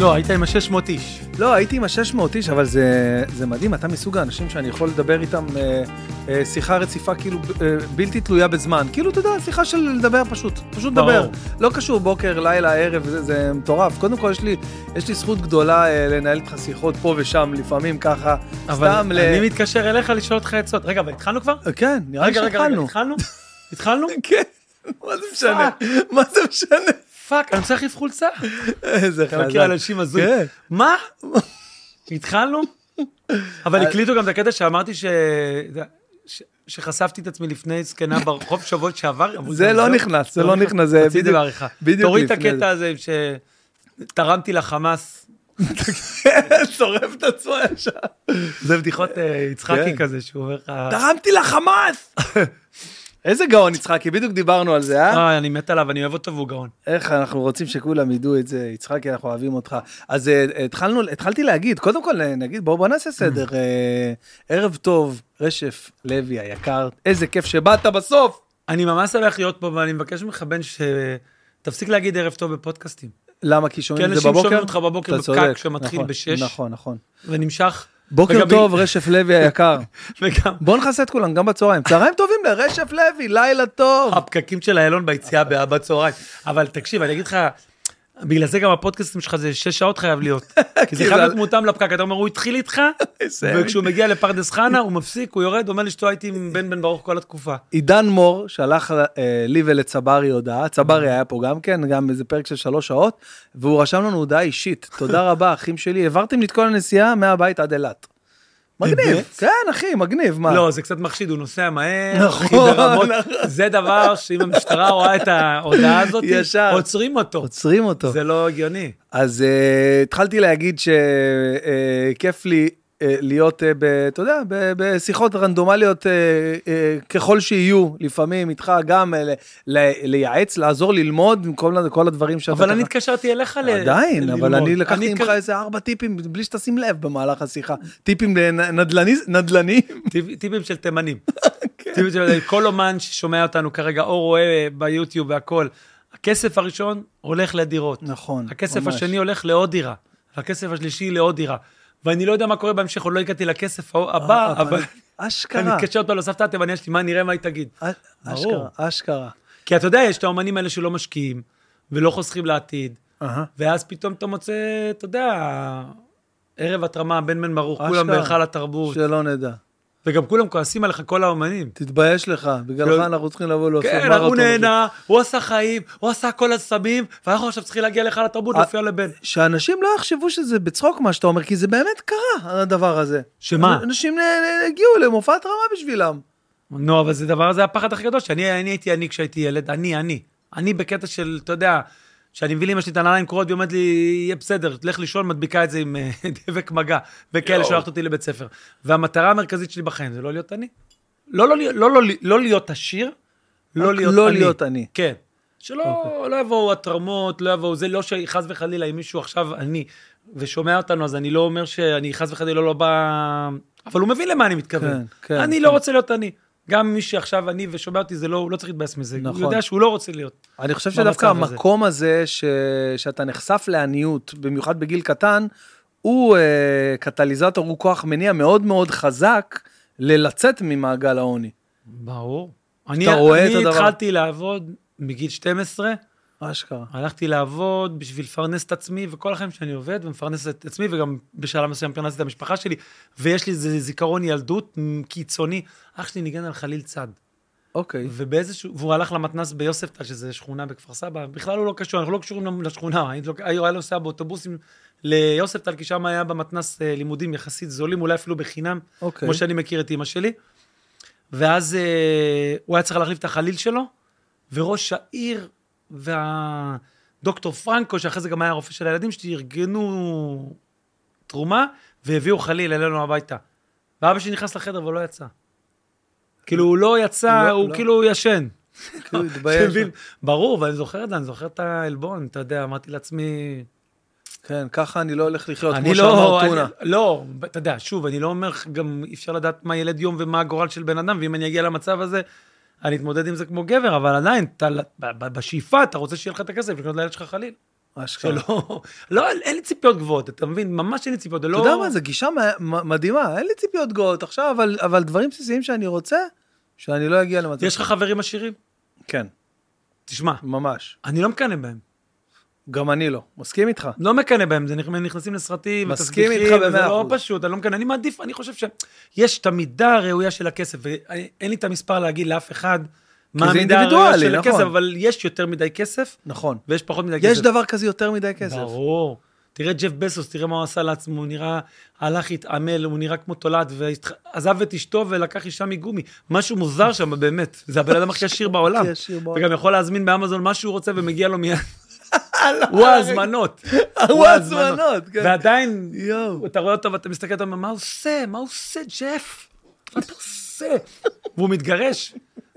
לא, היית עם ה-600 איש. לא, הייתי עם ה-600 איש, אבל זה, זה מדהים, אתה מסוג האנשים שאני יכול לדבר איתם אה, אה, שיחה רציפה כאילו ב- אה, בלתי תלויה בזמן. כאילו, אתה יודע, שיחה של לדבר פשוט, פשוט ברור. לדבר. לא קשור בוקר, לילה, ערב, זה, זה מטורף. קודם כל, יש לי, יש לי זכות גדולה אה, לנהל איתך שיחות פה ושם, לפעמים ככה, אבל סתם ל... אני מתקשר אליך לשאול אותך עצות. רגע, אבל התחלנו כבר? כן, נראה לי רגע, רגע, רגע, שהתחלנו. התחלנו? התחלנו? כן, מה זה משנה? מה זה משנה? פאק, אני צריך חולצה. איזה אתה מכיר אנשים הזוי. כן. מה? התחלנו? אבל הקליטו גם את הקטע שאמרתי ש... ש- שחשפתי את עצמי לפני זקנה ברחוב שבוע שעבר. אמרו, זה לא נכנס, זה לא נכנס, זה רציתי בדיוק- בעריכה. בדיוק תוריד את לפני הקטע זה. הזה שתרמתי לחמאס. שורף את עצמו ישר. זה בדיחות אה, יצחקי כן. כזה, שהוא אומר לך... תרמתי לחמאס! איזה גאון יצחקי, בדיוק דיברנו על זה, אה? אה, אני מת עליו, אני אוהב אותו והוא גאון. איך אנחנו רוצים שכולם ידעו את זה, יצחקי, אנחנו אוהבים אותך. אז אה, התחלנו, התחלתי להגיד, קודם כל אה, נגיד, בואו בוא נעשה סדר. אה, ערב טוב, רשף לוי היקר, איזה כיף שבאת בסוף! אני ממש שמח להיות פה, ואני מבקש ממך, בן, שתפסיק להגיד ערב טוב בפודקאסטים. למה? כי כי שומעים את זה אנשים בבוקר? שומעים אותך בבוקר אתה בפקק צודק, שמתחיל נכון, בשש, נכון, נכון. ונמשך. בוקר וגם- טוב, רשף לוי היקר. וגם בואו נכסה את כולם, גם בצהריים. צהריים טובים לרשף לוי, לילה טוב. הפקקים של איילון ביציאה ב- בצהריים. אבל תקשיב, אני אגיד לך, בגלל זה גם הפודקאסטים שלך זה שש שעות חייב להיות. כי זה כי זה- חייב להיות מותאם לפקק. אתה אומר, הוא התחיל איתך, וכשהוא מגיע לפרדס חנה, הוא מפסיק, הוא יורד, הוא אומר לי שאתה הייתי עם בן בן ברוך כל התקופה. עידן מור שלח אה, לי ולצברי הודעה, Mm-hmm. צברי היה פה גם כן, גם איזה פרק של שלוש שעות, והוא רשם לנו הודעה אישית, תודה רבה אחים שלי, העברתם לי את כל הנסיעה מהבית עד אילת. מגניב, באמת? כן אחי, מגניב, מה? לא, זה קצת מחשיד, הוא נוסע מהר, נכון, אחי, ברמות. נכון. זה דבר שאם המשטרה רואה את ההודעה הזאת, ישר. עוצרים אותו. עוצרים אותו. זה לא הגיוני. אז אה, התחלתי להגיד שכיף לי אה, להיות, אה, ב- אתה יודע, ב- בשיחות רנדומליות אה, אה, ככל שיהיו, Mm-hmm. לפעמים איתך גם אה, ל- ל- לייעץ, לעזור, ללמוד, במקום כל הדברים שאתה... אבל אני ככה- התקשרתי אליך ל- עדיין, אבל אני ללמוד. לקחתי אני ממך כ- איזה ארבע טיפים בלי שתשים לב במהלך השיחה. טיפים לנדלנים. טיפ- טיפים של תימנים. כן. טיפים של כל אומן ששומע אותנו כרגע, או רואה ביוטיוב והכול. הכסף הראשון הולך לדירות. נכון, הכסף ממש. השני הולך לעוד דירה. והכסף השלישי לעוד דירה. ואני לא יודע מה קורה בהמשך, עוד לא הגעתי לכסף הבא, אה, אבל אני אה, אשכרה. מתקשר אותו לסבתא התימניה שלי, מה נראה מה היא תגיד. אש- ברור. אשכרה, אשכרה. כי אתה יודע, יש את האומנים האלה שלא משקיעים, ולא חוסכים לעתיד, אהה. ואז פתאום אתה מוצא, אתה יודע, ערב התרמה, בן בן ברוך, כולם אשכרה. בהיכל התרבות, שלא נדע. וגם כולם כועסים עליך, כל האומנים. תתבייש לך, בגללך לא- אנחנו צריכים לבוא לעשות כן, הוא נהנה, הוא עשה חיים, הוא עשה כל הסמים, ואנחנו עכשיו צריכים להגיע להיכל התרבות, אה, להופיע לבן. שאנשים לא יחשבו שזה בצחוק מה שאתה אומר, כי זה באמת קרה, הדבר הזה. שמה? אנשים נ- נ- הגיעו למופע התרמה בשבילם. נו, אבל זה דבר, זה הפחד הכי גדול, שאני אני הייתי אני כשהייתי ילד, אני, אני. אני בקטע של, אתה יודע, שאני מביא לאמא שלי את הנעליים קרועות, והיא אומרת לי, יהיה בסדר, תלך לישון, מדביקה את זה עם אה, דבק מגע, וכאלה שולחת אותי לבית ספר. והמטרה המרכזית שלי בחיים זה לא להיות אני. לא, לא, להיות- לא, לא, לא להיות עשיר, לא רק להיות לא אני. להיות אני. אוקיי. כן. שלא לא יבואו התרמות, לא יבואו, זה לא שחס וחלילה, אם מישהו עכשיו אני ושומע אותנו, אז אני לא אומר שאני חס וחלילה לא בא... אבל הוא מבין למה אני מתכוון. כן, כן, אני כן. לא רוצה להיות אני. גם מי שעכשיו אני ושומע אותי, זה לא, הוא לא צריך להתבאס מזה. נכון. נכון. הוא יודע שהוא לא רוצה להיות. אני חושב במצב שדווקא הזה. המקום הזה ש... שאתה נחשף לעניות, במיוחד בגיל קטן, הוא אה, קטליזטור, הוא כוח מניע מאוד מאוד חזק ללצאת ממעגל העוני. ברור. אני, אתה רואה אני את הדבר. התחלתי לעבוד מגיל 12, אשכרה. הלכתי לעבוד בשביל לפרנס את עצמי, וכל החיים שאני עובד ומפרנס את עצמי, וגם בשלב מסוים פרנסתי את המשפחה שלי, ויש לי איזה זיכרון ילדות מ- קיצוני. אח שלי ניגן על חליל צד. אוקיי. ובאיזשהו, והוא הלך למתנ"ס ביוספטל, שזה שכונה בכפר סבא, בכלל הוא לא קשור, אנחנו לא קשורים לשכונה, הייתי לוק- היה לו נוסע באוטובוסים ליוספטל, כי שם היה במתנ"ס אה, לימודים יחסית זולים, אולי אפילו בחינם, אוקיי. כמו שאני מכיר את אימא שלי. ואז אה, הוא היה צריך להחליף את החליל שלו, וראש העיר והדוקטור פרנקו, שאחרי זה גם היה הרופא של הילדים שלי, ארגנו תרומה, והביאו חליל אלינו הביתה. ואבא שלי נכנס לחדר אבל לא יצא. כאילו, הוא לא יצא, לא, הוא לא. כאילו ישן. כאילו, התבייש. אתה מבין? ברור, ואני זוכר את זה, אני זוכר את העלבון, אתה יודע, אמרתי לעצמי... כן, ככה אני לא הולך לחיות, אני כמו לא... שאמר טונה. אני- לא, אתה יודע, שוב, אני לא אומר, לך, גם אי אפשר לדעת מה ילד יום ומה הגורל של בן אדם, ואם אני אגיע למצב הזה, אה. אני אתמודד עם זה כמו גבר, אבל עדיין, אתה, ב- ב- בשאיפה, אתה רוצה שיהיה לך את הכסף לקנות לילד שלך חליל. אשכרה. שלא, לא, אין לי ציפיות גבוהות, אתה מבין? ממש אין לי ציפיות, זה לא... אתה יודע מה, זו גישה מ- מ- מדהימה, אין לי ציפיות גאות עכשיו, אבל, אבל דברים בסיסיים שאני רוצה, שאני לא אגיע למצב. יש לך חברים עשירים? כן, תשמע, ממש. אני לא מקנא בהם. גם אני לא. מסכים איתך. לא מקנא בהם, זה נכ- נכנסים לסרטים, מסכים ותסביכים, איתך במאה זה לא אחוז. פשוט, אני לא מקנא, אני מעדיף, אני חושב שיש את המידה הראויה של הכסף, ואין לי את המספר להגיד לאף אחד מה זה המידה הראויה אינדיבידואלי, של נכון. הכסף, אבל יש יותר מדי כסף, נכון. ויש פחות מדי כסף. יש דבר כזה יותר מדי כסף. ברור. תראה את ג'ף בסוס, תראה מה הוא עשה לעצמו, הוא נראה, הלך, התעמל, הוא נראה כמו תולעת, ועזב את אשתו ולקח אישה מגומי. משהו מוזר שם, באמת. זה הבן אדם הכי עשיר בעולם. הכי עשיר בעולם. וגם יכול להזמין באמזון מה שהוא רוצה ומגיע לו מיד. הוא ההזמנות. הוא ההזמנות, כן. ועדיין, יואו. אתה רואה אותו ואתה מסתכל, אתה אומר, מה הוא עושה? מה הוא עושה, ג'ף? מה אתה עושה? והוא מתגרש,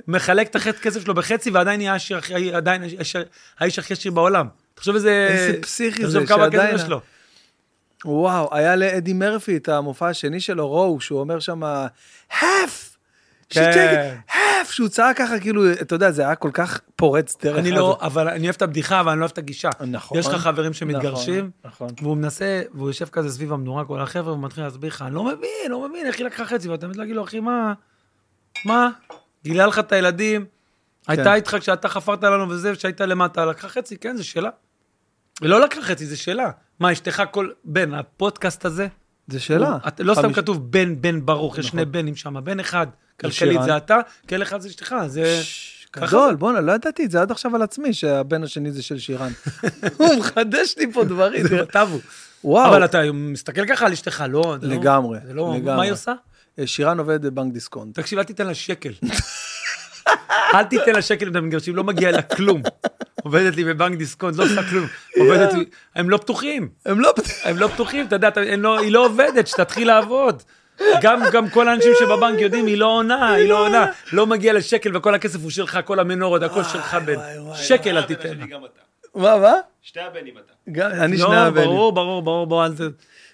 מחלק את החצי כסף שלו בחצי, ועדיין נהיה העשיר הכי- עדיין האיש- האיש הכי עשיר בעולם. תחשוב איזה... איזה פסיכי זה, תחשוב כמה כסף שעדיין- יש לו. וואו, היה לאדי מרפי את המופע השני שלו, רואו, שהוא אומר שם, האף! כן. האף! שהוא צעק ככה, כאילו, אתה יודע, זה היה כל כך פורץ דרך. אני אז- לא, אבל אני אוהב את הבדיחה, אבל אני לא אוהב את הגישה. נכון. יש לך חברים שמתגרשים, נכון, נכון. והוא מנסה, והוא יושב כזה סביב המנורה, כל החבר'ה, והוא מתחיל להסביר לך, אני לא מבין, לא מבין, איך היא לקחה חצי, ואתה מת להגיד לו, אחי, מה? מה? גילה לך את הילדים, כן. הייתה איתך כשאתה חפרת לנו וזה, כשהיית למטה, לקחה חצי, כן, זה שלה. היא לא לקחה חצי, זה שלה. מה, אשתך כל... בן, הפודקאסט הזה, זה שאלה. הוא- את- לא סתם חמיש- כתוב בן, בן ברוך, יש נכון. שני בנים שם, בן אחד, כלכלית שירן. זה אתה, כל אחד זה אשתך, זה... ש- ככה גדול, בואנה, לא ידעתי את זה עד עכשיו על עצמי, שהבן השני זה של שירן. הוא מחדש לי פה דברים. זה טאבו. וואו. אבל אתה מסתכל ככה על אשתך, לא... זה לא- לגמרי, זה לא... לגמרי. מה היא עושה? שירן עובד בבנק דיסקונט. תקשיב, אל תיתן לה שקל. אל תיתן לה שקל אם אתם מגרשים, לא מגיע לה כלום. עובדת לי בבנק דיסקונט, לא עושה כלום. עובדת לי, הם לא פתוחים, הם לא... הם לא פתוחים, אתה יודע, אתה- אין לו- היא לא עובדת, שתתחיל לעבוד. גם, גם כל האנשים שבבנק יודעים, היא לא עונה, היא לא עונה. לא מגיע לה שקל וכל הכסף הוא שלך, כל המנורות, הכל שלך בן. וואי, וואי, שקל אל הבן תיתן. השני גם אתה. מה, מה? שתי הבנים אתה. גם- אני שני לא, הבנים. ברור, ברור, ברור, ברור, אל ת...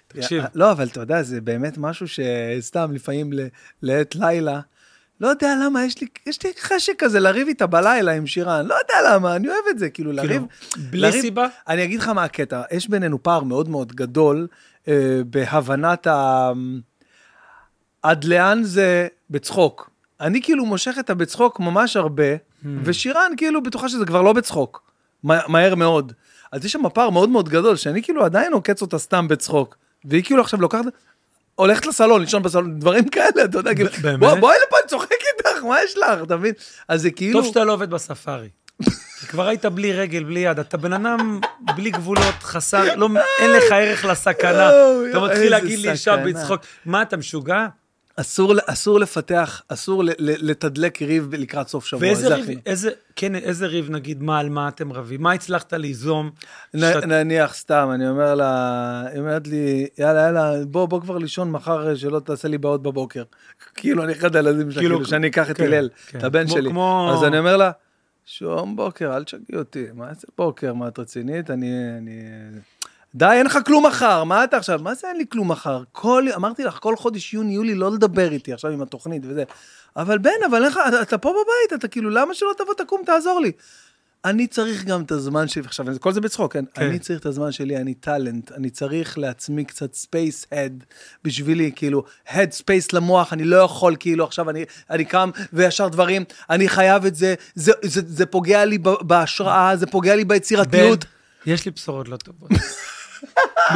תקשיב. לא, אבל אתה יודע, זה באמת משהו שסתם לפעמים ל- לעת לילה, לא יודע למה, יש לי, יש לי חשק כזה לריב איתה בלילה עם שירן, לא יודע למה, אני אוהב את זה, כאילו לריב. בלי לריב- סיבה? אני אגיד לך מה הקטע, יש בינינו פער מאוד מאוד גדול אה, בהבנת ה... עד לאן זה בצחוק. אני כאילו מושך את הבצחוק ממש הרבה, Hmm. ושירן כאילו בטוחה שזה כבר לא בצחוק, מה- מהר מאוד. אז יש שם פער מאוד מאוד גדול, שאני כאילו עדיין עוקץ אותה סתם בצחוק, והיא כאילו עכשיו לוקחת, הולכת לסלון, לישון בסלון, דברים כאלה, אתה יודע, כאילו, באמת? בוא- בואי לפה, אני צוחק איתך, מה יש לך, אתה מבין? אז זה כאילו... טוב שאתה לא עובד בספארי. כי כבר היית בלי רגל, בלי יד, אתה בן אדם בלי גבולות, חסר, לא, אין לך ערך לסכנה. יואו, אתה יואו, מתחיל איזה להגיד לי אישה סכנה. בצחוק, מה, אתה משוגע? אסור, אסור לפתח, אסור ל- ל- לתדלק ריב לקראת סוף שבוע. ואיזה זה ריב, הכי- איזה, כן, איזה ריב, נגיד, מה, על מה אתם רבים? מה הצלחת ליזום? נ- שאתה- נניח סתם, אני אומר לה, היא אומרת לי, יאללה, יאללה, בוא, בוא כבר לישון מחר, אה, שלא תעשה לי בעיות בבוקר. כאילו, אני אחד הילדים שלה, כאילו, כאילו, שאני אקח את כן, הלל, כן. את הבן כמו- שלי. כמו- אז אני אומר לה, שום בוקר, אל תשגעי אותי, מה זה בוקר, מה את רצינית? אני... אני... די, אין לך כלום מחר, מה אתה עכשיו? מה זה אין לי כלום מחר? כל, אמרתי לך, כל חודש יוני-יולי לא לדבר איתי עכשיו עם התוכנית וזה. אבל בן, אבל איך, אתה, אתה פה בבית, אתה כאילו, למה שלא תבוא, תקום, תעזור לי. אני צריך גם את הזמן שלי, עכשיו, כל זה בצחוק, כן? כן. אני צריך את הזמן שלי, אני טאלנט, אני צריך לעצמי קצת ספייס הד בשבילי, כאילו, הד ספייס למוח, אני לא יכול, כאילו, עכשיו אני, אני קם וישר דברים, אני חייב את זה, זה, זה, זה פוגע לי ב- בהשראה, זה פוגע לי בן, ביצירתיות. יש לי בשורות לא טובות.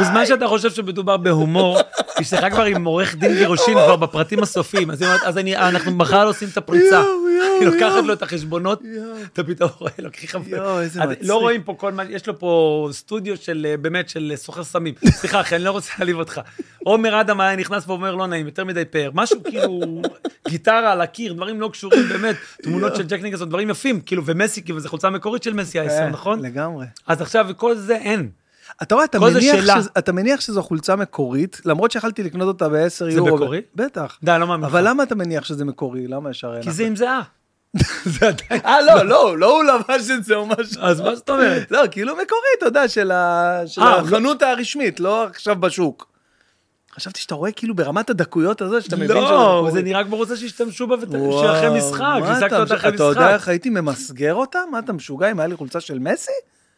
בזמן שאתה חושב שמדובר בהומור, אשתך כבר עם עורך דין גירושין כבר בפרטים הסופיים, אז היא אומרת, אז אני- אנחנו מחר לא עושים את הפריצה. יואו, יואו, היא לוקחת יואו. לו את החשבונות, יואו. אתה פתאום רואה, לו, קחי חבר. יואו, איזה אז מצחיק. לא רואים פה כל מה, יש לו פה סטודיו של, אה, באמת, של אה, סוחר סמים. סליחה, אחי, אני לא רוצה להעליב אותך. עומר אדם היה נכנס ואומר, לא נעים, יותר מדי פאר. משהו כאילו, גיטרה על הקיר, דברים לא קשורים, באמת, תמונות של ג'ק ניקלסון, דברים יפים, כאילו, ומסי, כאילו, זו חולצה מקורית של מסי ה-10, אה, נכון? לגמרי. אז עכשיו כל זה אין. אתה רואה, אתה כל זה מניח, שאלה. שזה, אתה מניח שזו חולצה מקורית, למרות שיכלתי לקנות אותה ב-10 יורו. מקורי? בטח. די, לא מאמין לך. אבל למה אתה מניח שזה מקורי? למה ישר אין? כי לך? זה עם זהה. זה עדיין... אה, לא, לא, לא הוא לבש את זה או משהו. אז מה זאת אומרת? לא, כאילו מקורי, אתה יודע, של, ה... של אה, החנות הרשמית, לא עכשיו בשוק. חשבתי שאתה רואה כאילו ברמת הדקויות הזו, שאתה מבין שזה לא, מקורי. זה נראה כמו רוצה שישתמשו בה וואו, שאחרי משחק, מה שהזקת אתה- אותה אחרי אתה יודע משחק. איך הייתי ממסגר אותה? מה אתה משוגע אם היה לי חולצה של מסי?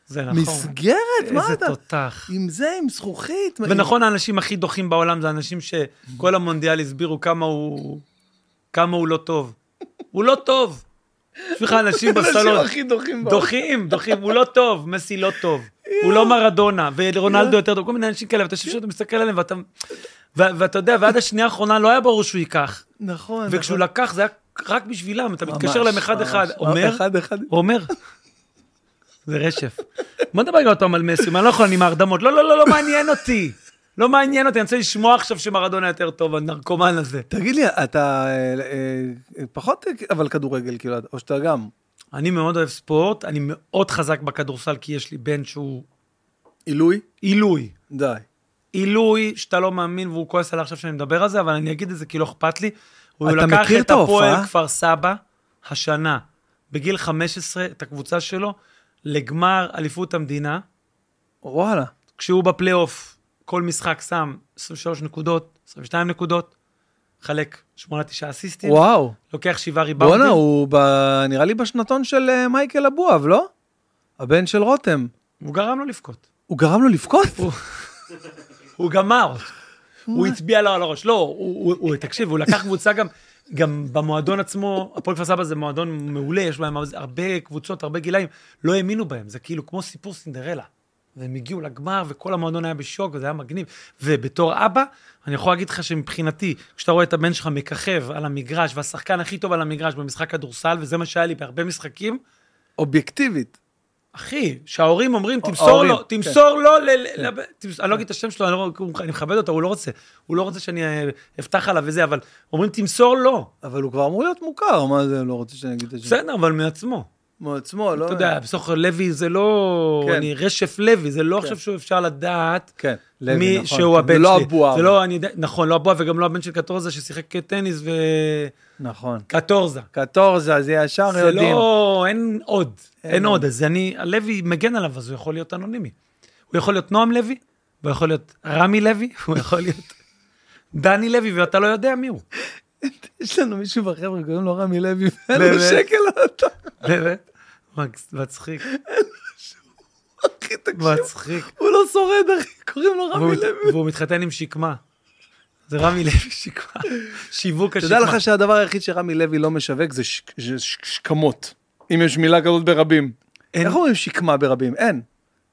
זה נכון. מסגרת, מה איזה אתה? תותח. עם זה, עם זכוכית. עם- ונכון, האנשים הכי דוחים בעולם זה אנשים שכל המונדיאל הסבירו כמה הוא, כמה הוא לא טוב. הוא לא טוב. יש לך אנשים בסלון. הכי דוחים בעולם. דוחים, דוחים, הוא לא טוב, מסי לא טוב, הוא לא מרדונה, ורונלדו יותר טוב, כל מיני אנשים כאלה, ואתה חושב שאתה מסתכל עליהם, ואתה... ו- ואתה יודע, ועד השנייה האחרונה לא היה ברור שהוא ייקח, נכון. וכשהוא נכון. לקח זה היה רק בשבילם, אתה ממש, מתקשר להם אחד-אחד, ממש. אה, אומר, אחד-אחד. אומר, זה רשף. בוא נדבר גם עוד פעם על מסי, הוא אומר, אני לא יכול, אני מהרדמות, לא, לא, לא, לא מעניין אותי, לא מעניין אותי, אני רוצה לשמוע עכשיו שמרדונה יותר טוב, הנרקומן הזה. תגיד לי, אתה אה, אה, פחות אה, אבל כדורגל, כאילו, או שאתה גם אני מאוד אוהב ספורט, אני מאוד חזק בכדורסל, כי יש לי בן שהוא עילוי? עילוי. די. עילוי שאתה לא מאמין והוא כועס עליי עכשיו שאני מדבר על זה, אבל אני אגיד את זה כי לא אכפת לי. הוא אתה לקח מכיר את את ההופעה? הפועל כפר סבא השנה, בגיל 15, את הקבוצה שלו, לגמר אליפות המדינה, וואלה. כשהוא בפלייאוף, כל משחק שם 23 נקודות, 22 נקודות, חלק 8-9 אסיסטים, וואו. לוקח 7 ריבאונדים. בואנה, הוא ב... נראה לי בשנתון של אה, מייקל אבואב, לא? הבן של רותם. הוא גרם לו לבכות. הוא גרם לו לבכות? הוא גמר. הוא הצביע לו על הראש. לא, הוא, הוא, הוא, תקשיב, הוא לקח קבוצה גם, גם במועדון עצמו, הפועל כפר סבא זה מועדון מעולה, יש בהם הרבה קבוצות, הרבה גילאים, לא האמינו בהם, זה כאילו כמו סיפור סינדרלה. והם הגיעו לגמר, וכל המועדון היה בשוק, וזה היה מגניב. ובתור אבא, אני יכול להגיד לך שמבחינתי, כשאתה רואה את הבן שלך מככב על המגרש, והשחקן הכי טוב על המגרש במשחק כדורסל, וזה מה שהיה לי בהרבה משחקים, אובייקטיבית. אחי, שההורים אומרים, תמסור ההורים, לו, כן. תמסור לו, ל- ל- לב- תמס- אני לא אגיד את השם שלו, אני לא- הוא- אני מכבד אותו, הוא לא רוצה, הוא לא רוצה שאני אה, אפתח עליו וזה, אבל אומרים, תמסור לו. אבל הוא כבר אמור להיות מוכר, מה זה, לא רוצה שאני אגיד את זה. בסדר, אבל מעצמו. מעצמו, לא... אתה יודע, בסוף לוי זה לא, כן. אני רשף לוי, זה לא עכשיו שהוא אפשר לדעת. כן, לוי, מי נכון. שהוא הבן זה שלי. לא אבואב. זה לא, אני יודע, נכון, לא אבואב וגם לא הבן של קטורזה ששיחק טניס נכון. וקטורזה. קטורזה, זה ישר זה יודעים. לא, אין עוד, אין אין עוד. עוד. אז אני, לוי מגן עליו, אז הוא יכול להיות אנונימי. הוא יכול להיות נועם לוי, הוא יכול להיות רמי לוי, הוא יכול להיות דני לוי, ואתה לא יודע מי הוא. יש לנו מישהו בחבר'ה, קוראים לו רמי לוי, ואין לו באמת? שקל על אותו. באמת? מצ- מצחיק, אחי, תקשיב. מצחיק. הוא לא שורד, אחי, קוראים לו והוא רמי מת- לוי. והוא מתחתן עם שקמה. זה רמי לוי שקמה, שיווק השקמה. תדע לך שהדבר היחיד שרמי לוי לא משווק זה ש- ש- ש- שקמות. אם יש מילה כזאת ברבים. אין. איך אומרים שקמה ברבים? אין.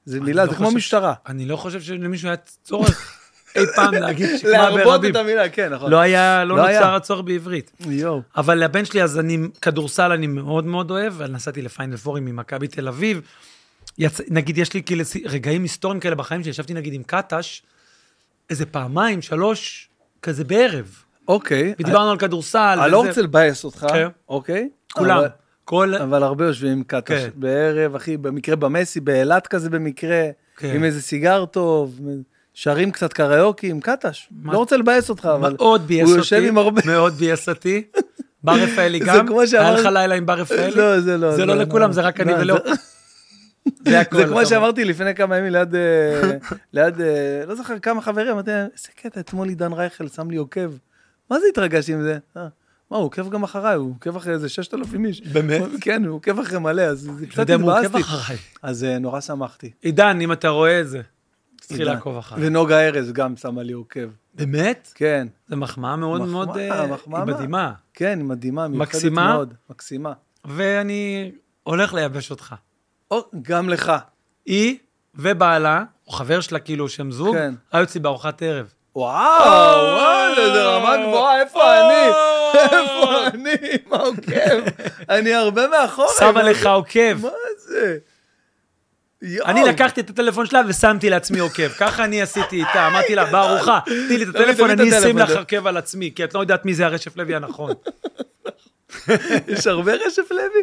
זה אני מילה, לא זה כמו חושב- משטרה. אני לא חושב שלמישהו היה צורך אי פעם להגיד שקמה להרבות ברבים. את המילה, כן, נכון. לא היה, לא לא היה. נוצר הצורך בעברית. יואו. אבל הבן שלי, אז אני, כדורסל אני מאוד מאוד אוהב, אבל נסעתי לפיינל פורים ממכבי תל אביב. יצ... נגיד, יש לי כאילו ס- רגעים היסטוריים כאלה בחיים שישבתי נגיד עם קטש, איזה פעמיים, שלוש, כזה בערב. אוקיי. ודיברנו על כדורסל. אני לא וזה. רוצה לבאס אותך, כן. אוקיי? כולם. אבל- כל... אבל הרבה יושבים עם קטש כן. בערב, אחי, במקרה במסי, באילת כזה במקרה, כן. עם איזה סיגר טוב, שרים קצת קריוקי עם קטש. לא רוצה לבאס אותך, אבל מאוד ביאס אותי. הוא יושב עם הרבה... מאוד ביאס אותי. בר רפאלי זה גם. כמו היה שאמר- לך לילה עם בר רפאלי? לא, זה לא, זה לא לכולם, זה רק אני לא, ולא. זה- זה הכל. זה אתה אומר. כמו שאמרתי לפני כמה ימים ליד, אה, ליד, אה, לא זוכר כמה חברים, אמרתי להם, איזה קטע, אתמול עידן רייכל שם לי עוקב. מה זה התרגשתי עם זה? "אה, מה, הוא עוקב גם אחריי, הוא עוקב אחרי איזה 6,000 איש. באמת? כן, הוא עוקב אחרי מלא, אז זה אתה קצת יודע, אם הוא עוקב התבאסתי. אחריי. אז אה, נורא שמחתי. עידן, אם אתה רואה את זה, תתחיל עידן. לעקוב אחריי. ונוגה ארז גם שמה לי עוקב. באמת? כן, זו מחמאה מאוד מחמאה, מאוד, אה, מחמאה. היא מדהימה. כן, היא מדהימה, מיוחדת מקסימה? מאוד. מקסימה? ואני הולך לייבש אותך. או, גם לך. היא ובעלה, או חבר שלה כאילו שם זוג, כן. היו אצלי בארוחת ערב. וואו, וואלה, זה רמה גבוהה, איפה אני? איפה אני? מה עוקב? אני הרבה מאחורי. שמה מה- לך עוקב. מה זה? יואו. אני לקחתי את הטלפון שלה ושמתי לעצמי עוקב. ככה אני עשיתי איתה, אמרתי לה, בארוחה, תני לי את תביא, הטלפון, תביא לא, את אני אשים הטלפון, לך זה- עוקב על עצמי, כי את לא יודעת מי זה הרשף לוי הנכון. יש הרבה רשף לוי?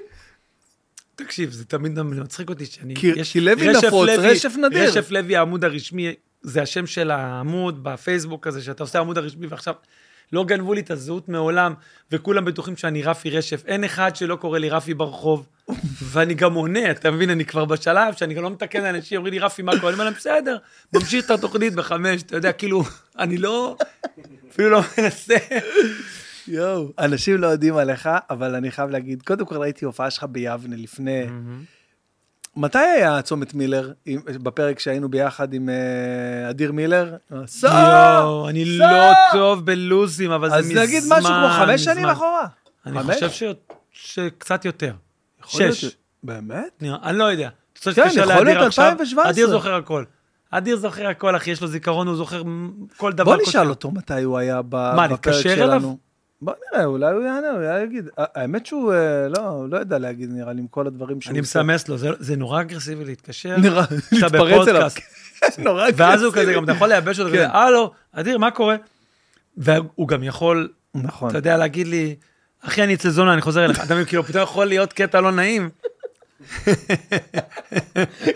תקשיב, זה תמיד גם מצחיק אותי שאני... כי- כי לוי נפוץ, רשף נדיר. רשף לוי העמוד הרשמי, זה השם של העמוד בפייסבוק הזה, שאתה עושה העמוד הרשמי, ועכשיו לא גנבו לי את הזהות מעולם, וכולם בטוחים שאני רפי רשף. אין אחד שלא קורא לי רפי ברחוב, ואני גם עונה, אתה מבין, אני כבר בשלב שאני גם לא מתקן לאנשים, אומרים לי רפי, מה קורה? אני אומר להם, בסדר, ממשיך את התוכנית בחמש, אתה יודע, כאילו, אני לא... אפילו לא מנסה. יואו. אנשים לא יודעים עליך, אבל אני חייב להגיד, קודם כל ראיתי הופעה שלך ביבנה לפני... מתי היה צומת מילר, עם- בפרק שהיינו ביחד עם אה, אדיר מילר? סע! יואו, אני סע! לא טוב בלוזים, אבל זה אז מזמן. נגיד משהו כמו חמש שנים מזמן. אחורה. אני חמש? חושב ש- שקצת יותר. יכול להיות שש. ש- באמת? נראה, אני לא יודע. אתה צריך כן, להתקשר יכול להיות לאדיר עכשיו? 2017. אדיר זוכר הכל. אדיר זוכר הכל, אחי, יש לו זיכרון, הוא זוכר מ- כל דבר. בוא כל נשאל שנייה. אותו מתי הוא היה ב- בפרק להתקשר אליו? שלנו. בוא נראה, אולי הוא יענה, הוא יגיד. ה- האמת שהוא אה, לא, הוא לא יודע להגיד, נראה לי, עם כל הדברים שהוא... אני עושה. מסמס לו, זה- זה נורא אגרסיבי להתקשר. נראה, כשאתה להתפרץ אליו. כן, בפודקאסט. נורא ואז הוא אגרסיבי. כזה, גם אתה יכול לייבש אותו, כן. כזה, הלו, אדיר, מה קורה? והוא גם יכול, נכון. אתה יודע, להגיד לי, אחי, אני אצל זונה, אני חוזר אליך. אתה מבין, כאילו, פתאום יכול להיות קטע לא נעים.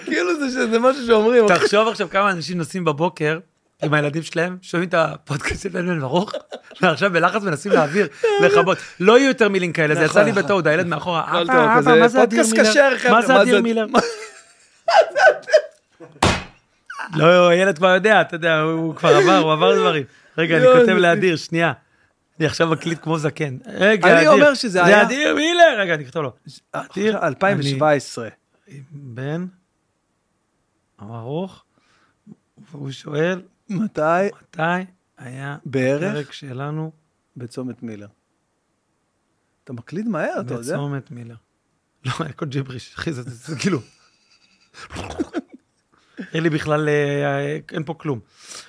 כאילו זה שזה משהו שאומרים. תחשוב עכשיו כמה אנשים נוסעים בבוקר עם הילדים שלהם, שומעים את הפודקאסט של בן בן ברוך, ועכשיו בלחץ מנסים להעביר, לכבות. לא יהיו יותר מילים כאלה, זה נכון, יצא לי נכון. בטעות, הילד מאחורה, הכל אבא, טוב, אבא, כזה מה זה אדיר פודקאסט כשר, מילר? חבר'ה, מה זה אדיר מילר? לא, הילד כבר יודע, אתה יודע, הוא- הוא כבר עבר, הוא עבר דברים. רגע, אני יואו, כותב לא, זה- לאדיר, שנייה. אני עכשיו מקליט כמו זקן. רגע, אני אדיר. אומר שזה זה היה- אדיר מילר! רגע, אני אכתוב לו. עכשיו, 2017. בן, ברוך, והוא שואל, מתי? מתי היה בערך? פרק שלנו בצומת מילר. אתה מקליד מהר, אתה יודע? בצומת מילר? לא, הכל ג'יבריש, אחי, זה- זה זה כאילו... אין לי בכלל, אה, אין פה כלום.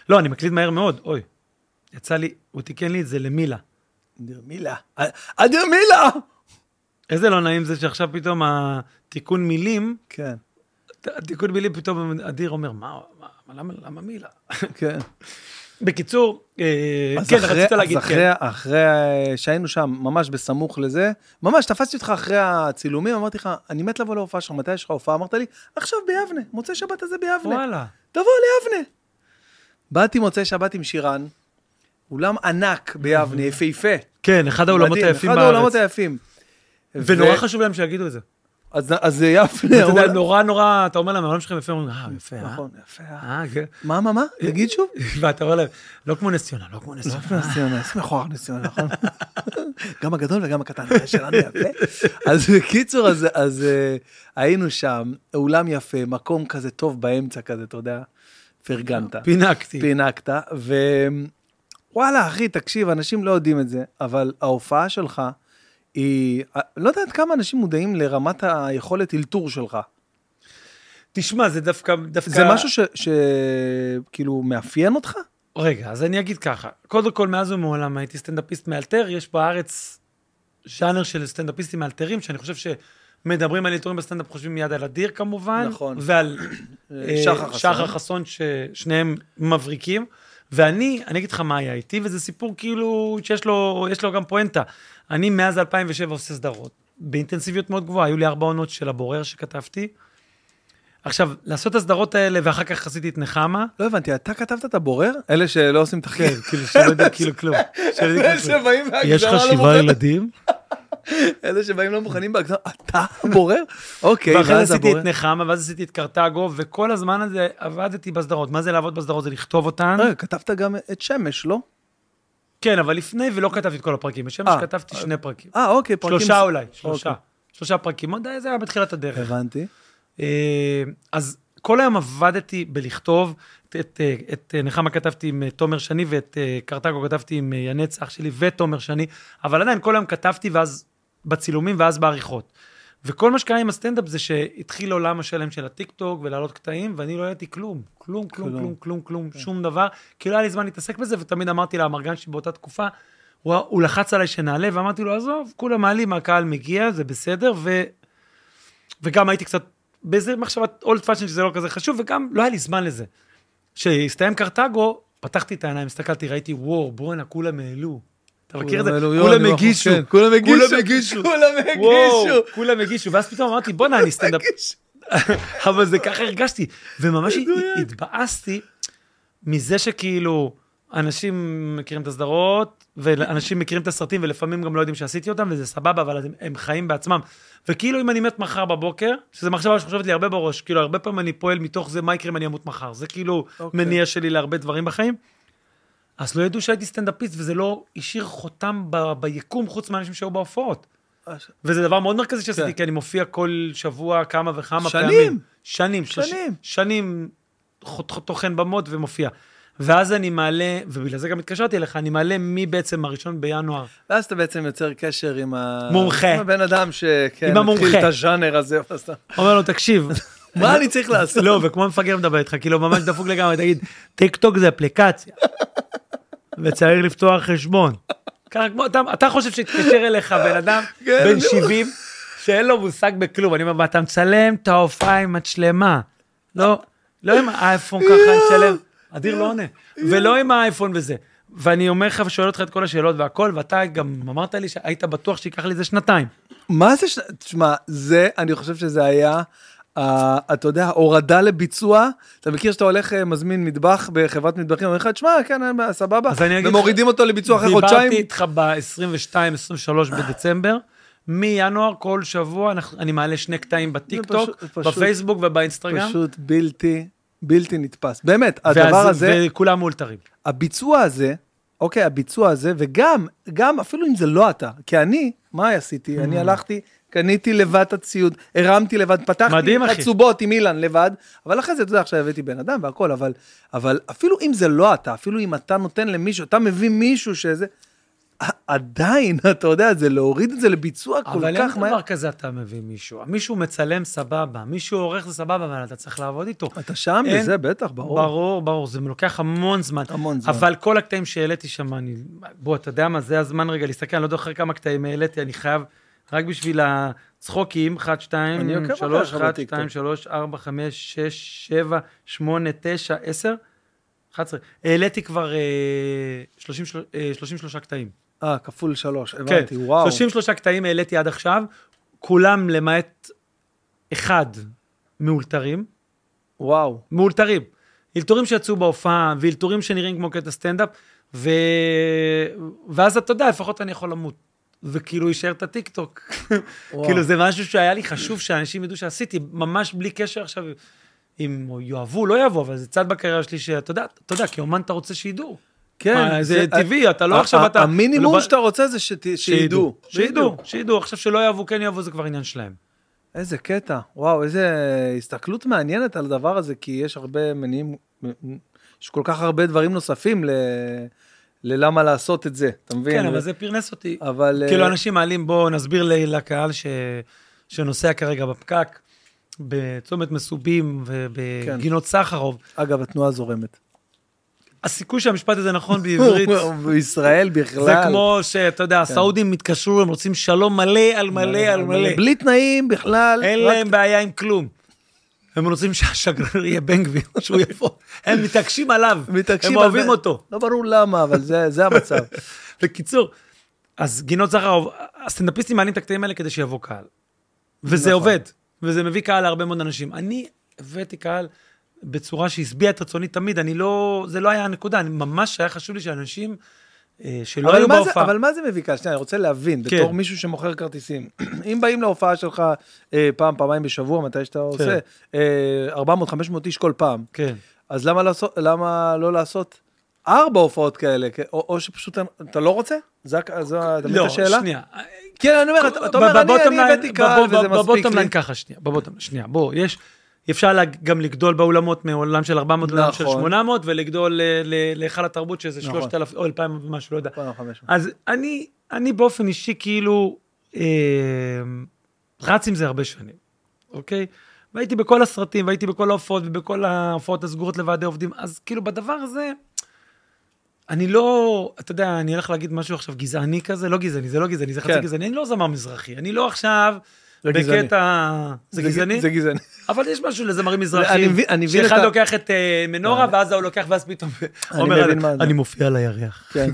לא, אני מקליט מהר מאוד, אוי. יצא לי, הוא תיקן לי את זה למילה. אדיר מילה. אדיר מילה! איזה לא נעים זה שעכשיו פתאום התיקון מילים, כן, התיקון מילים פתאום אדיר אומר, מה, מה- למה- למה מילה? כן. בקיצור, אה, אז כן, אחרי- רצית להגיד אז כן. אחרי, אחרי שהיינו שם, ממש בסמוך לזה, ממש תפסתי אותך אחרי הצילומים, אמרתי לך, אני מת לבוא להופעה שלך, מתי יש לך הופעה? אמרת לי, עכשיו ביבנה, מוצאי שבת הזה ביבנה. וואלה. תבוא ליבנה. באתי מוצאי שבת עם שירן, אולם ענק ביבנה, יפהפה. כן, אחד העולמות מדהים, היפים אחד העולמות בארץ. היפים. ונורא ו- כן, חשוב להם שיגידו את זה. אז אז זה יפנה. אתה יודע, לא- אבל- נורא נורא, אתה אומר להם, העולם שלכם יפה, אומרים, אה, יפה, אה? נכון, יפה. אה, כן. מה, מה, מה? תגיד שוב. ואתה אומר להם, לא כמו נס ציונה, לא כמו נס ציונה. נס ציונה, איזה מכוער נס ציונה, נכון? גם הגדול וגם הקטן, היה שלנו יפה. אז בקיצור, אז- אז אה, היינו שם, אולם יפה, מקום כזה טוב באמצע כזה, אתה יודע, פרגנת, פינקתי. פינקת, ווואלה, אחי, תקשיב, אנשים לא יודעים את זה, אבל ההופעה שלך היא, לא יודעת כמה אנשים מודעים לרמת היכולת אלתור שלך. תשמע, זה דווקא, דווקא... זה משהו שכאילו מאפיין אותך? רגע, אז אני אגיד ככה. קודם כל, מאז ומעולם הייתי סטנדאפיסט מאלתר, יש בארץ ז'אנר של סטנדאפיסטים מאלתרים, שאני חושב שמדברים על אלתורים בסטנדאפ, חושבים מיד על אדיר כמובן. נכון. ועל אה, שחר חסון. שחר חסון, ששניהם מבריקים. ואני, אני אגיד לך מה היה איתי, וזה סיפור כאילו שיש לו, יש לו גם פואנטה. אני מאז 2007 עושה סדרות, באינטנסיביות מאוד גבוהה, היו לי ארבע עונות של הבורר שכתבתי. עכשיו, לעשות את הסדרות האלה, ואחר כך עשיתי את נחמה, לא הבנתי, אתה כתבת את הבורר? אלה שלא עושים תחקיר. כן, כאילו שלא יודעים כאילו כלום. שלא יודעים אלה כלום. שבאים בהגדרה יש לך לא שבעה מוכנים. ילדים? אלה שבאים לא מוכנים בהגזר, אתה הבורר? אוקיי, ואחרי ואז זה עשיתי הבורר. את נחמה, ואז עשיתי את קרתגו, וכל הזמן הזה עבדתי בסדרות. מה זה לעבוד בסדרות? זה לכתוב אותן. רגע, אה, כתבת גם את שמש, לא? כן, אבל לפני ולא כתבתי את כל הפרקים. בשמש אה, כתבתי שני פרקים. אה, אוקיי, פרקים. שלושה אולי, שלושה. אוקיי, שלושה פרקים. עוד אה, זה היה בתחילת הדרך. הבנתי. אה, אז כל היום עבדתי בלכתוב, את, את, אה, את אה, נחמה כתבתי עם אה, תומר שני ואת אה, קרתגו כתבתי עם אה, ינץ אח שלי ותומר שני, אבל עדיין כל היום כתבתי ואז בצילומים ואז בעריכות. וכל מה שקרה עם הסטנדאפ זה שהתחיל עולם השלם של הטיק טוק ולהעלות קטעים ואני לא ידעתי כלום, כלום, כלום, כלום. כלום, כלום, כלום, שום דבר. כאילו היה לי זמן להתעסק בזה ותמיד אמרתי לאמרגן שלי באותה תקופה, הוא, הוא לחץ עליי שנעלה ואמרתי לו עזוב, כולם מעלים, הקהל מגיע, זה בסדר ו... וגם הייתי קצת באיזה מחשבה אולד פאשן שזה לא כזה חשוב, וגם לא היה לי זמן לזה. כשהסתיים קרתגו, פתחתי את העיניים, הסתכלתי, ראיתי, וואו, בואנה, כולם העלו. אתה מכיר את זה? כולם העלו, יואו, כולם אני הגישו. בחופשי. כולם הגישו. כולם הגישו. כולם וואו, הגישו. כולם הגישו, ואז פתאום אמרתי, בואנה, אני סטנדאפ. אבל זה ככה הרגשתי, וממש מדויק. התבאסתי מזה שכאילו, אנשים מכירים את הסדרות, ואנשים מכירים את הסרטים, ולפעמים גם לא יודעים שעשיתי אותם, וזה סבבה, אבל הם, הם חיים בעצמם. וכאילו אם אני מת מחר בבוקר, שזו מחשבה שחושבת לי הרבה בראש, כאילו הרבה פעמים אני פועל מתוך זה, מה יקרה אם אני אמות מחר? זה כאילו אוקיי. מניע שלי להרבה דברים בחיים. אז לא ידעו שהייתי סטנדאפיסט, וזה לא השאיר חותם ב- ביקום חוץ מאנשים שהיו בהופעות. וזה דבר מאוד מרכזי שעשיתי, כן. כי אני מופיע כל שבוע כמה וכמה שנים. פעמים. שנים. שלוש- שנים. שנים חות- חות- טוחן במות ומופיע. ואז אני מעלה, ובגלל זה גם התקשרתי אליך, אני מעלה מי בעצם הראשון בינואר. ואז אתה בעצם יוצר קשר עם ה... מומחה. עם הבן אדם שכן, עם המומחה. התחיל את הז'אנר הזה. אז אתה- אומר לו, תקשיב, מה אני צריך לעשות? לא, וכמו מפגר מדבר איתך, כאילו ממש דפוק לגמרי, תגיד, טיק טוק זה אפליקציה, וצריך לפתוח חשבון. ככה כמו, אתה, אתה חושב שהתקשר אליך בן אדם כן, בן נו. 70, שאין לו מושג בכלום, אני אומר, "מה, אתה מצלם את ההופעה עם מצלמה. לא, לא עם האייפון ככה, אני מצלם, אדיר לא עונה, ולא עם האייפון וזה. ואני אומר לך ושואל אותך את כל השאלות והכל, ואתה גם אמרת לי שהיית בטוח שייקח לי איזה שנתיים. מה זה ש... תשמע, זה, אני חושב שזה היה, uh, אתה יודע, הורדה לביצוע. אתה מכיר שאתה הולך, אה, מזמין מטבח בחברת מטבחים, אומר לך, תשמע, כן, אין בעיה, סבבה, אז אני אגיד ומורידים לך- אותו לביצוע אחרי דיברתי חודשיים. איתך ב-22-23 בדצמבר. מינואר כל שבוע אנחנו, אני מעלה שני קטעים בטיקטוק, פשוט- פשוט- בפייסבוק ובאינסטגרם, פשוט בלתי, בלתי נתפס. באמת, הדבר ואז- הזה, וכולם מאולתרים. הביצוע הזה, אוקיי, הביצוע הזה, וגם, גם אפילו אם זה לא אתה, כי אני, מה עשיתי? Mm. אני הלכתי, קניתי לבד את הציוד, הרמתי לבד, פתחתי מדהים, אחי. חצובות עם אילן לבד, אבל אחרי זה, אתה יודע, עכשיו הבאתי בן אדם והכל, אבל, אבל אפילו אם זה לא אתה, אפילו אם אתה נותן למישהו, אתה מביא מישהו שזה, עדיין, אתה יודע, זה להוריד את זה לביצוע כל אבל אין כך מהר. דבר כזה אתה מביא מישהו, מישהו מצלם סבבה, מישהו עורך זה סבבה, אבל אתה צריך לעבוד איתו. אתה שם אין- בזה, בטח, ברור. ברור, ברור, זה לוקח המון זמן. המון זמן. אבל כל הקטעים שהעליתי שם, אני... בוא, אתה יודע מה, זה הזמן רגע להסתכל, אני לא זוכר כמה קטעים העליתי, אני חייב, רק בשביל הצחוקים, 1, 2, אני עוקב אחריך 3, 1, בטיקטוק. 2, 3, 4, 5, 6, 7, 8, 9, 10, 11. העליתי כבר אה, 30, אה, 33 קטעים. אה, כפול שלוש, כן. הבנתי, וואו. 33 קטעים העליתי עד עכשיו, כולם למעט אחד מאולתרים. וואו. מאולתרים. אלתורים שיצאו בהופעה, ואלתורים שנראים כמו קטע סטנדאפ, ו... ואז אתה יודע, לפחות אני יכול למות. וכאילו יישאר את הטיקטוק. וואו. כאילו זה משהו שהיה לי חשוב שאנשים ידעו שעשיתי, ממש בלי קשר עכשיו אם יאהבו, לא יאהבו, אבל זה צד בקריירה שלי שאתה יודע, אתה יודע, כאומן אתה רוצה שידעו. כן, אה, זה טבעי, אתה לא ה- עכשיו ה- אתה... המינימום לא- שאתה רוצה זה שת- שידעו. שידעו, שידעו. עכשיו שלא יאהבו, כן יאהבו, זה כבר עניין שלהם. איזה קטע, וואו, איזה הסתכלות מעניינת על הדבר הזה, כי יש הרבה מניעים, יש כל כך הרבה דברים נוספים ל... ללמה לעשות את זה, אתה מבין? כן, אבל זה פרנס אותי. אבל... כאילו אה, אנשים מעלים, בואו נסביר ל- לקהל ש... שנוסע כרגע בפקק, בצומת מסובים ובגינות כן. סחרוב. אגב, התנועה זורמת. הסיכוי שהמשפט הזה נכון בעברית, בישראל בכלל. כן. זה כמו שאתה יודע, הסעודים התקשרו, הם רוצים שלום מלא על מלא על מלא. בלי תנאים בכלל. אין רק- להם בעיה עם כלום. הם רוצים שהשגריר יהיה בן גביר, שהוא יבוא. הם מתעקשים עליו, מתעקשים הם על אוהבים זה. אותו. לא ברור למה, אבל זה זה המצב. בקיצור, אז גינות זכרוב, הסטנדאפיסטים מעלים את הקטעים האלה כדי שיבוא קהל. וזה נכון. עובד, וזה מביא קהל להרבה מאוד אנשים. אני הבאתי קהל בצורה שהשביעה את רצוני תמיד, אני לא, זה לא היה הנקודה, אני ממש היה חשוב לי שאנשים אה, שלא אבל היו מה זה- בהופעה, אבל מה זה מביא קהל? שנייה, אני רוצה להבין, כן. בתור מישהו שמוכר כרטיסים, אם באים להופעה שלך אה, פעם, פעמיים בשבוע, מתי שאתה עושה, אה, 400-500 איש כל פעם, כן. אז למה לעשות- למה לא לעשות ארבע הופעות כאלה? כ- או או שפשוט אתה- אתה לא רוצה? זה הק- זו ה- אתה מבין את לא, השאלה? שנייה. כן, אני אומר, אתה- אתה אומר, אני- בבוטום אני ליין- הבאתי קהל בב- וזה מספיק בבוטום ליין לי. ככה, שנייה, בבוטום, שנייה, בוא, יש, אפשר לה- גם לגדול באולמות מעולם של 400 לעולם של נכון. 800, ולגדול ל- ל- להיכל התרבות שזה נכון. 3,000 או 2,000 ומשהו, לא יודע. פעם, חמש. אז אני, אני באופן אישי כאילו אה, רץ עם זה הרבה שנים, אוקיי? והייתי בכל הסרטים, והייתי בכל ההופעות, ובכל ההופעות הסגורות לוועדי עובדים, אז כאילו בדבר הזה, אני לא, אתה יודע, אני הולך להגיד משהו עכשיו גזעני כזה, לא גזעני, זה לא גזעני, זה חצי כן. גזעני, אני לא זמר מזרחי, אני לא עכשיו זה גזעני. בקטע... אה, זה גז- גזעני? זה גזעני. אבל יש משהו לזמרים אני מזרחים, מבין- אני מבין שאחד את ה- לוקח את אה, מנורה, ואז ההוא לוקח, ואז פתאום אומר, מבין מה זה. אני מופיע על הירח. כן.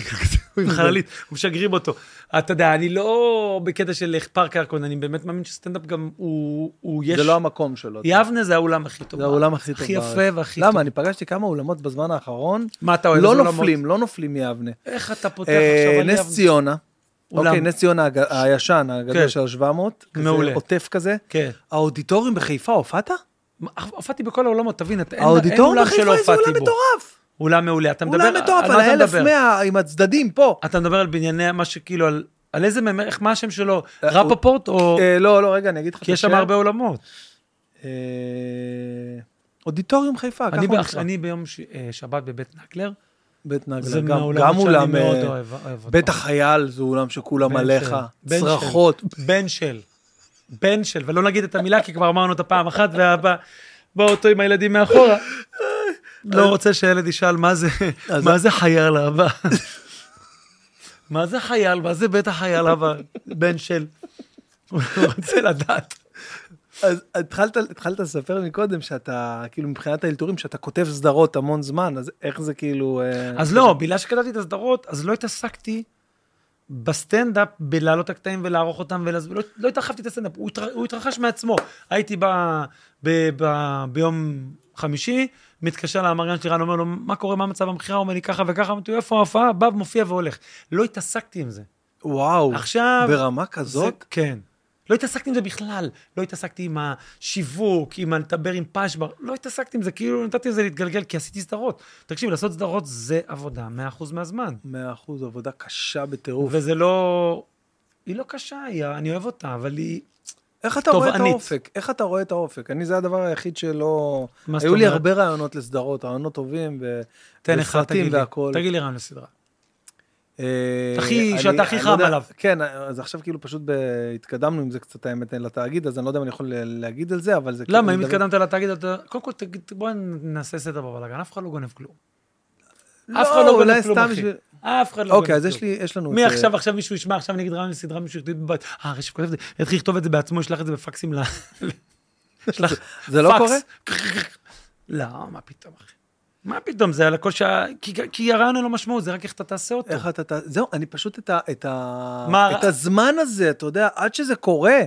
הוא עם חללית, הוא משגרים אותו. אתה יודע, אני לא בקטע של פארק הירקון, אני באמת מאמין שסטנדאפ גם הוא, הוא יש... זה לא המקום שלו. יבנה זה האולם הכי טוב. זה האולם הכי טוב הכי בארץ. יפה והכי טוב. למה? אני פגשתי כמה אולמות בזמן האחרון, מה אתה אוהב? לא איזה אולמות? נופלים, לא נופלים מיבנה. איך אתה פותח אה, עכשיו על יבנה? נס ציונה. אולם. אוקיי, נס ציונה הג- הישן, הגדול כן. של ה-700. כזה מעולה. עוטף כזה. כן. האודיטוריום בחיפה, הופעת? מה, הופעתי בכל האולמות, תבין, אתה- אין אין האודיטוריום אולם בחיפה שלא זה הופעתי אולם בו. מטורף. אולם מעולה. אתה מדבר, אולם מטורף, על מה על אתה מדבר? ה-1100 עם הצדדים פה. אתה מדבר על בנייני, מה שכאילו, על על איזה, מ"מ, איך, מה השם שלו? רפפורט או... אה, לא, לא, רגע, אני אגיד לך את כי יש שם השם. הרבה עולמות. אה, אודיטוריום חיפה, ככה אני הוא ב- נקרא. אני ביום ש- אה, שבת בבית נקלר, בית נגלה, זה גם- מהעולמות גם שאני אולם, מאוד אה, אוהב- אוהב אותו. בית החייל זה אולם שכולם בן עליך, של, בן של. צרחות. בן של. בן של, ולא נגיד את המילה, כי כבר אמרנו אותה פעם אחת, והבא, בא אותו עם הילדים מאחורה. לא רוצה שהילד ישאל מה זה, אז- מה זה חייל אבא. מה זה חייל, מה זה בית החייל אבא, בן של. הוא רוצה לדעת. אז התחלת, התחלת לספר מקודם שאתה, כאילו מבחינת האלתורים, שאתה כותב סדרות המון זמן, אז איך זה כאילו... אה, אז לא, בגלל שכתבתי את הסדרות, אז לא התעסקתי בסטנדאפ בלהעלות את הקטעים ולערוך אותם, ולהסביר, לא, לא התרחבתי את הסטנדאפ, הוא, התר, הוא התרחש מעצמו. הייתי ב, ב, ב, ביום חמישי, מתקשר למארגן שלי, רן אומר לו, מה קורה, מה מצב המכירה? הוא אומר לי ככה וככה, אמרתי, לו, איפה ההופעה? בא, מופיע והולך. לא התעסקתי עם זה. וואו, עכשיו- ברמה זה, כזאת? כן. לא התעסקתי עם זה בכלל. לא התעסקתי עם השיווק, עם הלדבר עם פשבר, לא התעסקתי עם זה, כאילו נתתי לזה להתגלגל, כי עשיתי סדרות. תקשיב, לעשות סדרות זה עבודה 100% מהזמן. מאה אחוז, עבודה קשה בטירוף. וזה לא... היא לא קשה, היא, אני אוהב אותה, אבל היא... איך אתה רואה את תובענית. האופק? איך אתה רואה את האופק? אני, זה הדבר היחיד שלא... מה זאת היו לי אומרת? הרבה רעיונות לסדרות, רעיונות טובים, ו... תן לך, וסרטים תגיד לי, והכול. תגיד לי רעיון לסדרה. אה, הכי- אני- שאתה הכי אני חם יודע- עליו. כן, אז עכשיו כאילו פשוט ב- התקדמנו עם זה קצת, האמת, לתאגיד, אז אני לא יודע אם אני יכול ל- להגיד על זה, אבל זה כאילו... למה, אם מדבר- התקדמת לתאגיד, אתה... קודם כל, תגיד, בוא נעשה סדר בבלאגן, אף אחד לא גונב כלום. לא, אף אחד לא אולי גונב כלום, סתם אחי. בשביל- אף אחד לא גונב כלום. אוקיי, אז יש לי, יש לנו... מי את- אה, עכשיו, עכשיו מישהו ישמע, עכשיו נגיד רעיון לסדרה, מישהו יחליט בבית, אה, רשף כותב את זה, יתחיל לכתוב את זה בעצמו, ישלח את זה בפקסים ל... ישלח זה לא פקס. קורה? לא, מה פתאום, אחי. מה פתאום, זה על הכל שה... כי- כי הרעיון אין לו משמעות, זה רק איך אתה תעשה אותו. איך אתה... אתה- זהו, אני פשוט את ה... את ה... מה- את הזמן הזה, אתה יודע, עד שזה קורה,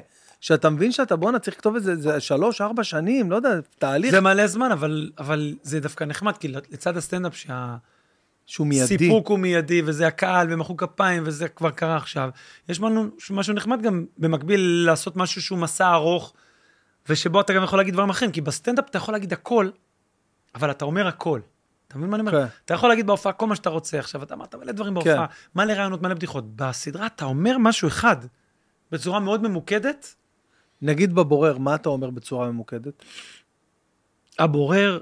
שאתה מבין שאתה, בואנה, צריך לכתוב את זה, זה שלוש, ארבע שנים, לא יודע, תהליך זה מלא זמן, אבל, אבל זה דווקא נחמד, כי לצד הסטנדאפ שהסיפוק שהוא מיידי. הוא מיידי, וזה הקהל, ומחאו כפיים, וזה כבר קרה עכשיו, יש משהו, משהו נחמד גם במקביל לעשות משהו שהוא מסע ארוך, ושבו אתה גם יכול להגיד דברים אחרים, כי בסטנדאפ אתה יכול להגיד הכל, אבל אתה אומר הכל. אתה מבין מה אני אומר? כן. אתה יכול להגיד בהופעה כל מה שאתה רוצה עכשיו, אתה אמרת מלא דברים בהופעה, מלא רעיונות, מלא בדיחות. בסדרה אתה אומר משהו אחד, בצורה מאוד ממוקדת, נגיד בבורר, מה אתה אומר בצורה ממוקדת? הבורר,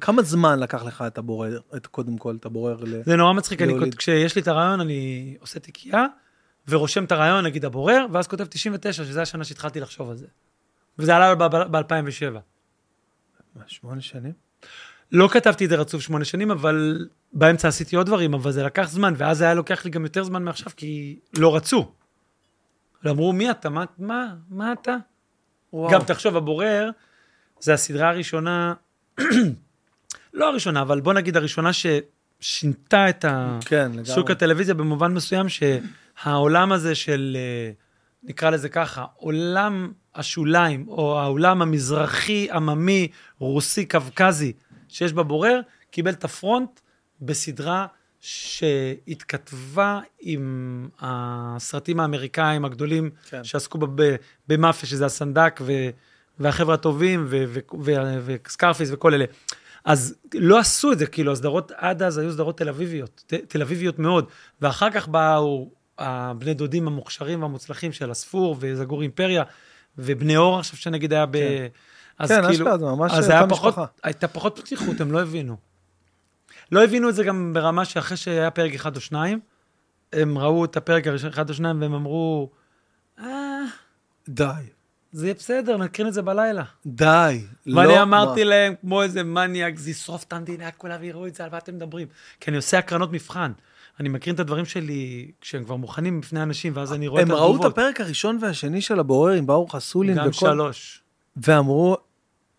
כמה זמן לקח לך את הבורר, את, קודם כל, את הבורר ל... זה נורא מצחיק, אני, להוליד. כות- כשיש לי את הרעיון, אני עושה תיקייה, ורושם את הרעיון, נגיד הבורר, ואז כותב 99, שזו השנה שהתחלתי לחשוב על זה. וזה עלה ב-2007. מה, שמונה שנים? לא כתבתי את זה רצוף שמונה שנים, אבל באמצע עשיתי עוד דברים, אבל זה לקח זמן, ואז זה היה לוקח לי גם יותר זמן מעכשיו, כי לא רצו. לא אמרו, מי אתה? מה, מה, מה אתה? וואו. גם תחשוב, הבורר, זה הסדרה הראשונה, לא הראשונה, אבל בוא נגיד הראשונה ששינתה את ה... כן, לגמרי. שוק הטלוויזיה במובן מסוים שהעולם הזה של, אה, נקרא לזה ככה, עולם השוליים, או העולם המזרחי, עממי, רוסי, קווקזי, שיש בבורר, קיבל את הפרונט בסדרה שהתכתבה עם הסרטים האמריקאים הגדולים, כן. כן. שעסקו ב- ב- במאפיה, שזה הסנדק ו, והחבר'ה הטובים, ו- ו- ו- וסקארפיס וכל אלה. אז לא עשו את זה, כאילו, הסדרות עד אז היו סדרות תל אביביות, ת- תל אביביות מאוד, ואחר כך באו הבני דודים המוכשרים והמוצלחים של הספור וזגור אימפריה, ובני אור עכשיו שנגיד היה ב... כן. אז כאילו, כן, אשכרה, זה ממש אז אותה היה פחות, משפחה. הייתה פחות פתיחות, הם לא הבינו. לא הבינו את זה גם ברמה שאחרי שהיה פרק אחד או שניים, הם ראו את הפרק הראשון אחד או שניים והם אמרו, אה, די. זה יהיה בסדר, נקרין את זה בלילה. די. לא, ואני אמרתי להם, כמו איזה מניאק, זה ישרוף את המדינה, כולם יראו את זה, על מה אתם מדברים? כי אני עושה הקרנות מבחן. אני מקרין את הדברים שלי כשהם כבר מוכנים בפני אנשים, ואז אני רואה את הם התגובות. ראו את הפרק הראשון והשני של הבורר עם ברוך חסולין גם וכל... שלוש. ואמרו,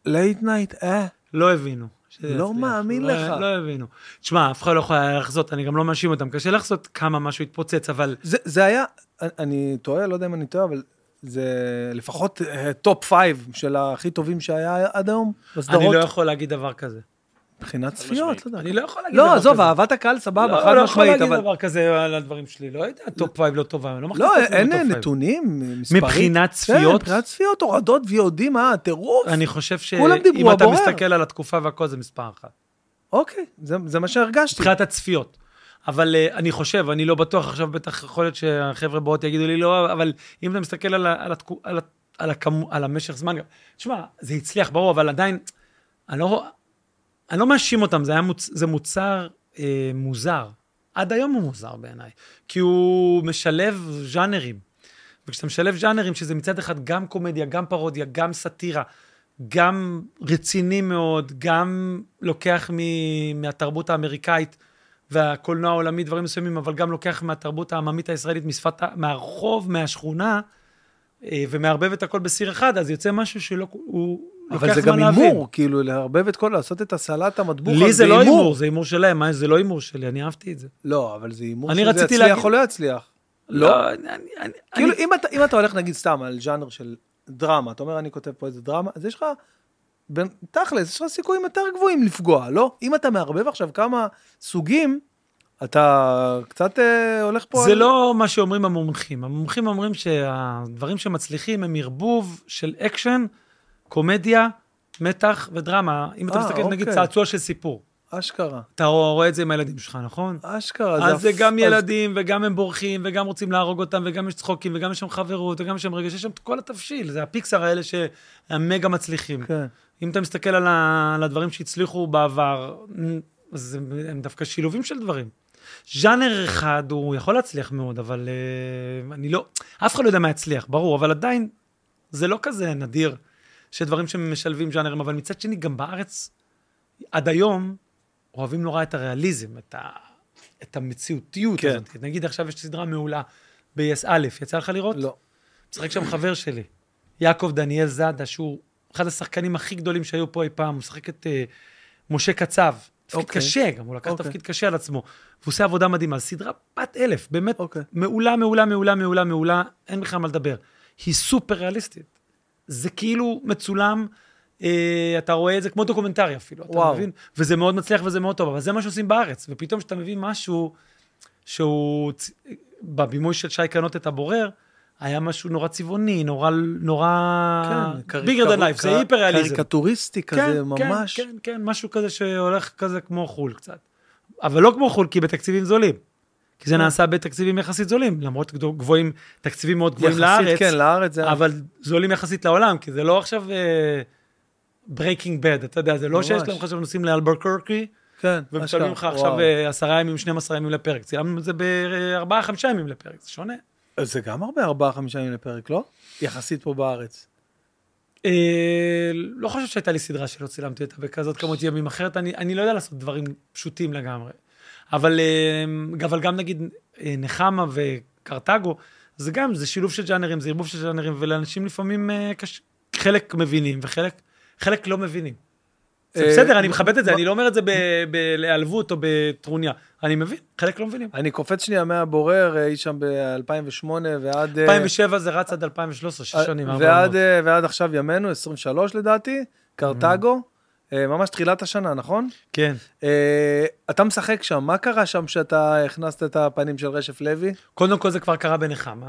לייט נייט, אה, לא הבינו. שזה לא יצליח. מאמין לא- לך. לא הבינו. תשמע, אף אחד לא יכול היה לחזות, אני גם לא מאשים אותם. קשה לחזות כמה משהו התפוצץ, אבל... זה, זה היה, אני- אני טועה, לא יודע אם אני טועה, אבל זה לפחות טופ פייב של הכי טובים שהיה עד היום בסדרות. אני לא יכול להגיד דבר כזה. מבחינת צפיות, לא יודע. אני לא יכול להגיד דבר לא, כזה. עזוב, אהבת הקהל סבבה, לא, חד לא יכול משמעית, להגיד אבל... דבר כזה על הדברים שלי. לא יודע, טופ פייב לא טובה, אני לא מכניס לא, את עצמי אין לטופ פייב. נתונים, מספרים. מבחינת כן, צפיות? מבחינת צפיות, הורדות ויודעים, אה, טירוף. אני חושב כולם דיברו, שאם אתה הבורר. מסתכל על התקופה והכל, זה מספר אחת. אוקיי, זה זה מה שהרגשתי. מבחינת הצפיות. אבל אה, אני חושב, אני לא בטוח, עכשיו בטח יכול להיות שהחבר'ה באות יגידו לי לא, אבל אם אתה מסתכל על, ה- על, התקו, על, ה- על, הכמו, על המשך זמן, גם- תשמע, זה הצליח, ברור, אבל עדיין, אני לא, אני לא מאשים אותם, זה, היה מוצ... זה מוצר אה, מוזר. עד היום הוא מוזר בעיניי, כי הוא משלב ז'אנרים. וכשאתה משלב ז'אנרים, שזה מצד אחד גם קומדיה, גם פרודיה, גם סאטירה, גם רציני מאוד, גם לוקח מ... מהתרבות האמריקאית והקולנוע העולמי דברים מסוימים, אבל גם לוקח מהתרבות העממית הישראלית, משפת... ה- מהרחוב, מהשכונה, אה, ומערבב את הכל בסיר אחד, אז יוצא משהו שלא... הוא אבל לוקח זה זמן גם להבין. הימור, נכון, כאילו לערבב את כל, לעשות את הסלט המטבוחה, לי זה לא הימור, זה הימור שלהם, מה, זה לא הימור שלי, אני אהבתי את זה. לא, אבל זה הימור אני שזה רציתי יצליח להגיד- או לא יצליח. לא, אני, אני, כאילו, אני, אם אתה- אם אתה הולך, נגיד, סתם על ז'אנר של דרמה, אתה אומר, אני כותב פה איזה דרמה, אז יש לך, בין- תכלס, יש לך סיכויים יותר גבוהים לפגוע, לא? אם אתה מערבב עכשיו כמה סוגים, אתה קצת אה, הולך פה... זה על- לא מה שאומרים המומחים. המומחים אומרים שהדברים שמצליחים הם ערבוב של אקשן, קומדיה, מתח ודרמה. אם אתה אה, מסתכל, נגיד, אוקיי. צעצוע של סיפור. אשכרה. אתה רואה את זה עם הילדים שלך, נכון? אשכרה. אז זה הפ- כן. גם אז- ילדים, וגם הם בורחים, וגם רוצים להרוג אותם, וגם יש צחוקים, וגם יש שם חברות, וגם יש שם רגש, יש שם את כל התבשיל, זה הפיקסאר האלה שהמגה מצליחים. כן. אם אתה מסתכל על, ה, על הדברים שהצליחו בעבר, אז הם, הם דווקא שילובים של דברים. ז'אנר אחד, הוא יכול להצליח מאוד, אבל uh, אני לא, אף אחד לא יודע מה יצליח, ברור, אבל עדיין, זה לא כזה נדיר שדברים שמשלבים ז'אנרים, אבל מצד שני, גם בארץ, עד היום, אוהבים נורא את הריאליזם, את, ה, את המציאותיות כן. כן. הזאת. נגיד עכשיו יש סדרה מעולה ביס א', יצא לך לראות? לא. משחק שם חבר שלי, יעקב דניאל זאדה, שהוא אחד השחקנים הכי גדולים שהיו פה אי פעם, הוא משחק את אה, משה קצב. תפקיד אוקיי. קשה, גם הוא לקח אוקיי. תפקיד קשה על עצמו. והוא עושה עבודה מדהימה, סדרה בת אלף, באמת אוקיי. מעולה, מעולה, מעולה, מעולה, מעולה, אין בכלל מה לדבר. היא סופר ריאליסטית. זה כאילו מצולם, אה, אתה רואה את זה כמו דוקומנטרי אפילו, אתה וואו. מבין? וזה מאוד מצליח וזה מאוד טוב, אבל זה מה שעושים בארץ. ופתאום כשאתה מביא משהו שהוא, צ- בבימוי של שי קנות את הבורר, היה משהו נורא צבעוני, נורא, נורא... ביגר דן לייב, זה כן, קר- היפר ריאליזם. קריקטוריסטי כזה, ממש. כן, כן, כן, משהו כזה שהולך כזה כמו חו"ל קצת. אבל לא כמו חו"ל, כי בתקציבים זולים. כי כן. זה נעשה בתקציבים יחסית זולים, למרות גדו- גבוהים, תקציבים מאוד גבוהים לארץ, כן, לארץ זה... אבל זולים יחסית לעולם, כי זה לא עכשיו ברייקינג בד, אתה יודע, זה לא שיש ממש. להם עכשיו נוסעים לאלברקורקי, כן, ומשלמים לך אשכרה, עכשיו וואו. אה, עשרה ימים, 12 ימים לפרק. צילמנו את זה בארבעה, חמישה ימים לפרק, זה שונה. אז זה גם הרבה, ארבעה, חמישה ימים לפרק, לא? יחסית פה בארץ. אה, לא חושב שהייתה לי סדרה שלא צילמתי אותה בכזאת כמות ימים אחרת, אני, אני לא יודע לעשות דברים פשוטים לגמרי. אבל, אה, אבל גם נגיד אה, נחמה וקרתגו, זה גם, זה שילוב של ג'אנרים, זה ערבוב של ג'אנרים, ולאנשים לפעמים אה, קש... חלק מבינים וחלק חלק לא מבינים. זה אה, בסדר, אני מכבד את זה, מה- אני לא אומר את זה ב- בהיעלבות או בטרוניה. אני מבין, חלק לא מבינים. אני קופץ שנייה מהבורר, אה, אי שם ב-2008 ועד... אה, 2007 זה רץ עד 2013, שש אה, שנים, ארבע ועד, עונות. אה, ועד עכשיו ימינו, 23 לדעתי, קרתגו, אה, ממש תחילת השנה, נכון? כן. אה, אתה משחק שם, מה קרה שם שאתה הכנסת את הפנים של רשף לוי? קודם כל זה כבר קרה בנחמה.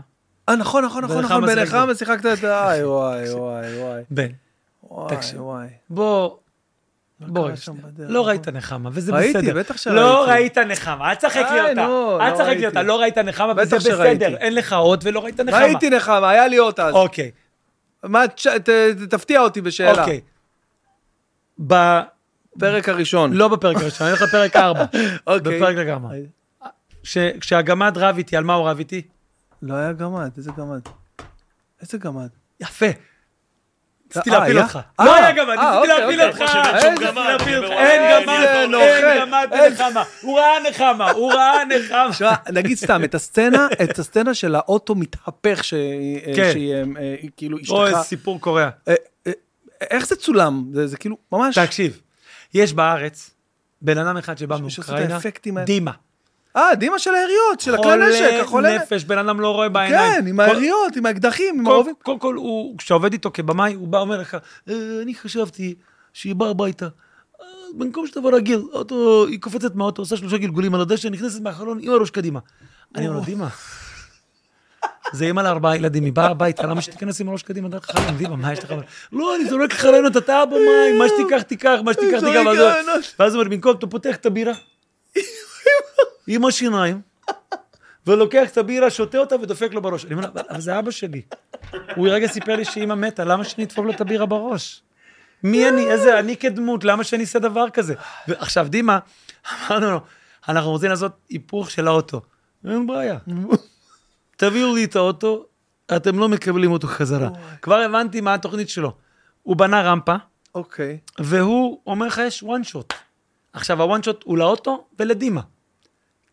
אה, נכון, נכון, נכון, בנחמה נכון, שיחקתי. בנחמה שיחקת את ה... איי, וואי, וואי, וואי. בן, וואי, תקשיב. וואי. בוא, בוא, קרה יש- שם בדרך? לא ראית נחמה, וזה ראיתי, בסדר. בטח שראיתי. לא ראית נחמה, אל תשחק לי איי, אותה. נו, אל לא תשחק ראיתי. לי אותה, לא ראית נחמה, בטח וזה שראיתי. בסדר. אין לך אות ולא ראית נחמה. ראיתי נחמה, היה לי אותה. אז. אוקיי, מה, תש- ת- תפתיע אותי בשאלה. אוקיי. ב- פרק הראשון. לא בפרק הראשון, אני הולך לפרק 4. אוקיי. בפרק ארבע. ש- כשהגמד רב איתי, על מה הוא רב איתי? לא היה גמד, איזה גמד? איזה גמד? יפה. רציתי אה, להפיל היה? אותך. אה, לא היה גמד, אה, רציתי אוקיי, אה, להפיל אוקיי. אותך. אני חושב שאין שום רציתי גמד, להפיל זה אותך. נורא אין מעניין. גמד, נוכל. אין גמד איזה- בנחמה. הוא ראה נחמה, הוא ראה נחמה. תשמע, נגיד סתם, את הסצנה, את הסצנה של האוטו מתהפך, שהיא, אה, כן. שהיא, אה, אה, היא כאילו או איזה אשתך. סיפור קורע. אה, אה, איך זה צולם? זה זה כאילו, ממש... תקשיב, יש בארץ בן אדם אחד שבא שעושה את מאוקראינה, האפקטים האלה. דימה. אה, דימה של היריות, של הכלי נשק, חולה החולה... נפש, בן אדם לא רואה בעיניים. כן, עם כל- היריות, עם האקדחים, עם כל- הרובים. קודם כל, הוא- כשאתה עובד איתו כבמאי, הוא בא אומר לך, "אה, אני חשבתי שהיא באה הביתה. אה, במקום שתבוא להגיל, אוטו, היא קופצת מהאוטו, עושה שלושה גלגולים על הדשא, נכנסת מהחלון עם הראש קדימה. אני אומר לו, דימה. זה אימא לארבעה ילדים, היא באה הביתה, למה שתיכנס עם הראש קדימה דרך החלון, דימה, מה יש לך? לא, אני זורק לך רעיונות, אתה אבא מים, מה שתיקח תיקח, מה שתיקח זורק תיקח, ואז הוא- רעיונות. ואז הוא אומר, במקום, אתה פותח את הבירה. עם השיניים, ולוקח את הבירה, שותה אותה ודופק לו בראש. אני אומר, אבל אבל זה אבא שלי. הוא רגע סיפר לי שאימא מתה, למה שאני אדפוק לו את הבירה בראש? מי אני? איזה אני כדמות? למה שאני אעשה דבר כזה? ועכשיו, דימה, אמרנו לו, אנחנו רוצים לעשות היפוך של האוטו. אין בעיה. תביאו לי את האוטו, אתם לא מקבלים אותו חזרה. כבר הבנתי מה התוכנית שלו. הוא בנה רמפה, אוקיי. והוא אומר לך, יש וואן שוט. עכשיו, הוואן שוט הוא לאוטו ולדימה.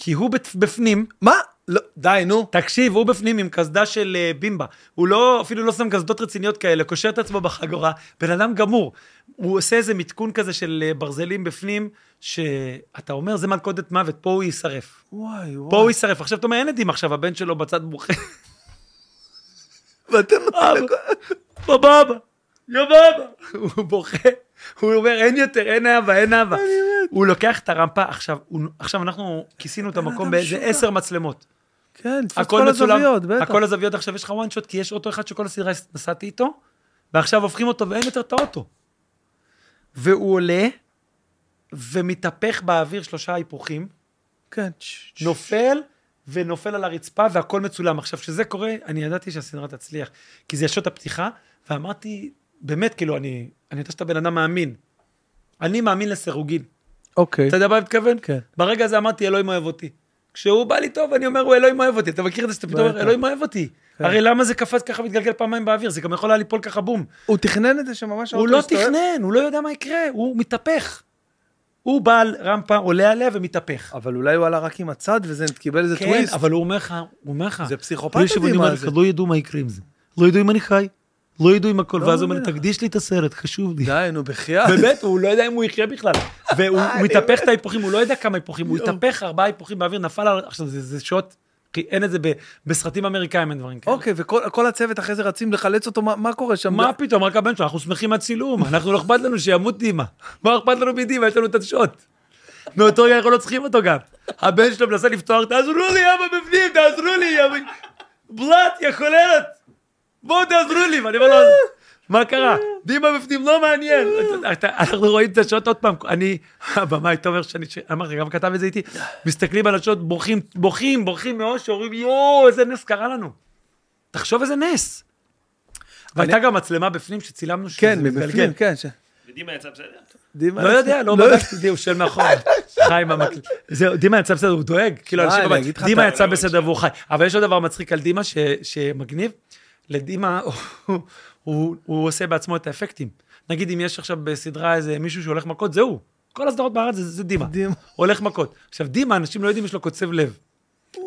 כי הוא בפ- בפנים, מה? לא, די, נו. תקשיב, הוא בפנים עם קסדה של אה, בימבה. הוא לא, אפילו לא שם קסדות רציניות כאלה, קושר את עצמו בחגורה. בן אדם גמור. הוא עושה איזה מתקון כזה של אה, ברזלים בפנים, שאתה אומר, זה מלכודת מוות, פה הוא יישרף. וואי, וואי. פה הוא יישרף. עכשיו, אתה אומר, אין עדים עכשיו, הבן שלו בצד בוכה. ואתם נותנים לכל... בבאבא, יא בבא. הוא בוכה, הוא אומר, אין יותר, אין אבא, אין אבא. הוא לוקח את הרמפה, עכשיו, הוא- עכשיו אנחנו כיסינו את המקום אדם באיזה משוגע. עשר מצלמות. כן, תפוס הכל כל מצולם, הזוויות, בטח. הכל הזוויות, עכשיו יש לך one shot, כי יש אוטו אחד שכל הסדרה נסעתי איתו, ועכשיו הופכים אותו ואין יותר את האוטו. והוא עולה, ומתהפך באוויר שלושה היפוכים, כן. ש- ש- נופל, ונופל על הרצפה, והכל מצולם. עכשיו, כשזה קורה, אני ידעתי שהסדרה תצליח, כי זה שוט הפתיחה, ואמרתי, באמת, כאילו, אני, אני יודע שאתה בן אדם מאמין. אני מאמין לסירוגין. אוקיי. אתה יודע מה אני מתכוון? כן. ברגע הזה אמרתי, אלוהים אוהב אותי. כשהוא בא לי טוב, אני אומר, הוא אלוהים אוהב אותי. אתה מכיר את זה שאתה פתאום אומר, בטח. אלוהים אוהב אותי. כן. הרי למה זה קפץ ככה מתגלגל פעמיים באוויר? זה גם יכול היה ליפול ככה בום. הוא תכנן את זה שממש... הוא האוטו לא הסתובב? תכנן, הוא לא יודע מה יקרה, הוא מתהפך. הוא בעל רמפה, עולה עליה ומתהפך. אבל אולי הוא עלה רק עם הצד וזה קיבל איזה כן, טוויסט. אבל הוא אומר לך, הוא אומר לך, זה פסיכופת לא ישבו, אני מדהים, אומר מה לך, זה. לא ידעו מה יקרה עם זה. לא ידעו אם אני חי, לא ידעו אם הכל, לא ואז הוא אומר, מאמין לך. תקדיש לי את הסרט, חשוב לי. די, נו, בחייאת. באמת, הוא לא יודע אם הוא יחיה בכלל. והוא הוא מתהפך את ההיפוכים, הוא לא יודע כמה היפוכים, הוא התהפך ארבעה היפוכים באוויר, נפל על... עכשיו, זה זה שוט, כי אין את זה ב- בסרטים אמריקאים, אין דברים כאלה. אוקיי, וכל כל הצוות אחרי זה רצים לחלץ אותו, מה- מה קורה שם? כן. מה פתאום, רק הבן שלו, אנחנו שמחים מהצילום, אנחנו לא אכפת לנו שימות דימה. מה אכפת לנו מדימה, יש לנו את השוט. מאותו רגע אנחנו לא צריכים אותו גם. הבן שלו מנסה לפתוח, תעזרו לי, אבא בפנים, תעזרו לי, יא- בלאט, יא חולרת. בואו תעזרו לי, ואני אומר לו, מה קרה? דימה בפנים לא מעניין. אתה- אתה- אנחנו רואים את השעות עוד פעם, אני, הבמאי תומר, שאני, ש- אמרתי, גם כתב את זה איתי, מסתכלים על השעות, בוכים, בוכים, בוכים מאושר, אומרים, יואו, איזה נס קרה לנו. תחשוב איזה נס. והייתה גם מצלמה בפנים שצילמנו שזה כן, מבפנים, מתגלגל. כן. ש- ודימה יצא בסדר? דימה- לא יודע, לא בדקתי, דימה, הוא של מאחור. חי עם המקל. זהו, דימה יצא בסדר, הוא דואג. כאילו, אה, אנשים אני בבית, אגיד לך, דימה אתה- יצא בסדר והוא חי. אבל יש עוד דבר מצחיק על דימה ש- שמגניב. לדימה, הוא- הוא- הוא עושה בעצמו את האפקטים. נגיד, אם יש עכשיו בסדרה איזה מישהו שהולך מכות, זה הוא. כל הסדרות בארץ זה זה דימה. דימה. הולך מכות. עכשיו, דימה, אנשים לא יודעים, יש לו קוצב לב.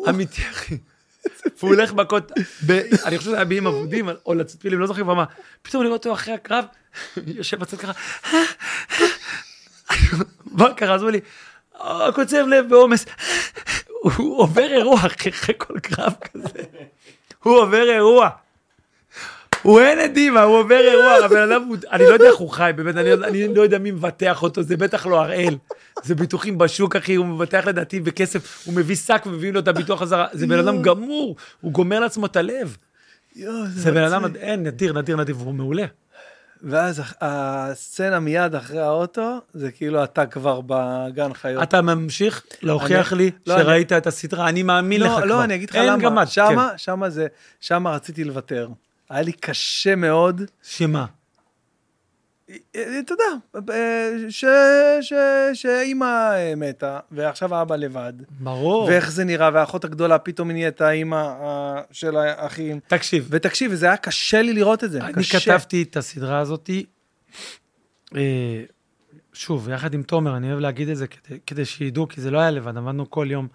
אמיתי, אחי. והוא הולך מכות, ב- אני חושב שזה היה באיים אבודים, או לצפילים, לא זוכר במה. פתאום אני רואה אותו אחרי הקרב, יושב בצד ככה, מה קרה? אז הוא אומר לי, "אה, קוצב לב בעומס. הוא עובר אירוע אחרי אחרי כל קרב כזה. הוא עובר אירוע. הוא אין עדים, הוא עובר אירוע, הבן אדם, הוא- אני לא יודע איך הוא חי, באמת, אני, אני לא יודע מי מבטח אותו, זה בטח לא הראל. זה ביטוחים בשוק, אחי, הוא מבטח לדעתי בכסף, הוא מביא שק ומביאים לו את הביטוח חזרה, זה בן אדם גמור, הוא גומר לעצמו את הלב. יואו, זה בן אדם, מצחיק. אין, נדיר, נדיר, נדיר, והוא מעולה. ואז הח- הסצנה מיד אחרי האוטו, זה כאילו אתה כבר בגן חיות. אתה ממשיך להוכיח אני- לי לא, אני- שראית את הסדרה, אני מאמין לך כבר. לא, לא, אני אגיד לך למה. אין גמד, כן. שמה, שמה זה, שמה רציתי לוותר. היה לי קשה מאוד. שמה? אה, אה, אתה יודע, אה, ש- ש- שאימא אה, מתה, ועכשיו האבא לבד. ברור. ואיך זה נראה, והאחות הגדולה פתאום היא נהייתה אימא אה, של האחים. תקשיב, ותקשיב, זה היה קשה לי לראות את זה. אני קשה. כתבתי את הסדרה הזאתי, אה, שוב, יחד עם תומר, אני אוהב להגיד את זה כדי- כדי שידעו, כי זה לא היה לבד, עבדנו כל יום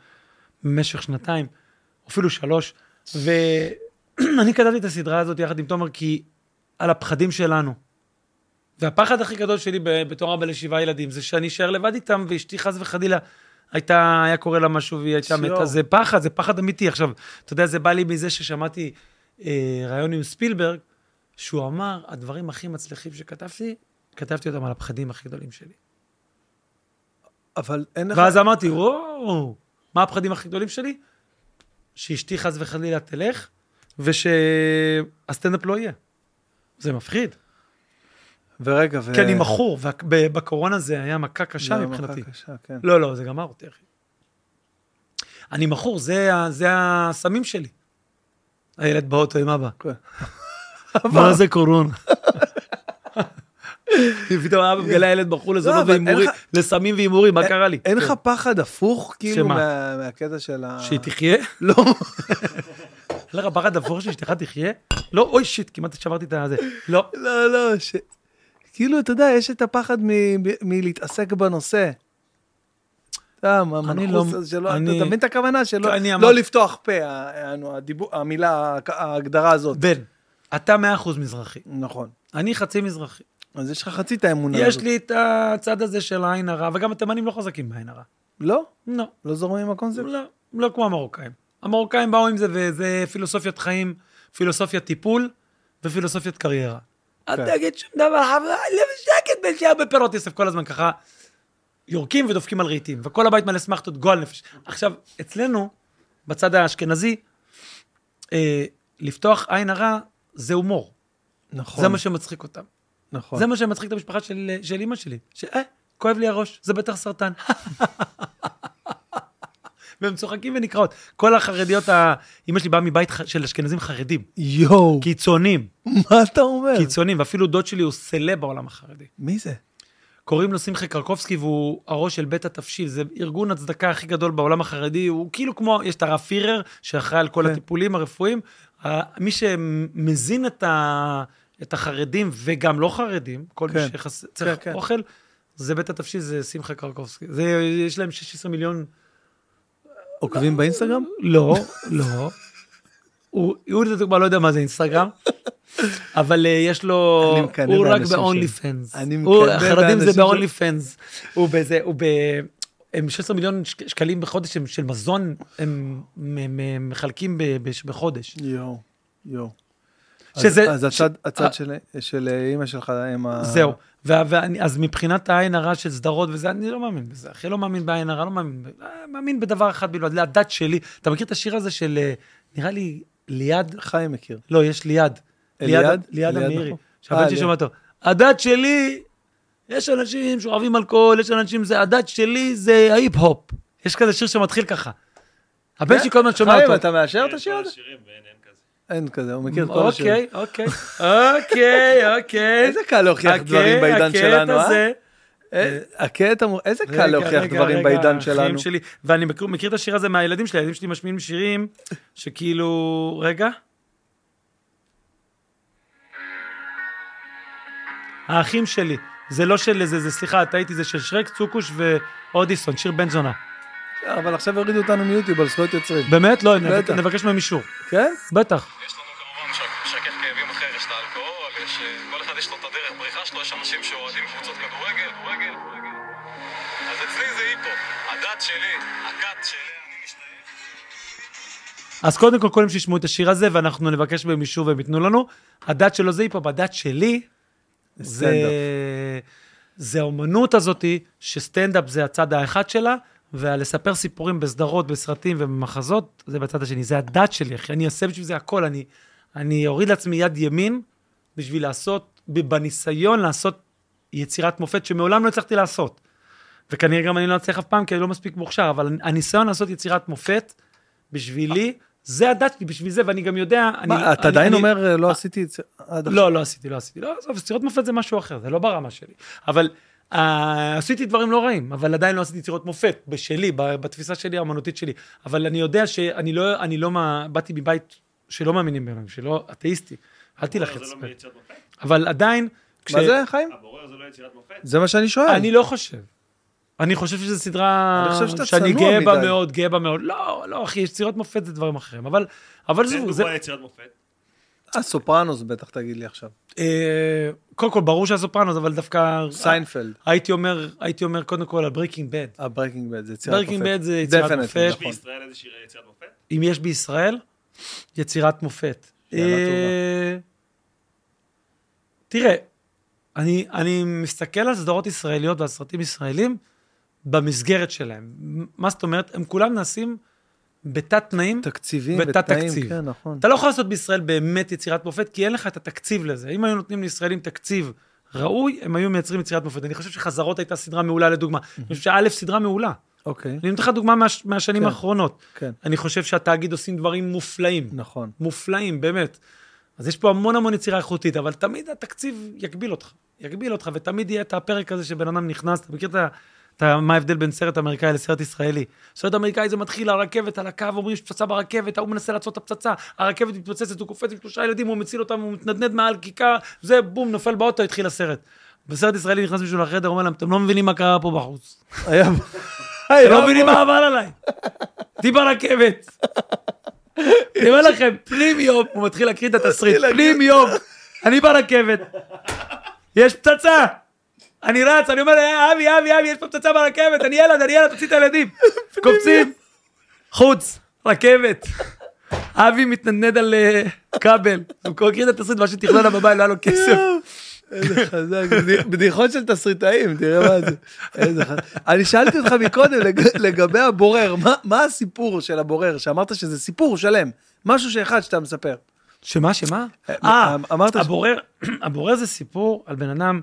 במשך שנתיים, אפילו שלוש, ואני כתבתי את הסדרה הזאת יחד עם תומר, כי על הפחדים שלנו. והפחד הכי גדול שלי ב- בתור אבא לשבעה ילדים, זה שאני אשאר לבד איתם, ואשתי חס וחלילה הייתה, היה קורה לה משהו והיא הייתה שיו. מתה. זה פחד, זה פחד אמיתי. עכשיו, אתה יודע, זה בא לי מזה ששמעתי אה, ראיון עם ספילברג, שהוא אמר, הדברים הכי מצליחים שכתבתי, כתבתי אותם על הפחדים הכי גדולים שלי. אבל אין לך... ואז אמרתי, וואו, מה הפחדים הכי גדולים שלי? שאשתי חס וחלילה תלך, ושהסטנדאפ לא יהיה. זה מפחיד. ורגע, ו... כי אני מכור, ובקורונה זה היה מכה אה. לא, קשה מכה מבחינתי. קשה, כן. לא, לא, זה גמר אותי, אחי. אני מכור, זה, ה- זה הסמים שלי. הילד באוטו עם אבא. כן. מה זה קורונה? פתאום אבא מגלה ילד מכור לזונות לא, אבל אין והימורים, לך- לסמים והימורים, מה קרה לי? אין לך פחד הפוך, כאילו, שמה? מה- מהקטע של ה... שהיא תחיה? לא. אין לך פחד אפור שאשתך תחיה? לא, אוי שיט, כמעט שברתי את הזה. לא. לא, לא, ש... כאילו, אתה יודע, יש את הפחד מ- מ- מלהתעסק בנושא. אתה אני המנחוס לא- הזה שלא, אתה אני- אתה מבין את הכוונה שלא אני לא אמרתי- לפתוח פה, ה- ה- הדיבור- המילה, ה- ההגדרה הזאת. בן, אתה 100% מזרחי, נכון. אני חצי מזרחי. אז יש לך חצי את האמונה יש הזאת. לי את הצד הזה של העין הרע, וגם התימנים לא חזקים בעין הרע. לא? לא, לא זורמים עם הקונספט? לא, לא כמו המרוקאים. המרוקאים באו עם זה, וזה פילוסופיית חיים, פילוסופיית טיפול ופילוסופיית קריירה. כן. אל תגיד שום דבר, חבר'ה, לב שקט, בן שעה בפירות יוסף כל הזמן ככה. יורקים ודופקים על רהיטים, וכל הבית מלא סמכתות, גועל נפש. עכשיו, אצלנו, בצד האשכנזי, אה, לפתוח עין הרע זה הומור. נכון. זה מה שמצחיק אותם. נכון. זה מה שמצחיק את המשפחה של, של אימא שלי, שאה, כואב לי הראש, זה בטח סרטן. והם צוחקים ונקרעות. כל החרדיות, ה... אימא שלי באה מבית ח... של אשכנזים חרדים, יואו, קיצונים, מה אתה אומר? קיצונים, ואפילו דוד שלי הוא סלב בעולם החרדי. מי זה? קוראים לו שמחה קרקובסקי והוא הראש של בית התבשיל, זה ארגון הצדקה הכי גדול בעולם החרדי, הוא כאילו כמו, יש את הרב פירר, שאחראי על כל כן. הטיפולים הרפואיים, ה- מי שמזין את, ה, את החרדים וגם לא חרדים, כל כן. מי שצריך כן, כן. אוכל, זה בית התבשיל, זה שמחה קרקובסקי. זה, יש להם 16 מיליון, עוקבים באינסטגרם? לא, לא. הוא, הוא לדוגמה לא יודע מה זה אינסטגרם, אבל אה, יש לו, אני מקנא הוא רק באנשים ב-only שלי. fans. אני הוא- מקנא החרדים זה באנשים ב-only fans. הוא בזה, הוא ב... הם 16 מיליון שק- שקלים בחודש הם של מזון, הם הם- הם מחלקים ב- בש- בחודש. יואו, יואו. שזה- אז, אז הצד, הצד אה. של, של אימא שלך עם ה... זהו. וה- ואני- אז מבחינת העין הרע של סדרות וזה, אני לא מאמין בזה, אחי, לא מאמין בעין הרע, לא מאמין, ב- אה, מאמין בדבר אחד בלבד, לדת שלי. אתה מכיר את השיר הזה של, אה, נראה לי, ליעד חיים מכיר. לא, יש ליעד. אליעד? ליעד? ליעד אליעד, אמירי. נכון. אה, שהבן שלי ליעד. שומע אותו. הדת שלי, יש אנשים שאוהבים אלכוהול, יש אנשים זה, הדת שלי זה ההיפ-הופ. יש כזה שיר שמתחיל ככה. הבן שלי כל הזמן שומע חיים, אותו. אה, אתה מאשר את השיר כל הזה? השירים ואין אין כזה. אין כזה, הוא מכיר את כל השיר. אוקיי, אוקיי, אוקיי, אוקיי. איזה קל להוכיח הקטע- דברים בעידן הקטע שלנו, אה? זה- אה, הקטע, מו- איזה קל רגע, להוכיח רגע, דברים רגע, בעידן האחים שלנו. שלי, ואני מכיר- מכיר את השיר הזה מהילדים שלי, הילדים שלי משמיעים שירים שכאילו, רגע. האחים שלי, זה לא של זה, זה סליחה, טעיתי, זה של שרק, צוקוש ואודיסון, שיר בן זונה. אבל עכשיו הורידו אותנו מיוטיוב על זכויות יוצרים. באמת? לא, נבק- בטח. נבקש מהם אישור. כן? בטח. יש לנו כמובן משק- משכך כאבים אחר, יש את האלכוהול, יש... אה, כל אחד יש לו את הדרך בריחה שלו, יש אנשים שאוהדים קבוצות כדורגל, כדורגל, כדורגל. אז אצלי זה היפו, הדת שלי, הכת שלי, אני משתייך. אז קודם כל, קודם שישמעו את השיר הזה, ואנחנו נבקש מהם אישור והם ייתנו לנו. הדת שלו זה היפ-הופ, הדת שלי זה... זה האומנות הזאתי, שסטנדאפ זה הצד האחד שלה, ולספר סיפורים בסדרות, בסרטים ובמחזות, זה בצד השני. זה הדת שלי, אחי. אני אעשה בשביל זה הכל. אני, אני אוריד לעצמי יד ימין בשביל לעשות, בניסיון לעשות יצירת מופת שמעולם לא הצלחתי לעשות. וכנראה גם אני לא אצליח אף פעם, כי אני לא מספיק מוכשר, אבל הניסיון לעשות יצירת מופת, בשבילי, זה הדת שלי, בשביל זה, ואני גם יודע... מה, אני, אתה אני- עדיין אני- אומר, אה, לא עשיתי את זה עד עכשיו? לא, לא עשיתי, לא עשיתי. לא, עזוב, יצירות מופת זה משהו אחר, זה לא ברמה שלי. אבל אה, עשיתי דברים לא רעים, אבל עדיין לא עשיתי יצירות מופת, בשלי, ב- בתפיסה שלי, האמנותית שלי. אבל אני יודע שאני לא, אני לא, מה- באתי מבית שלא מאמינים באלוהים, שלא אתאיסטי. אל הבורר תילחץ. זה לא יצירת מופת? אבל עדיין... כש- מה זה, חיים? הבורר זה לא יצירת מופת? זה מה שאני שואל. אני לא חושב. אני חושב שזו סדרה כן. אני חושב שאתה שאני צנוע גאה בה מדי. מאוד, גאה בה מאוד. לא, לא, אחי, יצירות מופת זה דברים אחרים. אבל, אבל זה זו, זה... דוגמה ליצירת מופת. אה, סופרנוס בטח תגיד לי עכשיו. אה, קודם כל, ברור שהסופרנוס, אבל דווקא... סיינפלד, הייתי אומר, הייתי אומר קודם כל על ברקינג בד. הברייקינג בד, זה יצירת מופת. ברקינג בד זה יצירת Definitely, מופת. יש נכון. בישראל איזושהי יצירת מופת? אם יש בישראל, יצירת מופת. שאלה אה, טובה. תראה, אני, אני מסתכל על סדרות ישראליות ועל סרטים ישראלים במסגרת שלהם. מה זאת אומרת? הם כולם נעשים בתת תנאים. תקציבים ותת ותנאים, תקציב. כן, נכון. אתה לא יכול לעשות בישראל באמת יצירת מופת, כי אין לך את התקציב לזה. אם היו נותנים לישראלים תקציב Mhm. ראוי, הם היו מייצרים יצירת מופת. אני חושב שחזרות הייתה סדרה מעולה לדוגמה. אני חושב שא' סדרה מעולה. אוקיי. לא- אני נותן לך דוגמה מהש- מהשנים כן. האחרונות. כן. אני חושב שהתאגיד עושים דברים מופלאים. נכון. מופלאים, באמת. אז יש פה המון המון יצירה איכותית, אבל תמיד התקציב יגביל אותך. יגביל אותך, ותמיד יהיה את הפרק הזה שבן אדם נכנס, אתה מכיר את ה... את ה- מה ההבדל בין סרט אמריקאי לסרט ישראלי? סרט אמריקאי זה מתחיל, הרכבת על הקו, אומרים יש פצצה ברכבת, ההוא מנסה לעצור את הפצצה, הרכבת מתפוצצת, הוא קופץ עם שלושה ילדים, הוא מציל אותם, הוא מתנדנד מעל כיכר, זה בום, נופל באוטו, התחיל הסרט. בסרט ישראלי נכנס מישהו לחדר, אומר להם, אתם לא מבינים מה קרה פה בחוץ. היה... אתם לא מבינים מה עבר עליי. הייתי ברכבת. אני אומר לכם, פנים יום, הוא מתחיל להקריא את התסריט, פנים יום, אני ברכבת, יש פצצה, אני רץ, אני אומר, "אה, אבי, אבי, אבי, יש פה פצצה ברכבת, אני ילד, אני ילד, תוציא את הילדים, קופצים, חוץ, רכבת, אבי מתנדנד על אה, כבל, הוא קורא את התסריט, מה שתכנון לה בבית, לא היה לו כסף. איזה חזק, בדי- בדיחות של תסריטאים, תראה מה זה. איזה חזק. אני שאלתי אותך מקודם לג- לגבי הבורר, מה- מה הסיפור של הבורר, שאמרת שזה סיפור שלם, משהו שאחד שאתה מספר. שמה, שמה? אה, אמרת ש- הבורר, הבורר זה סיפור על בן אדם,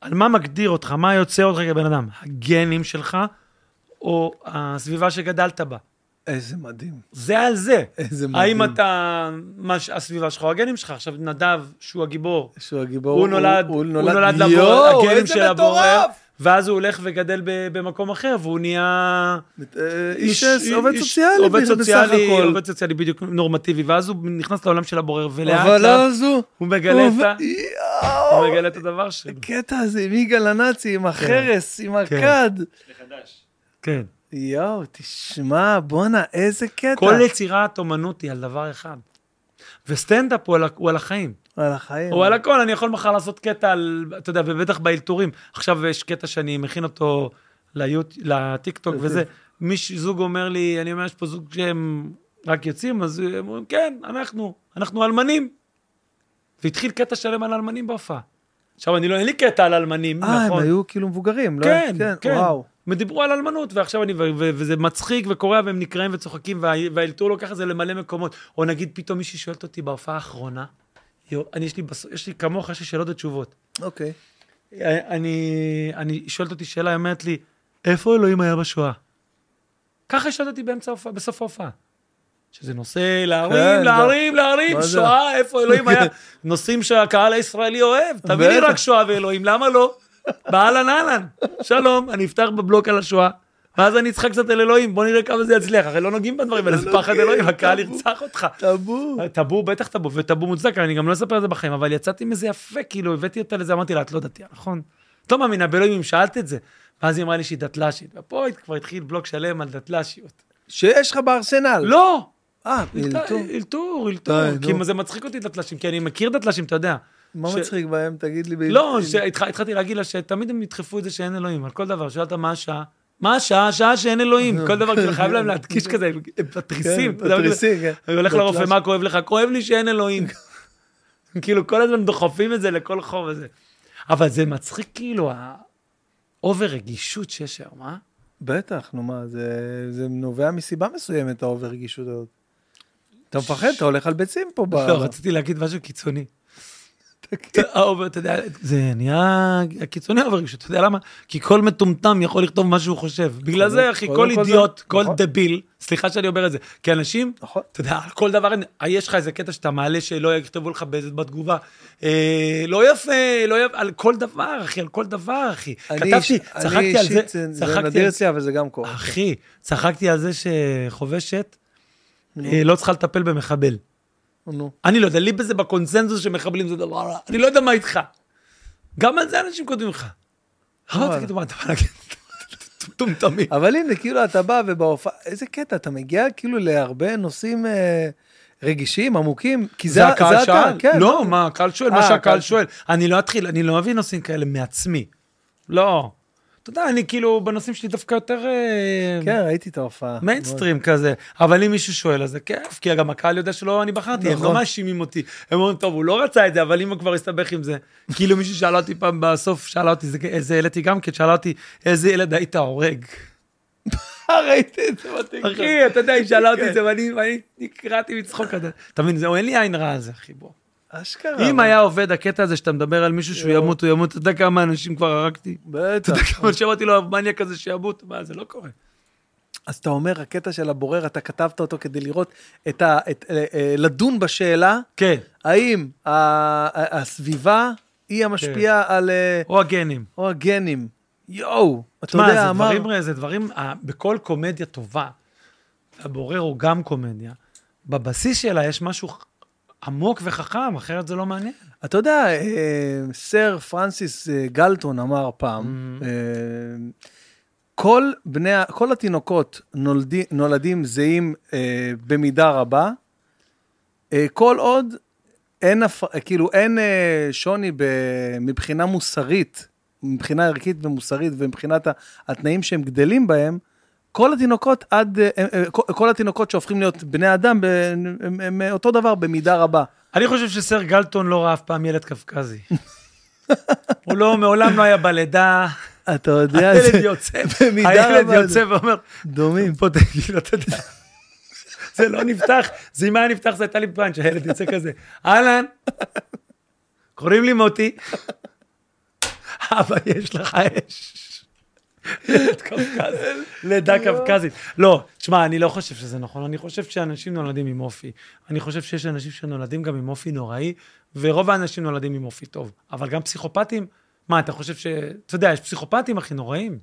על מה מגדיר אותך, מה יוצא אותך כבן אדם, הגנים שלך, או הסביבה שגדלת בה. איזה מדהים. זה על זה. איזה האם מדהים. אתה, מה ש- הסביבה שלך או הגנים שלך? עכשיו, נדב, שהוא הגיבור, שהוא הגיבור, הוא נולד, הוא נולד לבורר, יואו, הגנים איזה של הבורר, מטורף! ואז הוא הולך וגדל ב- במקום אחר, והוא נהיה... אה, איש עובד איש- סוציאלי, עובד בסך סוציאלי, הכל. עובד סוציאלי בדיוק נורמטיבי, ואז הוא נכנס לעולם של הבורר, ולאט אבל לא לאט אז הוא, הוא מגלה עובד- את ה... יואו! הוא מגלה את הדבר שלו. הקטע הזה עם יגאל הנאצי, עם החרס, עם הכד. כן. יואו, תשמע, בואנה, איזה קטע. כל יצירת אומנות היא על דבר אחד. וסטנדאפ הוא על, ה- הוא על החיים, על החיים. הוא על הכל, אני יכול מחר לעשות קטע על, אתה יודע, ובטח באלתורים. עכשיו יש קטע שאני מכין אותו ליוט, לטיקטוק אוקיי. וזה. מישהו, זוג אומר לי, אני אומר, יש פה זוג שהם רק יוצאים, אז הם אומרים, כן, אנחנו, אנחנו אלמנים. והתחיל קטע שלם על אלמנים בהופעה. עכשיו, אני לא, אין לי קטע על אלמנים, אה, נכון? הם היו כאילו מבוגרים, לא? כן, כן. וואו. הם דיברו על אלמנות, ועכשיו אני, ו- ו- וזה מצחיק וקורע, והם נקרעים וצוחקים, וה- והאלתור לוקח את זה למלא מקומות. או נגיד פתאום מישהי שואלת אותי בהופעה האחרונה, יו, אני, יש לי, בס- יש לי כמוך, יש לי שאלות ותשובות. אוקיי. אני, אני, היא שואלת אותי שאלה, היא אומרת לי, איפה אלוהים היה בשואה? ככה היא שואלת אותי באמצע ההופעה, בסוף ההופעה. שזה נושא להרים, כן, להרים, להרים, מה זה? שואה, איפה אלוהים היה? נושאים שהקהל הישראלי אוהב, תביא לי בטח. רק שואה ואלוהים, למה לא? באהלן אהלן, שלום, אני אפתח בבלוק על השואה, ואז אני אצחק קצת על אלוהים, בוא נראה כמה זה יצליח, הרי לא נוגעים בדברים האלה, זה פחד אלוהים, הקהל ירצח אותך. טאבו. טאבו, בטח טאבו, וטאבו מוצדק, אני גם לא אספר את זה בחיים, אבל יצאתי מזה יפה, כאילו, הבאתי אותה לזה, אמרתי לה, את לא דתייה, נכון? את לא מאמינה באלוהים אם שאלת את זה. ואז היא אמרה לי שהיא דתל"שית, ופה כבר התחיל בלוק שלם על דתל"שיות. שיש לך בארסנל. לא! אה, אילתור. אלתור, אלתור. די, כי נו. זה מצחיק אותי דתל"שים, כי אני מכיר דתל"שים, אתה יודע. מה ש- מצחיק בהם? תגיד לי. ב- כן, לא, ב- שהתח- התחלתי להגיד לה שתמיד הם ידחפו את זה שאין אלוהים, על כל דבר. שאלת מה השעה? מה השעה? השעה שאין אלוהים. כל דבר, כאילו, חייב להם להדגיש כזה, הם כן, מתריסים. אתה יודע, מתריסים, כן. אני הולך לרופא, בטל"ש. מה כואב לך? כואב לי שאין אלוהים. כאילו, כל הזמן דוחפים את זה לכל חור וזה. אבל זה מצחיק, כאילו, האובר רגישות שיש היום, אה? בטח, נו מה, זה זה נובע מסיבה מסוימת, האובר רגישות הזאת. אתה מפחד, אתה הולך על ביצים פה. ב- כן, לא, רציתי להגיד משהו קיצוני. האובר, אתה יודע, זה נהיה הקיצוני האובר רגישות, אתה יודע למה? כי כל מטומטם יכול לכתוב מה שהוא חושב. בגלל זה, אחי, קודם כל נכון, כל זה- אידיוט, כל נכון. דביל, סליחה שאני אומר את זה, כי אנשים, נכון. אתה יודע, על כל דבר, אה, יש לך איזה קטע שאתה מעלה שלא יכתבו לך באיזה- בתגובה, אה, לא יפה, לא יפה, על כל דבר, אחי, על כל דבר, אחי. אני כתבתי, איש- אני צחקתי על זה, אישית, אה, זה- זה צחקתי על אה, נדיר זה. אצלי, אבל זה גם קורה. אחי, צחקתי על זה שחובשת אה, לא צריכה לטפל במחבל. נו. אני לא יודע, לי בזה בקונסנזוס שמחבלים זה דבר רע. אני לא יודע מה איתך. גם על זה אנשים כותבים לך. אמרתי, וואלה. תגידו, מה אתה בא להגיד? מטומטמים. אבל הנה, כאילו אתה בא ובהופעה, איזה קטע, אתה מגיע כאילו להרבה נושאים אה, רגישים, עמוקים, כי זה, זה הקהל זה אתה, שאל? כן. לא, מה, הקהל שואל, מה אה, שהקהל הקהל שואל. אני לא אתחיל, אני לא אביא נושאים כאלה מעצמי. לא. אתה יודע, אני כאילו, בנושאים שלי דווקא יותר... אה, כן, ראיתי את ההופעה. מיינסטרים כזה, אבל אם מישהו שואל אז זה כיף, כי גם הקהל יודע שלא אני בחרתי, הם לא נכון. מאשימים אותי, הם אומרים טוב הוא לא רצה את זה, אבל אם הוא כבר הסתבך עם זה, כאילו מישהו שאלה אותי פעם בסוף, שאלה אותי זה- איזה העליתי גם כן, שאלה אותי איזה ילד היית הורג. מאוד. ראיתי את זה בטיקטוק. כן. אחי, אתה יודע, היא שאלה אותי את זה ואני ואני נקרעתי מצחוק, אתה- אתה מבין, זהו, אין לי עין רעה על זה, אחי, בוא. אשכרה. אם אה, אבל- אה. היה עובד הקטע הזה שאתה מדבר על מישהו שהוא ימות, הוא ימות, אתה יודע כמה אנשים כבר הרגתי? בטח. כמה שאמרתי לו, המניאק הזה שימות, מה, זה לא קורה. אז אתה אומר, הקטע של הבורר, אתה כתבת אותו כדי לראות את ה... את, אה, אה, לדון בשאלה, כן, האם ה, ה, הסביבה היא המשפיעה כן. על... אה, או הגנים. או הגנים. יואו, אתה תשמע, יודע, זה אמר... דברים, זה דברים, אה, בכל קומדיה טובה, הבורר הוא גם קומדיה, בבסיס שלה יש משהו ח- עמוק וחכם, אחרת זה לא מעניין. אתה יודע, אה, סר פרנסיס אה, גלטון אמר פעם, אה, כל בני, ה- כל התינוקות נולדים, נולדים זהים אה, במידה רבה, אה, כל עוד אין, הפ- כאילו, אין אה, שוני ב, מבחינה מוסרית, מבחינה ערכית ומוסרית ומבחינת ה- התנאים שהם גדלים בהם, כל התינוקות עד, אה, אה, אה, כל- כל התינוקות שהופכים להיות בני אדם, ב- הם- הם הם אותו דבר במידה רבה. אני חושב שסר גלטון לא ראה אף פעם ילד קפקזי. הוא לא, מעולם לא היה בלידה, אתה יודע, הילד זה- יוצא, במידה הילד רבה יוצא זה- ואומר, דומים. פה תגיד, אתה יודע, זה לא נפתח, זה אם היה נפתח זה הייתה לי פאנץ', הילד יוצא כזה, אהלן, קוראים לי מוטי, אבא יש לך אש. ילד קווקזי, לידה קווקזית. לא, תשמע, אני לא חושב שזה נכון, אני חושב שאנשים נולדים עם אופי. אני חושב שיש אנשים שנולדים גם עם אופי נוראי, ורוב האנשים נולדים עם אופי טוב. אבל גם פסיכופטים, מה, אתה חושב ש... אתה יודע, יש פסיכופטים הכי נוראים.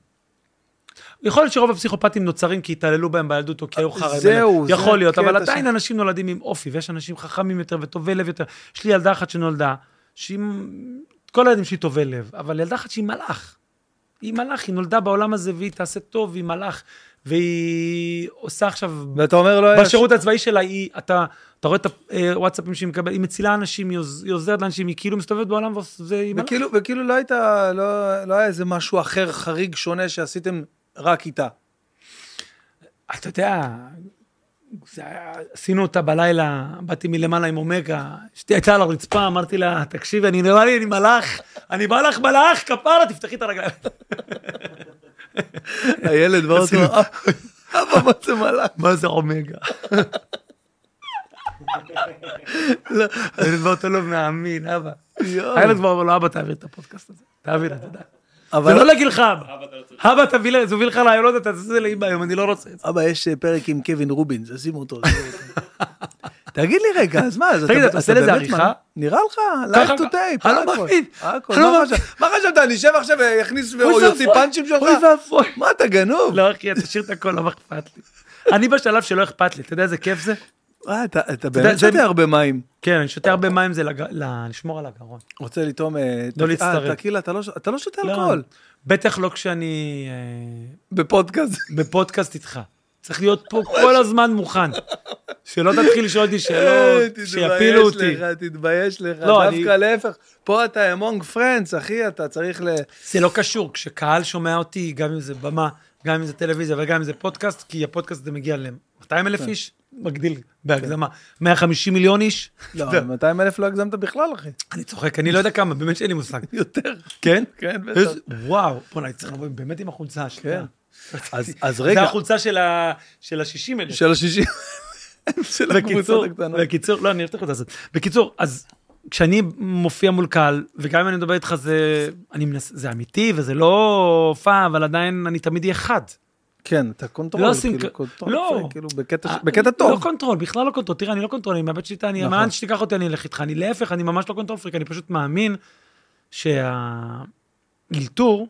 יכול להיות שרוב הפסיכופטים נוצרים כי התעללו בהם בילדות או כי היו חראים. זהו, זה יכול להיות, אבל הקטע עדיין ש- אנשים נולדים עם אופי, ויש אנשים חכמים יותר וטובי לב יותר. יש לי ילדה אחת שנולדה, שהיא... כל הילדים שהיא טובי לב, אבל ילדה אחת שהיא מלאך. היא מלאך, היא נולדה בעולם הזה והיא תעשה טוב, היא מלאך, והיא עושה עכשיו... ואתה אומר לא לו... בשירות הצבאי שלה היא, אתה, אתה רואה את הוואטסאפים שהיא מקבלת, היא מצילה אנשים, היא עוז- היא עוזרת לאנשים, היא כאילו מסתובבת בעולם וזה... היא מלאך. וכאילו, וכאילו לא הייתה, לא, לא היה איזה משהו אחר חריג שונה שעשיתם רק איתה. אתה יודע, זה היה, עשינו אותה בלילה, באתי מלמעלה עם אומגה, אשתי הייתה על הרצפה, אמרתי לה, תקשיבי, אני נראה לי, אני מלאך, אני בא לך מלאך, כפרה, תפתחי את הרגליים. הילד באוטו, עשינו- אבא, מה זה מלאך? מה זה אומגה? לא, אני מדבר אותו לא מאמין, אבא. יואו. הילד כבר אומר לו, אבא, תעביר את הפודקאסט הזה. תעביר, אתה יודע. זה אבל לא להגיד לך אבא. אבא, תביא לי, זה יוביל לך לעיונות, אתה תעשה את זה לאמא היום, אני לא רוצה את זה. אבא, יש אה, פרק עם קווין רובינס, אז שימו אותו. שימו אותו. תגיד לי רגע, אז מה, אז תגיד, אתה עושה לזה באמת עריכה? מה- נראה לך, ככה- live to tape, אני לא הכל. מאמין. הכל, אני לא מה מאמין. חשבת? מה חשבת, אני אשב עכשיו ויכניס אוי ויוציא ואבוי, פאנצ'ים שלך? אוי ואבוי. מה, אתה גנוב? לא, אחי, תשאיר את הכל, למה אכפת לי? אני בשלב שלא אכפת לי, אתה יודע איזה כיף זה? אה, אתה אתה יודע, באמת זה- שותה הרבה מים. כן, אני שותה הרבה מים, זה לג- ל- לשמור על הגרון. רוצה לטעום... אה, לא טק- להצטרף. אה, טקילה, אתה לא ש- אתה לא שותה לא, אלכוהול. בטח לא כשאני אה, בפודקאסט. בפודקאסט איתך. צריך להיות פה כל הזמן מוכן. שלא תתחיל לשאול אותי אה, שאלות, תתבייש לא, שיפילו אותי. לך, תתבייש לך, לא, אני- דווקא להפך. פה אתה אמונג פרנדס, אחי, אתה צריך ל... זה לא קשור, כשקהל שומע אותי, גם אם זה במה, גם אם זה טלוויזיה וגם אם זה פודקאסט, כי הפודקאסט הזה מגיע ל-200 אלף כן. איש, מגדיל בהגזמה. 150 מיליון איש? לא, אתה יודע, 200 אלף לא הגזמת בכלל, אחי. אני צוחק, אני לא יודע כמה, באמת שאין לי מושג. יותר. כן? כן, בטח. איזה- וואו, בוא'נה, אני צריך לבוא באמת עם החולצה השנייה. אז- כן. אז זה רגע, החולצה של ה- של ה-60 אלף. של השישים, של בקיצור, הקבוצות הקטנות. בקיצור, לא, אני אוהב את החולצה הזאת. בקיצור, אז כשאני מופיע מול קהל, וגם אם אני מדבר איתך, זה אני מנס- זה אמיתי וזה לא הופעה, אבל עדיין אני תמיד אהיה חד. כן, אתה לא קונטרול, עושים כאילו, כ- קונטרול, לא. יפה, כאילו, בקטע ש- אה, בקטע לא טוב. קונטרול, בכלל לא קונטרול. תראה, אני לא קונטרול, אני מאבד שליטה, אני נכון. מאמין שתיקח אותי, אני אלך איתך. אני להפך, אני ממש לא קונטרול פריק, אני פשוט מאמין שהאלתור,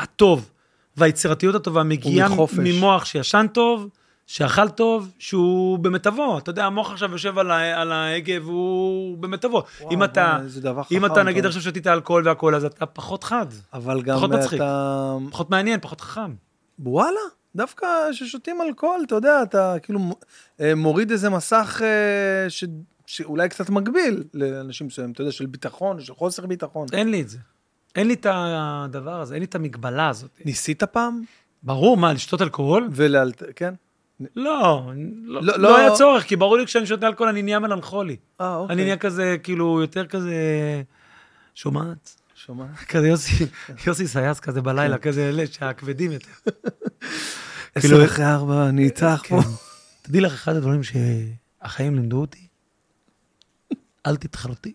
הטוב והיצירתיות הטובה מגיעה מחופש. ממוח שישן טוב, שאכל טוב, שהוא במיטבו. אתה יודע, המוח עכשיו יושב על ה- על ההגה והוא במיטבו. וואו, אם אתה, בוא'נה, איזה דבר חכם, אם אתה נגיד אתה- עכשיו שתית אלכוהול והכול, אז אתה פחות חד, אבל גם אה, פחות מצחיק. אתה... פחות מעניין, פחות חכם. וואלה, דווקא כששותים אלכוהול, אתה יודע, אתה כאילו מ- אה, מוריד איזה מסך אה, ש... שאולי קצת מגביל לאנשים מסוימים, אתה יודע, של ביטחון, של חוסר ביטחון. אין לי את זה. אין לי את הדבר הזה, אין לי את המגבלה הזאת. ניסית פעם? ברור, מה, לשתות אלכוהול? ולאל... כן? לא, לא, לא- לא, לא- היה צורך, כי ברור לי כשאני שותה אלכוהול אני נהיה מלנכולי. אה, אוקיי. אני נהיה כזה, כאילו, יותר כזה, שומעת? שומע? כזה יוסי, יוסי סייס כזה בלילה, כן. כזה אלה שהכבדים יותר. כאילו- עשר אחרי ארבע, אני אה, איתך פה. כן. תדעי לך, אחד הדברים שהחיים לימדו אותי, אל תתחרטי.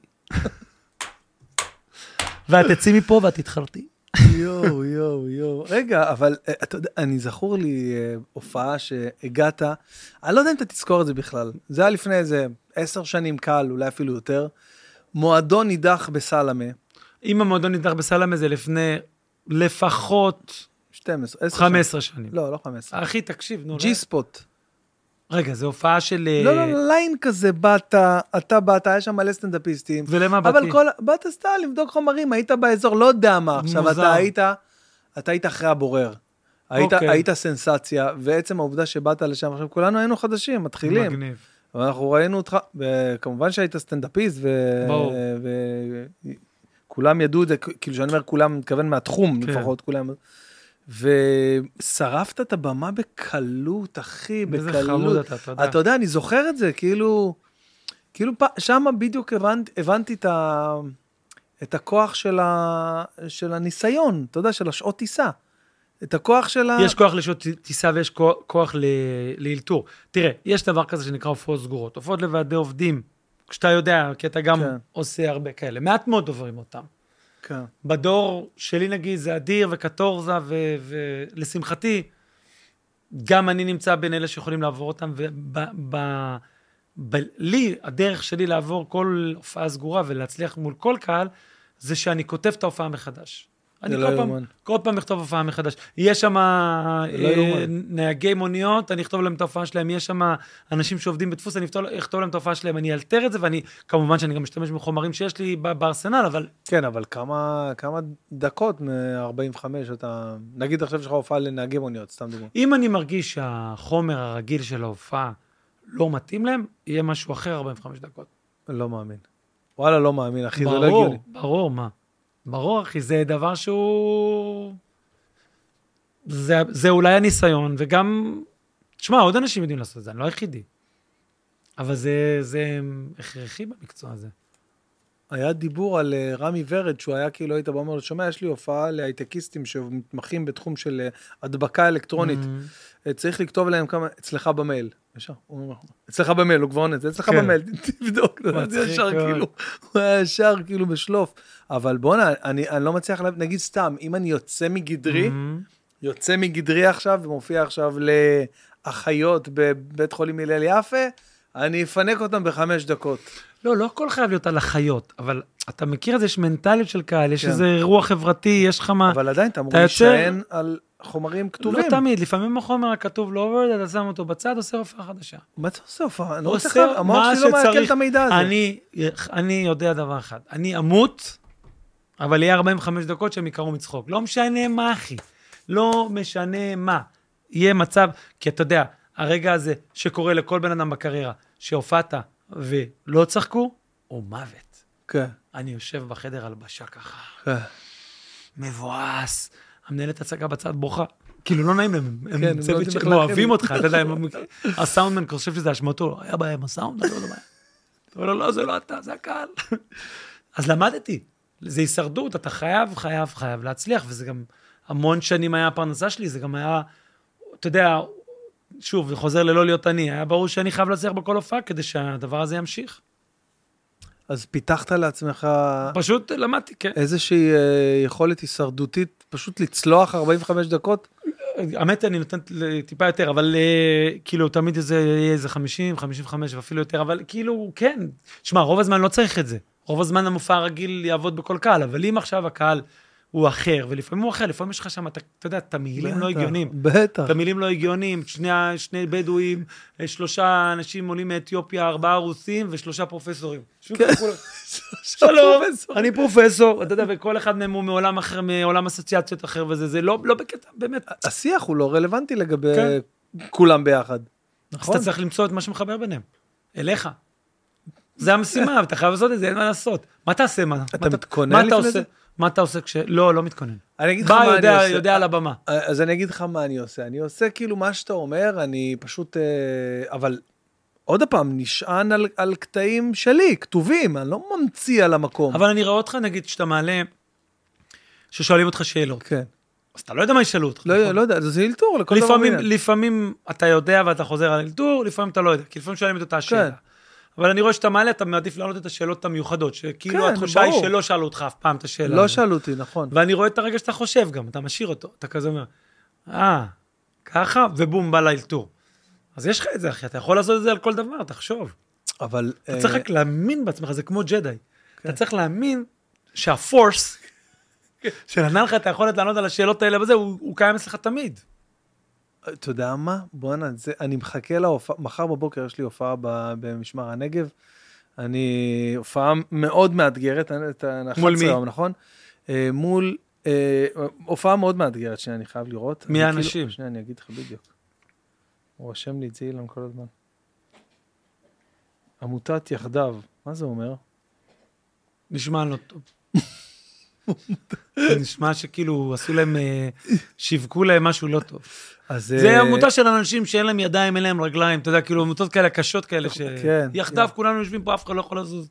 ואת תצאי מפה ואת תתחרטי. יואו, יואו, יואו. רגע, אבל אה, אתה יודע, אני זכור לי אה, הופעה שהגעת, אני לא יודע אם אתה תזכור את זה בכלל, זה היה לפני איזה עשר שנים קל, אולי אפילו יותר. מועדון נידח בסלמה, אם המועדון נדח בסלמה זה לפני לפחות 12, 10 15 שנים. לא, לא 15. אחי, תקשיב, נו. ג'י ספוט. רגע, זו הופעה של... אה, לא, לא, ליין כזה באת, אתה באת, היה שם מלא סטנדאפיסטים. ולמה באתי? אבל כל, באת סתם לבדוק חומרים, היית באזור, לא יודע מה. עכשיו, מוזר. אתה היית, אתה היית אחרי הבורר. היית, אוקיי. היית סנסציה, ועצם העובדה שבאת לשם, עכשיו כולנו היינו חדשים, מתחילים. מגניב. ואנחנו ראינו אותך, וכמובן שהיית סטנדאפיסט, ו... ברור. ו... כולם ידעו את זה, כאילו שאני אומר כולם, אני מתכוון מהתחום כן. לפחות, כולם. ושרפת את הבמה בקלות, אחי, איזה בקלות. חמוד אתה, תודה. אתה יודע, אני זוכר את זה, כאילו, כאילו פ... שם בדיוק הבנ... הבנתי את, ה... את הכוח של, ה... של הניסיון, אתה יודע, של השעות טיסה. את הכוח של ה... יש כוח לשעות טיסה ויש כוח- כוח ל- לאלתור. תראה, יש דבר כזה שנקרא הופעות סגורות. הופעות לוועדי עובדים, כשאתה יודע, כי אתה גם כן. עושה הרבה כאלה. מעט מאוד עוברים אותם. כן. בדור שלי נגיד זה אדיר וקטורזה, ולשמחתי, גם אני נמצא בין אלה שיכולים לעבור אותם, ולי, הדרך שלי לעבור כל הופעה סגורה ולהצליח מול כל קהל, זה שאני כותב את ההופעה מחדש. אני לא כל פעם, יאומן. כל פעם אכתוב הופעה מחדש. יש שם אה, לא יאומן. נהגי מוניות, אני אכתוב להם את ההופעה שלהם, יש שם אנשים שעובדים בדפוס, אני אכתוב- אכתוב להם את ההופעה שלהם, אני אלתר את זה, ואני, כמובן שאני גם משתמש בחומרים שיש לי ב- בארסנל, אבל כן, אבל כמה, כמה דקות מ-45 אתה... נגיד עכשיו יש לך הופעה לנהגי מוניות, סתם דוגמא. אם אני מרגיש שהחומר הרגיל של ההופעה לא מתאים להם, יהיה משהו אחר 45 דקות. לא מאמין. וואלה, לא מאמין, אחי, זה לא ברור, הגיוני. ברור, מה? ברור, אחי, זה דבר שהוא... זה, זה אולי הניסיון, וגם... תשמע, עוד אנשים יודעים לעשות את זה, אני לא היחידי. אבל זה, זה הכרחי במקצוע הזה. היה דיבור על אה, רמי ורד, שהוא היה כאילו, היית בא ואומר, לו, שומע, יש לי הופעה להייטקיסטים שמתמחים בתחום של אה, הדבקה אלקטרונית. Mm. Mm-hmm. אה, צריך לכתוב להם כמה, אצלך במייל. ישר, הוא אומר, אצלך במייל, הוא כבר עונה, זה אצלך כן. במייל, תבדוק. זה מצחיק ישר מאוד. כאילו, הוא היה ישר כאילו בשלוף. אבל בואנה, אני אני לא מצליח, להבין, נגיד סתם, אם אני יוצא מגדרי, Mhm. יוצא מגדרי עכשיו ומופיע עכשיו לאחיות בבית חולים הלל יפה, אני אפנק אותם בחמש דקות. לא, לא הכל חייב להיות על החיות, אבל אתה מכיר את זה, יש מנטליות של קהל, יש כן. איזה אירוע חברתי, יש לך מה... אבל עדיין אתה אמור אה, אתה יוצא- להישען על חומרים כתובים. לא תמיד, לפעמים החומר הכתוב לא עובד, אתה שם אותו בצד, עושה הופעה חדשה. מה אתה עושה, הופעה? אני לא עושה צריך, המוח מה שלי לא מעכל שצריך. את המידע הזה. אני, אני יודע דבר אחד, אני אמות, אבל יהיה 45 דקות שהם יקרו מצחוק. לא משנה מה, אחי. לא משנה מה. יהיה מצב, כי אתה יודע, הרגע הזה שקורה לכל בן אדם בקריירה, שהופעת ולא צחקו, הוא מוות. כן, אני יושב בחדר הלבשה ככה. כן. מבואס, המנהלת הצגה בצד בוכה. כאילו, לא נעים להם, כן, הם הם לא צוות יודעים איך שהם אוהבים להכיל. אותך, אתה יודע, הם- הסאונדמן חושב שזה אשמתו, היה בעיה עם הסאונד, אתה לא יודע מה. אתה אומר לו, לא, זה לא אתה, זה הקהל. אז למדתי, זה הישרדות, אתה חייב, חייב, חייב להצליח, וזה גם המון שנים היה הפרנסה שלי, זה גם היה, אתה יודע, שוב, זה חוזר ללא להיות אני, היה ברור שאני חייב להצליח בכל הופעה כדי שהדבר הזה ימשיך. אז פיתחת לעצמך פשוט למדתי, כן. איזושהי אה, יכולת הישרדותית, פשוט לצלוח 45 דקות? האמת, אני נותן ל- טיפה יותר, אבל אה, כאילו, תמיד זה יהיה איזה 50, 55 ואפילו יותר, אבל כאילו, כן. שמע, רוב הזמן לא צריך את זה. רוב הזמן המופע הרגיל יעבוד בכל קהל, אבל אם עכשיו הקהל הוא אחר, ולפעמים הוא אחר, לפעמים יש לך שם, אתה אתה יודע, תמהילים לא בטח, הגיוניים. בטח. תמהילים לא הגיוניים, שני, ה- שני בדואים, אה, שלושה אנשים עולים מאתיופיה, ארבעה רוסים ושלושה פרופסורים. שוב, כולם- שלום, כן. פרופסורים. אני פרופסור, אתה יודע, וכל אחד מהם הוא מעולם אחר, מעולם אסוציאציות אחר וזה, זה לא לא בקטע, באמת. השיח הוא לא רלוונטי לגבי כן. כולם ביחד. נכון. אז אתה צריך למצוא את מה שמחבר ביניהם, אליך. זה המשימה, ואתה חייב לעשות את זה, אין מה לעשות. מה תעשה, מה? אתה מה מתכונן מה אתה לפני עושה- זה? מה אתה עושה כש... לא, לא מתכונן. אני אגיד לך בא, מה אני יודע, עושה. יודע על הבמה. אז אני אגיד לך מה אני עושה. אני עושה כאילו מה שאתה אומר, אני פשוט... אה, אבל עוד פעם, נשען על, על קטעים שלי, כתובים, אני לא ממציא על המקום. אבל אני רואה אותך, נגיד, כשאתה מעלה, ששואלים אותך שאלות. כן. אז אתה לא יודע מה ישאלו אותך. לא, נכון? לא יודע, זה אלתור לכל דבר לפעמים, ועניין. כן, לא לפעמים אתה יודע ואתה חוזר על אלתור, לפעמים אתה לא יודע, כי לפעמים שואלים את אותה שאלה. אבל אני רואה שאתה מעלה, אתה מעדיף לענות את השאלות המיוחדות, שכאילו כן, התחושה היא ברור. שלא שאלו אותך אף פעם את השאלה. לא הזאת. שאלו אותי, נכון. ואני רואה את הרגע שאתה חושב גם, אתה משאיר אותו, אתה כזה אומר, אה, ככה, ובום, בא לאלתור. אז יש לך את זה, אחי, אתה יכול לעשות את זה על כל דבר, תחשוב. אבל... אתה אה, כן. צריך רק להאמין בעצמך, זה כמו ג'די. אתה צריך להאמין שהפורס שנתן לך את היכולת לענות על השאלות האלה וזה, הוא הוא קיים אצלך תמיד. אתה יודע מה? בואנה, זה- אני מחכה להופעה, מחר בבוקר יש לי הופעה ב- במשמר הנגב. אני, הופעה מאוד מאתגרת, אני- אתה- אנחנו מול מי? 11 היום, נכון? אה, מול, אה, הופעה מאוד מאתגרת, שנייה, אני חייב לראות. מי אני כאילו- האנשים? שנייה, אני אגיד לך בדיוק. הוא רושם לי את זה אילן כל הזמן. עמותת יחדיו, מה זה אומר? נשמע לא טוב. נשמע שכאילו עשו להם, אה, שיווקו להם משהו לא טוב. אז... זה אה, עמותה של אנשים שאין להם ידיים, אין להם רגליים, אתה יודע, כאילו עמותות כאלה קשות כאלה, ש- כן, יחדיו כן. כולנו יושבים פה, אף אחד לא יכול לזוז.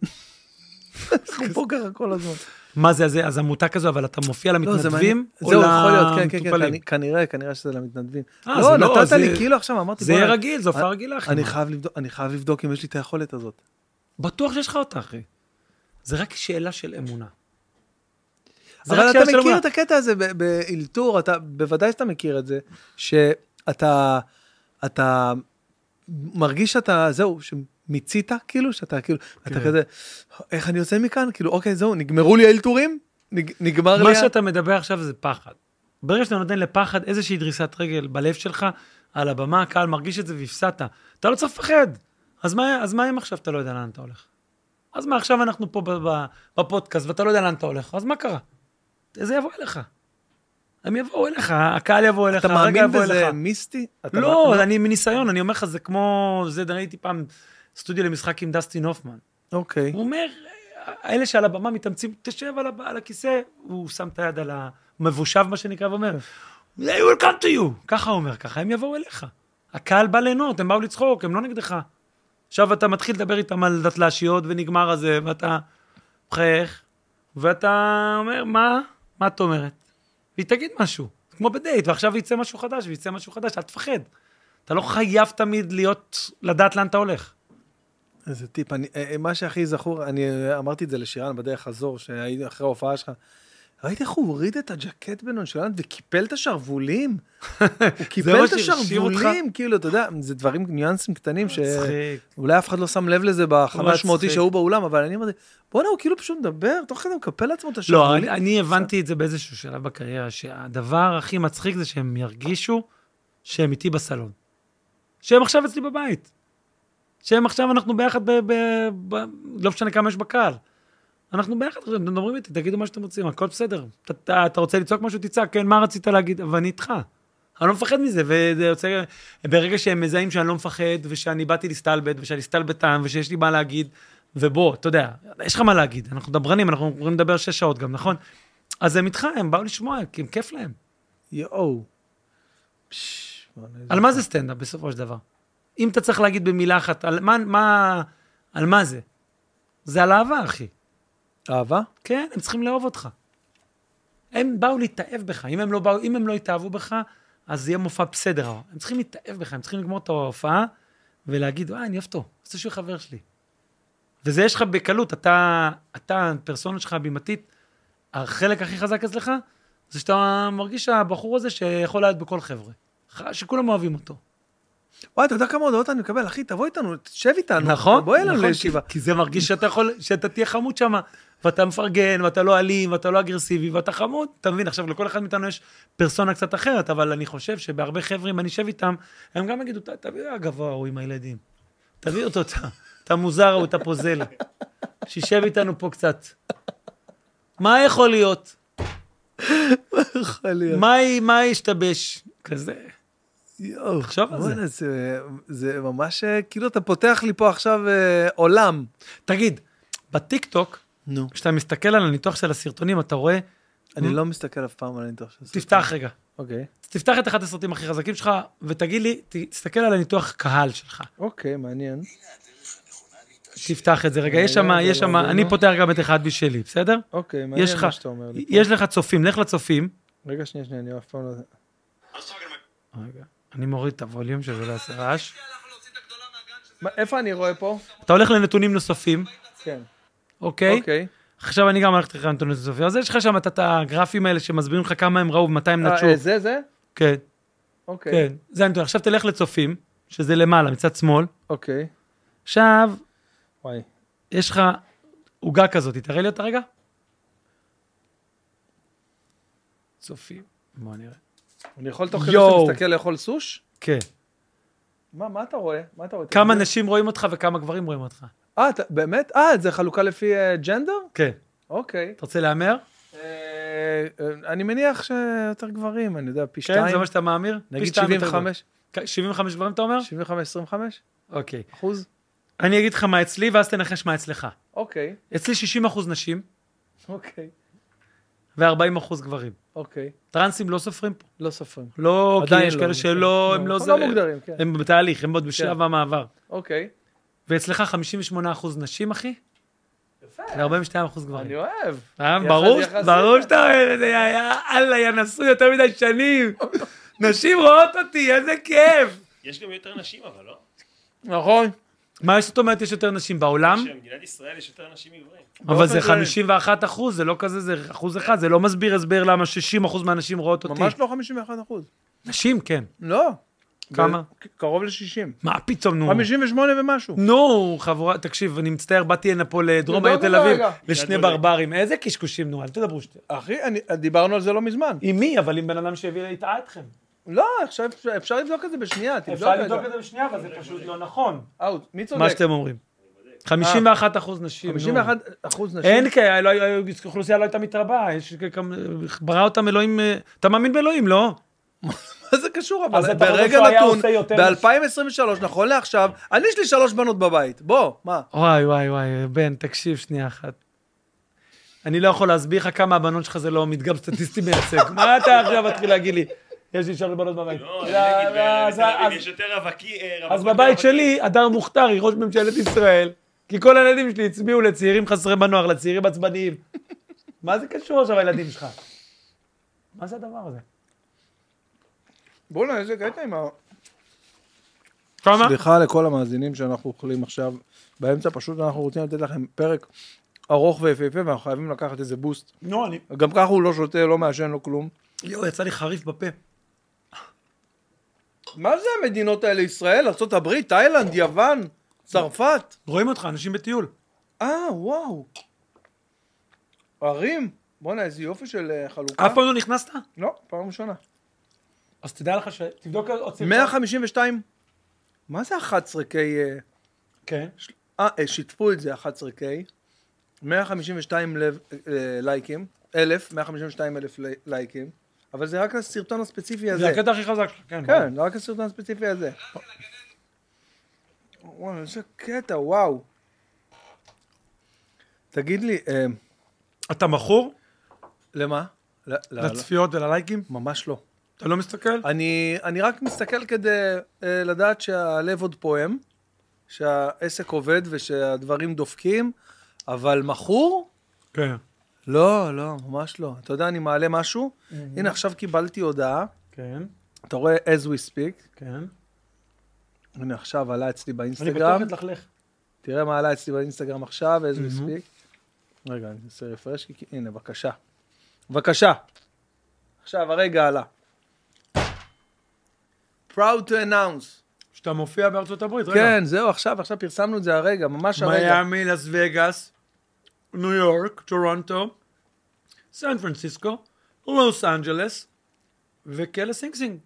אנחנו פה ככה כל הזמן. מה זה, זה, אז עמותה כזו, אבל אתה מופיע לא, זה למתנדבים מעניין. או זהו, יכול להיות, כן, כן, כן, למטופלים? כנ- כנראה, כנראה שזה למתנדבים. אה, לא, זה לא, נתת זה- לי, כאילו עכשיו אמרתי, זה יהיה בוא'נה, רגיל, זו הופעה רגילה, אחי. אני מה? חייב לבדוק- אני חייב לבדוק אם יש לי את היכולת הזאת. בטוח שיש לך אותה, אחי. זה רק שאלה של אמונה. זה אבל רק אתה שאלה של מכיר אמונה. את הקטע הזה ב- באלתור, אתה, בוודאי שאתה מכיר את זה, שאתה, אתה מרגיש שאתה, זהו, שמיצית, כאילו, שאתה כאילו, כן. אתה כזה, איך אני יוצא מכאן? כאילו, אוקיי, זהו, נגמרו לי האלתורים? נג- נגמר לי... מה ה- שאתה מדבר עכשיו זה פחד. ברגע שאתה נותן לפחד איזושהי דריסת רגל בלב שלך, על הבמה, הקהל מרגיש את זה והפסדת. אתה לא צריך לפחד. אז מה, אז מה אם עכשיו אתה לא יודע לאן אתה הולך? אז מה, עכשיו אנחנו פה ב- ב- בפודקאסט ואתה לא יודע לאן אתה הולך, אז מה קרה? זה יבוא אליך. הם יבואו אליך, הקהל יבוא אליך, אתה הרגע מאמין יבוא בזה אליך. מיסטי? אתה מאמין- לא, אני מניסיון, אני אומר לך, זה כמו... זה, ראיתי פעם סטודיו למשחק עם דסטין הופמן. אוקיי. הוא אומר, אלה שעל הבמה מתאמצים, תשב על, הב- על הכיסא, הוא שם את היד על המבושב, מה שנקרא, ואומר, they will come to you. ככה הוא אומר, ככה הם יבואו אליך. הקהל בא ליהנות, הם באו לצחוק, הם לא נגדך. עכשיו אתה מתחיל לדבר איתם על דתל"שיות, ונגמר הזה, ואתה מחייך, ואתה אומר, מה? מה את אומרת? והיא תגיד משהו, כמו בדייט, ועכשיו יצא משהו חדש, ויצא משהו חדש, אל תפחד. אתה לא חייב תמיד להיות, לדעת לאן אתה הולך. איזה טיפ, אני, אה, אה, מה שהכי זכור, אני אה, אמרתי את זה לשירן בדרך חזור, שהייתי אחרי ההופעה שלך, ראית איך הוא הוריד את הג'קט בנונשלנט וקיפל את השרוולים? הוא קיפל מה את שהרשים אותך? השרוולים, כאילו, אתה יודע, זה דברים, ניואנסים קטנים, מצחיק. שאולי אף אחד לא שם לב לזה בחמש מאות מצחיק. איש שהיו באולם, אבל אני אומר, בואנה, הוא כאילו פשוט מדבר, תוך כדי הוא מקפל לעצמו את לא, השרוולים. אני, אני הבנתי את זה באיזשהו שלב בקריירה, שהדבר הכי מצחיק זה שהם ירגישו שהם איתי בסלון. שהם עכשיו אצלי בבית. שהם עכשיו, אנחנו ביחד, ב, ב, ב, לא משנה כמה יש בקהל. אנחנו ביחד עכשיו, אתם מדברים איתי, תגידו מה שאתם רוצים, הכל בסדר. אתה, אתה, אתה רוצה לצעוק משהו, תצעק, כן, מה רצית להגיד? אבל אני איתך. אני לא מפחד מזה, וזה יוצא... ברגע שהם מזהים שאני לא מפחד, ושאני באתי להסתלבט, ושאני הסתלבטן, ושיש לי מה להגיד, ובוא, אתה יודע, יש לך מה להגיד, אנחנו דברנים, אנחנו יכולים לדבר שש שעות גם, נכון? אז הם איתך, הם באו לשמוע, כי הם כיף להם. יואו. פש, בואנה, איזה- על מה זה סטנדאפ בסופו של דבר? אם אתה צריך להגיד במילה אחת, על מה, מה, על מה זה? זה על אהבה, אחי. אהבה? כן, הם צריכים לאהוב אותך. הם באו להתאהב בך, אם הם לא, באו, אם הם לא יתאהבו בך, אז יהיה מופע בסדר. הם צריכים להתאהב בך, הם צריכים לגמור את ההופעה ולהגיד, אה, אני אוהב אותו, אז זה שהוא חבר שלי. וזה יש לך בקלות, אתה, אתה, הפרסונה שלך הבימתית, החלק הכי חזק אצלך, זה שאתה מרגיש שהבחור הזה שיכול להיות בכל חבר'ה, ח- שכולם אוהבים אותו. וואי, אתה יודע כמה הודעות אני מקבל, אחי, תבוא איתנו, תשב איתנו. נכון, בוא אלינו נכון, לישיבה. כי, כי זה מרגיש שאתה יכול, שאתה תהיה חמוד שם, ואתה מפרגן, ואתה לא אלים, ואתה לא אגרסיבי, ואתה חמוד, אתה מבין, עכשיו לכל אחד מאיתנו יש פרסונה קצת אחרת, אבל אני חושב שבהרבה חבר'ה, אם אני אשב איתם, הם גם יגידו, "ת- תביא הגבוה ההוא עם הילדים, תביא אותו, אתה- אתה מוזר ההוא, אתה פוזל, שישב איתנו פה קצת. מה יכול להיות? יכול להיות. מה י- מה ישתבש? כזה. יואו, תחשוב על זה. בואנה, זה. זה ממש, אה, כאילו אתה פותח לי פה עכשיו אה, עולם. תגיד, בטיקטוק, נו. כשאתה מסתכל על הניתוח של הסרטונים, אתה רואה, אני לא מסתכל אף פעם על הניתוח של הסרטון. תפתח רגע. אוקיי. אז תפתח את אחד הסרטים הכי חזקים שלך, ותגיד לי, ת- תסתכל על הניתוח קהל שלך. אוקיי, מעניין. תפתח את זה רגע, יש שם, מעניין, יש שם, מעניין. אני פותח גם את אחד בשלי, בסדר? אוקיי, מעניין יש לך, מה שאתה אומר לי. פה. יש לך צופים, לך לצופים. רגע, שנייה, שנייה, אני אף פעם לא... רגע, אני מוריד את הווליום שזה לא יעשה רעש. הלך להוציא את הגדולה מהגן שזה מה- איפה אני רואה פה? אתה הולך לנתונים נוספים, כן. אוקיי? אוקיי. עכשיו אני גם הולך לך לנתונים נוספים. אז יש לך שם את- את הגרפים האלה שמסבירים לך כמה הם ראו ומתי הם אה, נטשו. אה, זה זה? כן, אוקיי. כן. זה הנתון. עכשיו תלך לצופים, שזה למעלה, מצד שמאל. אוקיי. עכשיו, וואי. יש לך עוגה כזאת, תראה לי אותה רגע. צופים, בוא נראה. אני יכול תוך כדי יואו. שאתה מסתכל לאכול סוש? כן. מה, מה אתה רואה? מה אתה רואה? כמה תגיד. נשים רואים אותך וכמה גברים רואים אותך. אה, אתה- באמת? אה, זה חלוקה לפי אה, ג'נדר? כן. אוקיי. אתה רוצה להמר? כן, אה, אה, אני מניח שיותר גברים, אני יודע, פי כן, שתיים. זה מה שאתה מאמיר? פי נגיד שתיים יותר 75, גדול. כ- 75 גברים אתה אומר? 75, 25 אוקיי. אה? אחוז? אני אגיד לך מה אצלי, ואז תנחש מה אצלך. אוקיי, אצלי 60% נשים אוקיי, ו-40% גברים. אוקיי. טרנסים לא סופרים פה. לא סופרים. לא, כי עדיין יש לא, כאלה נכון. שלא, הם לא... נכון, זה- לא מוגדרים, כן. הם בתהליך, הם עוד בשלב המעבר. אוקיי. ואצלך 58% נשים, אחי? יפה. ו-42% אני גברים. אוהב. אה, יחס- ברור, יחסית. ברור שאתה אוהב את זה, היה- אללה, יא נשוי יותר מדי שנים. נשים רואות אותי, איזה כיף. יש גם יותר נשים אבל לא? נכון. מה זאת אומרת יש יותר נשים בעולם? שבמדינת ישראל יש יותר נשים עיוורים. אבל זה באופן 51 אחוז, זה לא כזה, זה אחוז אחד, זה לא מסביר הסבר למה 60 אחוז מהנשים רואות אותי. ממש לא 51 אחוז. נשים, כן. לא. כמה? ב- קרוב ל-60. מה פתאום, נו. 58 ומשהו. נו, חבורה, תקשיב, אני מצטער, באתי הנה פה לדרום העיר לדאוג תל לך אביב, רגע. לשני יד בודד. ברברים. איזה קשקושים, נו, אל תדברו שטויות. אחי, אני- דיברנו על זה לא מזמן. עם מי? אבל עם בן אדם שהביא, הטעה אתכם. לא, עכשיו אפשר- אפשר לבדוק את זה בשנייה, תבדוק אפשר את לבדוק זה. את זה בשנייה, אבל זה פשוט לא נכון. אאוט, מי צודק? מה שאתם אומרים. אה. 51 אחוז נשים, נו. 51 אחוז נשים. אין כאלה, לא היו- האוכלוסייה לא הייתה מתרבה, יש כמה- ברא אותם אלוהים, אה, אתה מאמין באלוהים, לא? מה זה קשור אבל? אז אתה חושב ברגע שהוא היה נתון, עושה יותר ב-2023, נכון לעכשיו, אני יש לי שלוש בנות בבית. בוא, מה? וואי, וואי, וואי, בן, תקשיב שנייה אחת. אני לא יכול להסביר לך כמה הבנות שלך זה לא מדגם סטטיסטי מייצג. מה אתה עכשיו מתחיל להגיד לי? יש לי שם בנות בבית. לא, לא, אני לא, נגיד, אז- בתל אביב אז- יש יותר רווקים. אה, אז בבית שלי, הדר מוכתר היא ראש ממשלת ישראל, כי כל הילדים שלי הצביעו לצעירים חסרי מנוח, לצעירים עצבניים. מה זה קשור עכשיו הילדים שלך? מה זה הדבר הזה? בוא'נה, איזה קטע עם ה... כמה? סליחה לכל המאזינים שאנחנו אוכלים עכשיו באמצע, פשוט אנחנו רוצים לתת לכם פרק ארוך ויפהפה, ואנחנו חייבים לקחת איזה בוסט. נו, אני... גם ככה הוא לא שותה, לא מעשן, לא כלום. יואו, יצא לי חריף בפה. מה זה המדינות האלה? ישראל, ארה"ב, תאילנד, יוון, צרפת? רואים אותך, אנשים בטיול. אה, וואו. ערים? בוא'נה, איזה יופי של אה, חלוקה. אף פעם לא נכנסת? לא, פעם ראשונה. אז תדע לך ש... תבדוק עוד סרטון. 152. מה זה 11K? אה, כן. אה, אה, שיתפו את זה 11K. 152 לב, אה, לייקים. 1,000, 152 אלף לי- לייקים. אבל זה רק הסרטון הספציפי הזה. זה הקטע הכי חזק שלך, כן. כן, זה רק הסרטון הספציפי הזה. וואו, איזה קטע, וואו. תגיד לי, אה, אתה מכור למה? ל- ל- לצפיות וללייקים? ממש לא. אתה לא מסתכל? אני, אני רק מסתכל כדי אה, לדעת שהלב עוד פועם, שהעסק עובד ושהדברים דופקים, אבל מכור? כן. לא, לא, ממש לא. אתה יודע, אני מעלה משהו, הנה עכשיו קיבלתי הודעה, כן, אתה רואה as we speak, כן. הנה עכשיו עלה אצלי אני באינסטגרם, בטוח אתלכלך. תראה מה עלה אצלי באינסטגרם עכשיו, as we speak. רגע, אני אעשה רפרש, כי- הנה, בבקשה. בבקשה. עכשיו, הרגע עלה. Proud to announce. שאתה מופיע בארצות הברית, רגע. כן, זהו, עכשיו, עכשיו פרסמנו את זה הרגע, ממש הרגע. מיאמי, לס וגאס, ניו יורק, טורונטו, סן פרנסיסקו, לוס אנג'לס, וכלא סינג סינג.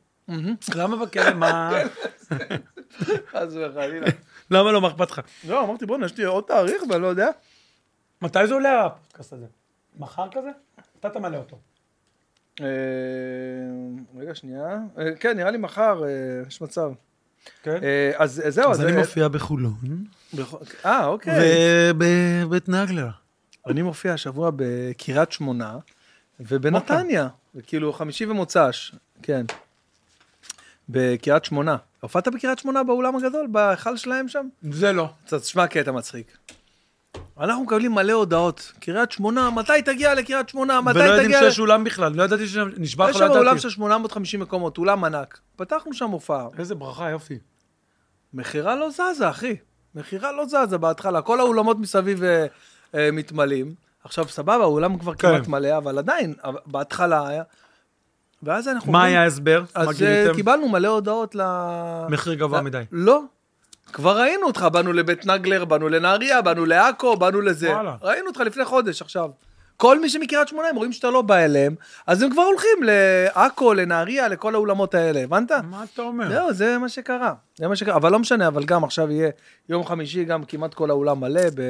למה בכלא? מה? חס וחלילה. למה לא, מה אכפת לך? לא, אמרתי, בוא'נה, יש לי עוד תאריך ואני לא יודע. מתי זה עולה הפודקאסט הזה? מחר כזה? אתה תמלא אותו. אה, רגע, שנייה. אה, כן, נראה לי מחר, אה, יש מצב. כן. אה, אז אה, זהו, אז אני מופיע בחולון, מופיע. אה, כן. אוקיי. ובבית נגלר. אני מופיע השבוע בקריית שמונה ובנתניה, אוקיי. וכאילו חמישי ומוצ"ש, כן. בקריית שמונה. הופעת בקריית שמונה באולם הגדול, בהיכל שלהם שם? זה לא. אתה תשמע קטע מצחיק. אנחנו מקבלים מלא הודעות, קריית שמונה, מתי תגיע לקריית שמונה, מתי ולא יודעים תגיע... שיש אולם בכלל, לא ידעתי שיש... נשבע יש לך, שם לא אולם ידעתי. של 850 מקומות, אולם ענק. פתחנו שם הופעה, איזה ברכה, יופי. מכירה לא זזה, אחי. מכירה לא זזה בהתחלה, כל האולמות מסביב אה, אה, מתמלאים. עכשיו, סבבה, האולם כבר כן. כמעט מלא, אבל עדיין, אבל בהתחלה היה... ואז אנחנו... מה אומרים- היה ההסבר? מה אז אה, גיליתם? קיבלנו מלא הודעות ל... מחיר גבוה ל- מדי. לא. כבר ראינו אותך, באנו לבית נגלר, באנו לנהריה, באנו לעכו, באנו לזה. וואלה. ראינו אותך לפני חודש עכשיו. כל מי שמקריית שמונה, הם רואים שאתה לא בא אליהם, אז הם כבר הולכים לעכו, לנהריה, לכל האולמות האלה, הבנת? מה אתה אומר? זהו, זה מה שקרה. זה מה שקרה, אבל לא משנה, אבל גם עכשיו יהיה יום חמישי, גם כמעט כל האולם מלא, ב...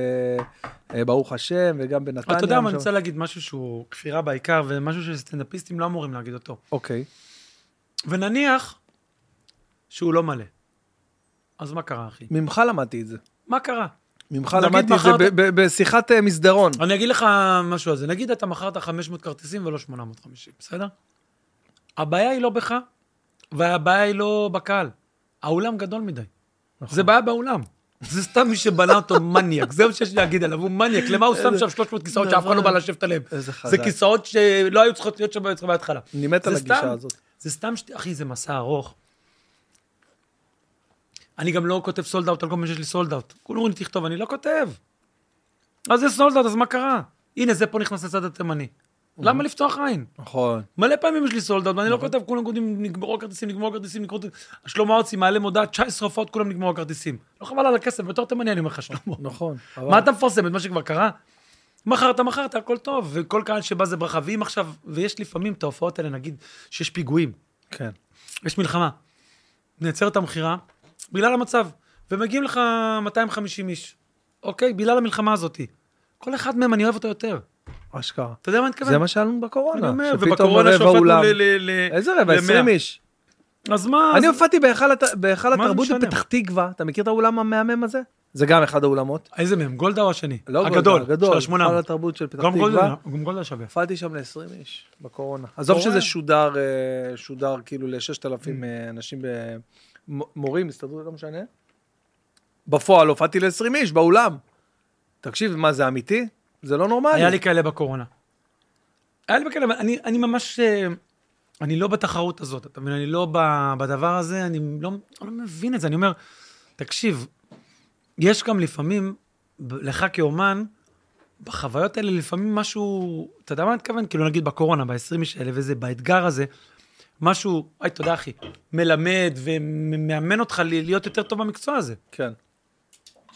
אה, ברוך השם, וגם בנתניה. אתה יודע מה, שם- אני רוצה להגיד משהו שהוא כפירה בעיקר, ומשהו שסטנדאפיסטים לא אמורים להגיד אותו. אוקיי. ונניח שהוא לא מלא. אז מה קרה, אחי? ממך למדתי את זה. מה קרה? ממך נגיד למדתי את זה מחר ב- ב- בשיחת אה, מסדרון. אני אגיד לך משהו על זה. נגיד אתה מכרת 500 כרטיסים ולא 850, בסדר? הבעיה היא לא בך, והבעיה היא לא בקהל. האולם גדול מדי. נכון. זה בעיה באולם. זה סתם מי שבנה אותו מניאק, זה מה שיש לי להגיד עליו, הוא מניאק, למה הוא שם שם 300 כיסאות שאף אחד לא בא לשבת עליהם? איזה חזק. זה כיסאות שלא היו צריכות להיות שם בהתחלה. אני מת זה על הגישה סתם- הזאת. זה סתם, ש- אחי, זה מסע ארוך. אני גם לא כותב סולד אאוט על כל מה שיש לי סולד אאוט. כולם אומרים לי, תכתוב, אני לא כותב. אז זה סולד אאוט, אז מה קרה? הנה, זה פה נכנס לצד התימני. אוקיי. למה לפתוח עין? נכון. מלא פעמים יש לי סולד אאוט, ואני לא כותב, כולם כותבים, נגמרו הכרטיסים, נגמרו הכרטיסים, נגמרו הכרטיסים. שלמה ארצי מעלה מודעה, 19 הופעות, כולם נגמרו הכרטיסים. לא חבל על הכסף, בתור תימני אני אומר לך, שלמה. נכון. מה אתה מפרסם? את מה שכבר קרה? מכרת, מכרת, הכל טוב, וכל קהל שבא זה ברכה. ואם עכשיו, ויש לפעמים את ההופעות האלה, נגיד, שיש פיגועים, כן. יש מלחמה. נעצרת המכירה בגלל המצב, ומגיעים לך 250 איש, אוקיי? בגלל המלחמה הזאת. כל אחד מהם, אני אוהב אותו יותר. אשכרה. אתה יודע מה אני מתכוון? זה מה שהיה לנו כן, אני בקורונה. אומר, שפתאום ובקורונה רבע שהופענו אולם. ל... ל- ל- איזה רבע? ל- 20 מאה. איש. אז מה? אני אז- הופעתי בהיכל הת- בהיכל זה התרבות משנה? בפתח תקווה. אתה מכיר את האולם המהמם הזה? זה גם אחד האולמות. איזה מהם? גולדה או השני? לא הגדול, גולדה, הגדול. של השמונה. היכל התרבות של פתח גם לא. גולדה, תקווה. גם גולדה שווה. הופעתי שם ל-20 איש בקורונה. עזוב קורונה. שזה שודר, אה, שודר כאילו ל-6,000 אנשים, ב- מ- מורים, הסתדרות, לא משנה. בפועל הופעתי ל-20 איש באולם. תקשיב, מה, זה אמיתי? זה לא נורמלי. היה לי כאלה בקורונה. היה לי כאלה, אבל אני, אני ממש, אה, אני לא בתחרות הזאת, אתה מבין? אני לא ב- בדבר הזה, אני לא, לא מבין את זה. אני אומר, תקשיב, יש גם לפעמים, ב- לך כאומן, בחוויות האלה לפעמים משהו, אתה יודע מה אני מתכוון? כאילו נגיד בקורונה, ב-20 איש האלה וזה, באתגר הזה, משהו, היי, תודה אחי, מלמד ומאמן אותך ל- להיות יותר טוב במקצוע הזה. כן.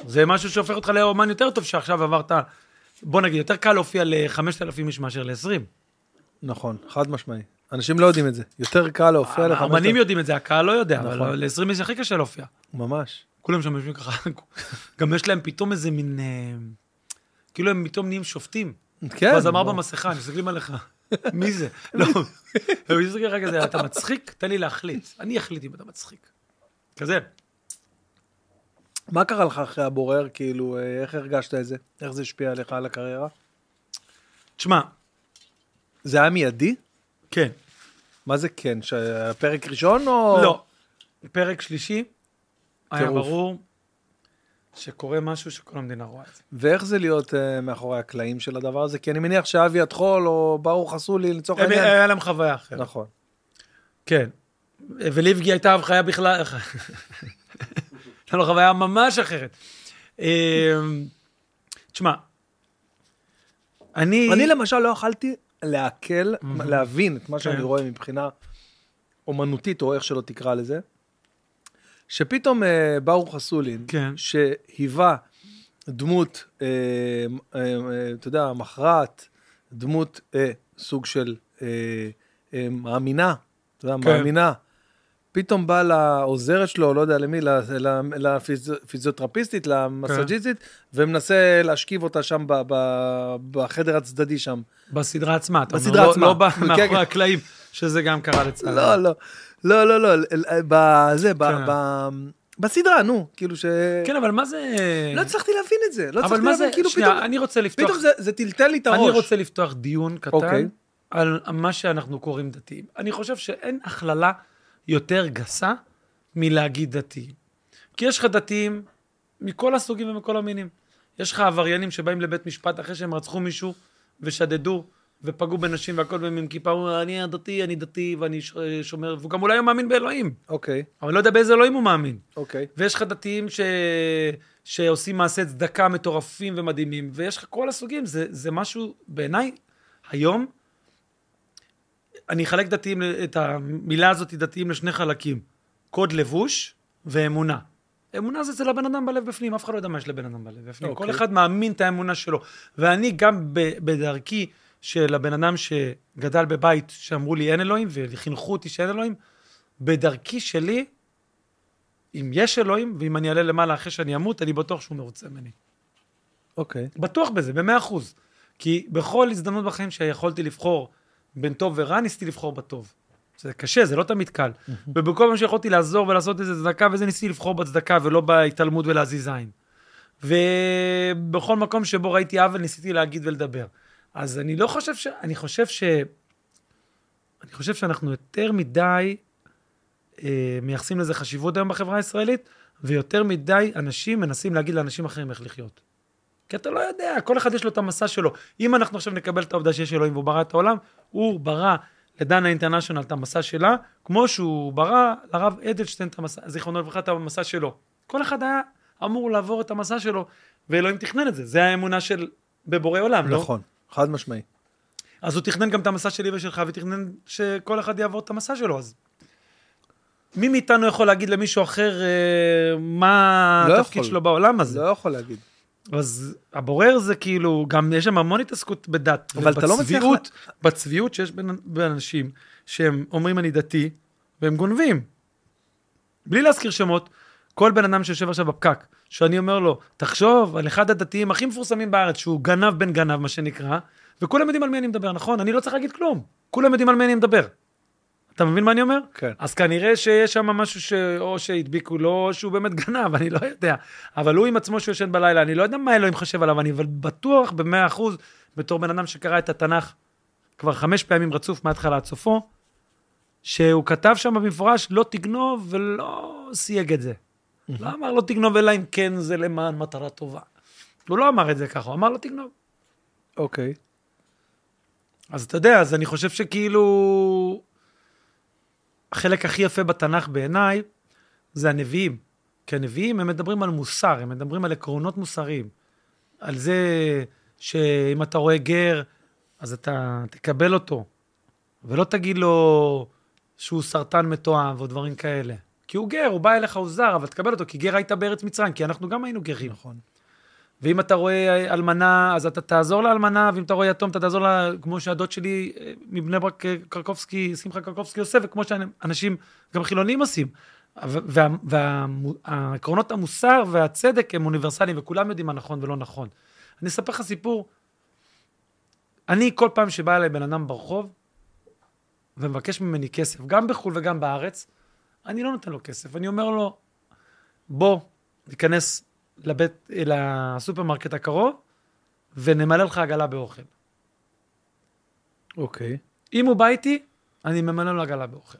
זה משהו שהופך אותך לאומן יותר טוב, שעכשיו עברת, בוא נגיד, יותר קל להופיע ל-5,000 איש מאשר ל-20. נכון, חד משמעי. אנשים לא יודעים את זה. יותר קל להופיע לך. האמנים יודעים את זה, הקהל לא יודע, נכון. אבל ל-20 איש הכי קשה להופיע. ממש. כולם שם יושבים ככה, גם יש להם פתאום איזה מין, אה, כאילו הם פתאום נהיים שופטים. כן. ואז אמר ברור. במסכה, הם מסתכלים עליך, מי זה? לא, הם מסתכלים עליך כזה, אתה מצחיק? תן לי להחליט, אני אחליט אם אתה מצחיק. כזה. מה קרה לך אחרי הבורר? כאילו, אה, איך הרגשת את זה? איך זה השפיע עליך על הקריירה? תשמע, זה היה מיידי? כן, מה זה כן? שה- פרק ראשון או... לא. פרק שלישי, היה טירוף. ברור שקורה משהו שכל המדינה רואה את זה. ואיך זה להיות אה, מאחורי הקלעים של הדבר הזה? כי אני מניח שאבי הטחול או ברוך אסולי לצורך הם- העניין. היה להם חוויה אחרת. נכון. כן. וליבגי הייתה חוויה בכלל... הייתה לו חוויה ממש אחרת. אה, תשמע, אני... אני למשל לא יכלתי לעכל, להבין את מה כן. שאני רואה מבחינה אומנותית, או איך שלא תקרא לזה, שפתאום אה, ברוך אסולין, כן. שהיווה דמות, אה, אה, אה, אתה יודע, מכרעת, דמות אה, סוג של אה, אה, מאמינה, אתה יודע, כן. מאמינה. פתאום בא לעוזרת שלו, לא יודע למי, ל- ל- לפיזיותרפיסטית, למסאג'יסטית, ומנסה להשכיב אותה שם ב- ב- בחדר הצדדי שם. בסדרה עצמה, אתה אומר, בסדרה לא- עצמה. לא כן, בא כן. מאחורי הקלעים, שזה גם קרה לצערי. לא, לא, לא, לא, לא, ל- בזה, ב- אה. כן. ב- בסדרה, נו, כאילו ש... כן, אבל מה זה... לא הצלחתי להבין את זה, לא אבל הצלחתי מה זה... להבין, כאילו שנייה, פתאום, אני רוצה לפתוח... פתאום זה- זה טלטל לי את הראש. אני רוצה לפתוח דיון קטן אוקיי. על מה שאנחנו קוראים דתיים. אני חושב שאין הכללה יותר גסה מלהגיד דתיים. כי יש לך דתיים מכל הסוגים ומכל המינים. יש לך עבריינים שבאים לבית משפט אחרי שהם רצחו מישהו ושדדו ופגעו בנשים והכל, והם עם כיפה, הוא אומר, אני דתי, אני דתי, ואני ש- שומר, והוא גם אולי הוא מאמין באלוהים, אוקיי, אבל לא יודע באיזה אלוהים הוא מאמין. אוקיי. ויש לך דתיים ש... שעושים מעשי צדקה מטורפים ומדהימים, ויש לך כל הסוגים, זה, זה משהו, בעיניי, היום, אני אחלק דתיים, ל- את המילה הזאת, דתיים, לשני חלקים, קוד לבוש ואמונה. אמונה זה אצל הבן אדם בלב בפנים, אף אחד לא יודע מה יש לבן אדם בלב בפנים. אוקיי. כל אחד מאמין את האמונה שלו. ואני גם ב- בדרכי של הבן אדם שגדל בבית שאמרו לי אין אלוהים, וחינכו אותי שאין אלוהים, בדרכי שלי, אם יש אלוהים, ואם אני אעלה למעלה אחרי שאני אמות, אני בטוח שהוא מרוצה ממני. אוקיי. בטוח בזה, במאה אחוז. כי בכל הזדמנות בחיים שיכולתי לבחור בין טוב ורע, ניסיתי לבחור בטוב. זה קשה, זה לא תמיד קל. ובכל פעם שיכולתי לעזור ולעשות איזה צדקה וזה, ניסיתי לבחור בצדקה ולא בהתעלמות ולהזיז עין. ובכל מקום שבו ראיתי עוול, ניסיתי להגיד ולדבר. אז אני לא חושב ש... אני חושב ש... אני חושב שאנחנו יותר מדי אה, מייחסים לזה חשיבות היום בחברה הישראלית, ויותר מדי אנשים מנסים להגיד לאנשים אחרים איך לחיות. כי אתה לא יודע, כל אחד יש לו את המסע שלו. אם אנחנו עכשיו נקבל את העובדה שיש אלוהים והוא ברא את העולם, הוא ברא לדנה אינטרנשיונל את המסע שלה, כמו שהוא ברא לרב אדלשטיין, את המסע, זיכרונו לברכה, את המסע שלו. כל אחד היה אמור לעבור את המסע שלו, ואלוהים תכנן את זה. זה האמונה של... בבורא עולם, לא? נכון, חד משמעי. אז הוא תכנן גם את המסע שלי ושלך, ותכנן שכל אחד יעבור את המסע שלו, אז... מי מאיתנו יכול להגיד למישהו אחר אה, מה לא התפקיד יכול. שלו בעולם הזה? לא יכול להגיד. אז הבורר זה כאילו, גם יש שם המון התעסקות בדת. אבל אתה לא מצליח ובצביעות- בצביעות שיש בין, בין אנשים שהם אומרים אני דתי, והם גונבים. בלי להזכיר שמות, כל בן אדם שיושב עכשיו בפקק, שאני אומר לו, תחשוב על אחד הדתיים הכי מפורסמים בארץ, שהוא גנב בן גנב, מה שנקרא, וכולם יודעים על מי אני מדבר, נכון? אני לא צריך להגיד כלום, כולם יודעים על מי אני מדבר. אתה מבין מה אני אומר? כן. אז כנראה שיש שם משהו שאו שהדביקו לו, או שהוא באמת גנב, אני לא יודע. אבל הוא עם עצמו שיושן בלילה, אני לא יודע מה אלוהים חושב עליו, אני אבל בטוח במאה אחוז, בתור בן אדם שקרא את התנ"ך כבר חמש פעמים רצוף מההתחלה עד סופו, שהוא כתב שם במפורש, לא תגנוב ולא סייג את זה. לא אמר לא תגנוב, אלא אם כן זה למען מטרה טובה. הוא לא אמר את זה ככה, הוא אמר לא תגנוב. אוקיי. אז אתה יודע, אז אני חושב שכאילו... החלק הכי יפה בתנ"ך בעיניי זה הנביאים. כי הנביאים, הם מדברים על מוסר, הם מדברים על עקרונות מוסריים. על זה שאם אתה רואה גר, אז אתה תקבל אותו, ולא תגיד לו שהוא סרטן מתועב או דברים כאלה. כי הוא גר, הוא בא אליך, הוא זר, אבל תקבל אותו, כי גר היית בארץ מצרים, כי אנחנו גם היינו גרים. נכון. ואם אתה רואה אה, אלמנה, אז אתה תעזור לאלמנה, ואם אתה רואה יתום, אתה תעזור לה, כמו שהדוד שלי אה, מבני ברק אה, קרקובסקי, שמחה קרקובסקי עושה, וכמו שאנשים, גם חילונים עושים. והעקרונות וה, וה, העקרונות המוסר והצדק הם אוניברסליים, וכולם יודעים מה נכון ולא נכון. אני אספר לך סיפור. אני, כל פעם שבא אליי בן אדם ברחוב, ומבקש ממני כסף, גם בחו"ל וגם בארץ, אני לא נותן לו כסף. אני אומר לו, בוא, ניכנס לבית, לסופרמרקט הקרוב, ונמלא לך עגלה באוכל. אוקיי. אם הוא בא איתי, אני ממלא לו עגלה באוכל.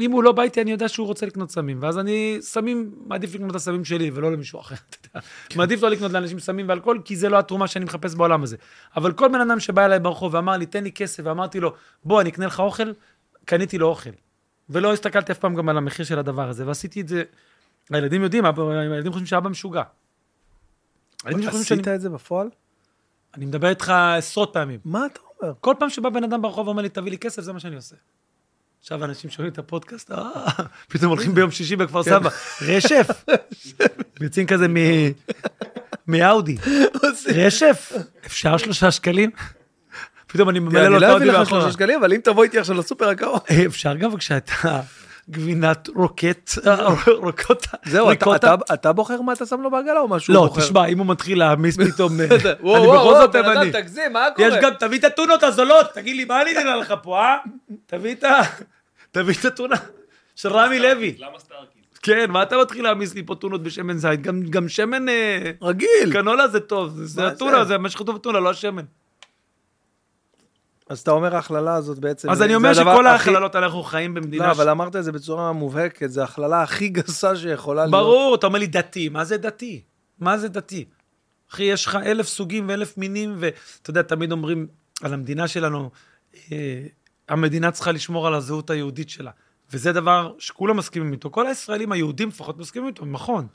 אם הוא לא בא איתי, אני יודע שהוא רוצה לקנות סמים, ואז אני סמים, מעדיף לקנות את הסמים שלי ולא למישהו אחר, אתה יודע. מעדיף לא לקנות לאנשים סמים ואלכוהול, כי זה לא התרומה שאני מחפש בעולם הזה. אבל כל בן אדם שבא אליי ברחוב ואמר לי, תן לי כסף, ואמרתי לו, בוא, אני אקנה לך אוכל, קניתי לו אוכל. ולא הסתכלתי אף פעם גם על המחיר של הדבר הזה, ועשיתי את זה. הילדים יודעים, אבא- הילדים חושבים שאבא משוגע. הילדים חושבים שאני... עשית את זה בפועל? אני מדבר איתך עשרות פעמים. מה אתה אומר? כל פעם שבא בן אדם ברחוב ואומר לי, תביא לי כסף, זה מה שאני עושה. עכשיו אנשים שומעים את הפודקאסט, "אה", פתאום הולכים ביום שישי בכפר כן. סבא, רשף. יוצאים כזה מ- מאאודי, רשף, אפשר שלושה שקלים? פתאום אני ממלא לו אני את לא האודי אביא לך מאחורה. שלושה שקלים, אבל אם תבוא איתי עכשיו לסופר הקרוב. אה, אפשר גם בבקשה את הגבינת רוקט, אה, רוקוטה. זהו, אתה- ריקוטה? אתה- אתה בוחר מה אתה שם לו בעגלה או משהו? לא, תשמע, אם הוא מתחיל להעמיס פתאום, אה, אני וואו, בכל וואו, זאת בן ימני. אדם, תגזים, מה קורה? יש גם, תביא את הטונות הזולות, תגיד לי, מה אני נראה לך פה, אה? תביא את ה... תביא את הטונה של רמי לוי. למה סטארקיז? כן, מה אתה מתחיל להעמיס לי פה טונות בשמן זית? גם, גם שמן אה, רגיל. קנולה זה טוב, זה- זה מה הטונה, זה? זה מה שכתוב בטונה, לא השמן. אז אתה אומר ההכללה הזאת בעצם... אז זה אני אומר הדבר שכל הכי- ההכללות האלה, אנחנו חיים לא, במדינה... ש- אבל אמרת את זה בצורה מובהקת, זו ההכללה הכי גסה שיכולה להיות. ברור, אתה אומר לי דתי, מה זה דתי? מה זה דתי? אחי, יש לך אלף סוגים ואלף מינים, ואתה יודע, תמיד אומרים על המדינה שלנו, אה, המדינה צריכה לשמור על הזהות היהודית שלה. וזה דבר שכולם מסכימים איתו. כל הישראלים היהודים לפחות מסכימים איתו, נכון.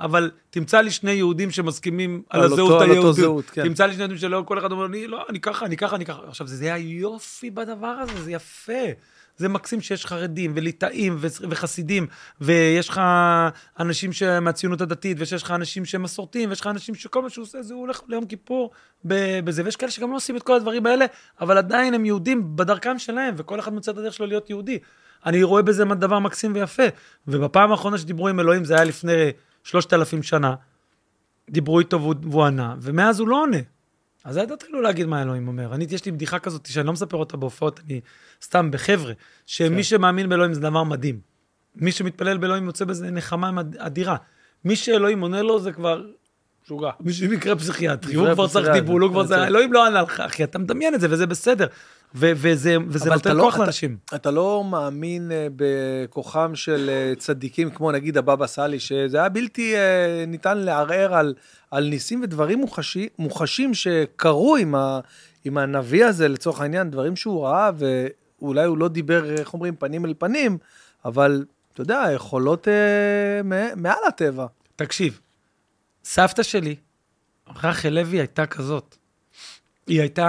אבל תמצא לי שני יהודים שמסכימים על על הזהות אותו- על אותו היהודית. זהות, כן. תמצא לי שני יהודים שלא כל אחד אומר, אני לא, אני ככה, אני ככה, אני ככה. עכשיו, זה- זה היופי בדבר הזה, זה יפה. זה מקסים שיש חרדים וליטאים וס- וחסידים, ויש לך אנשים ש- מהציונות הדתית, ושיש לך אנשים שהם מסורתיים, ויש לך אנשים שכל מה שהוא עושה זה הוא הולך ליום כיפור ב- בזה, ויש כאלה שגם לא עושים את כל הדברים האלה, אבל עדיין הם יהודים בדרכם שלהם, וכל אחד מוצא את הדרך שלו להיות יהודי. אני רואה בזה דבר מקסים ויפה. ובפעם האחרונה שדיברו עם אלוהים, זה היה לפני 3,000 שנה, דיברו איתו והוא- והוא ענה, ומאז הוא לא עונה. אז אל תתחילו להגיד מה אלוהים אומר. אני, יש לי בדיחה כזאת שאני לא מספר אותה בהופעות, אני סתם בחבר'ה, כן. שמי שמאמין באלוהים זה דבר מדהים. מי שמתפלל באלוהים יוצא בזה נחמה מד- אדירה. מי שאלוהים עונה לו זה כבר... שוגע. בשביל מקרה פסיכיאטרי, מקרה הוא כבר צריך פסיכיאטרי, כן, טיפול, הוא כבר אני צודק. צריך... אלוהים לא ענה לך, אחי, אתה מדמיין את זה, וזה בסדר. ו- וזה וזה אבל אתה נותן לא- כוח אתה- לאנשים. אתה לא מאמין אה, בכוחם של אה, צדיקים כמו נגיד הבבא סאלי, שזה היה בלתי אה, ניתן לערער על, על ניסים ודברים מוחשי, מוחשים שקרו עם, ה, עם הנביא הזה לצורך העניין, דברים שהוא ראה ואולי הוא לא דיבר, איך אומרים, פנים אל פנים, אבל אתה יודע, יכולות אה, מע- מעל הטבע. תקשיב, סבתא שלי, רחל לוי הייתה כזאת. היא הייתה,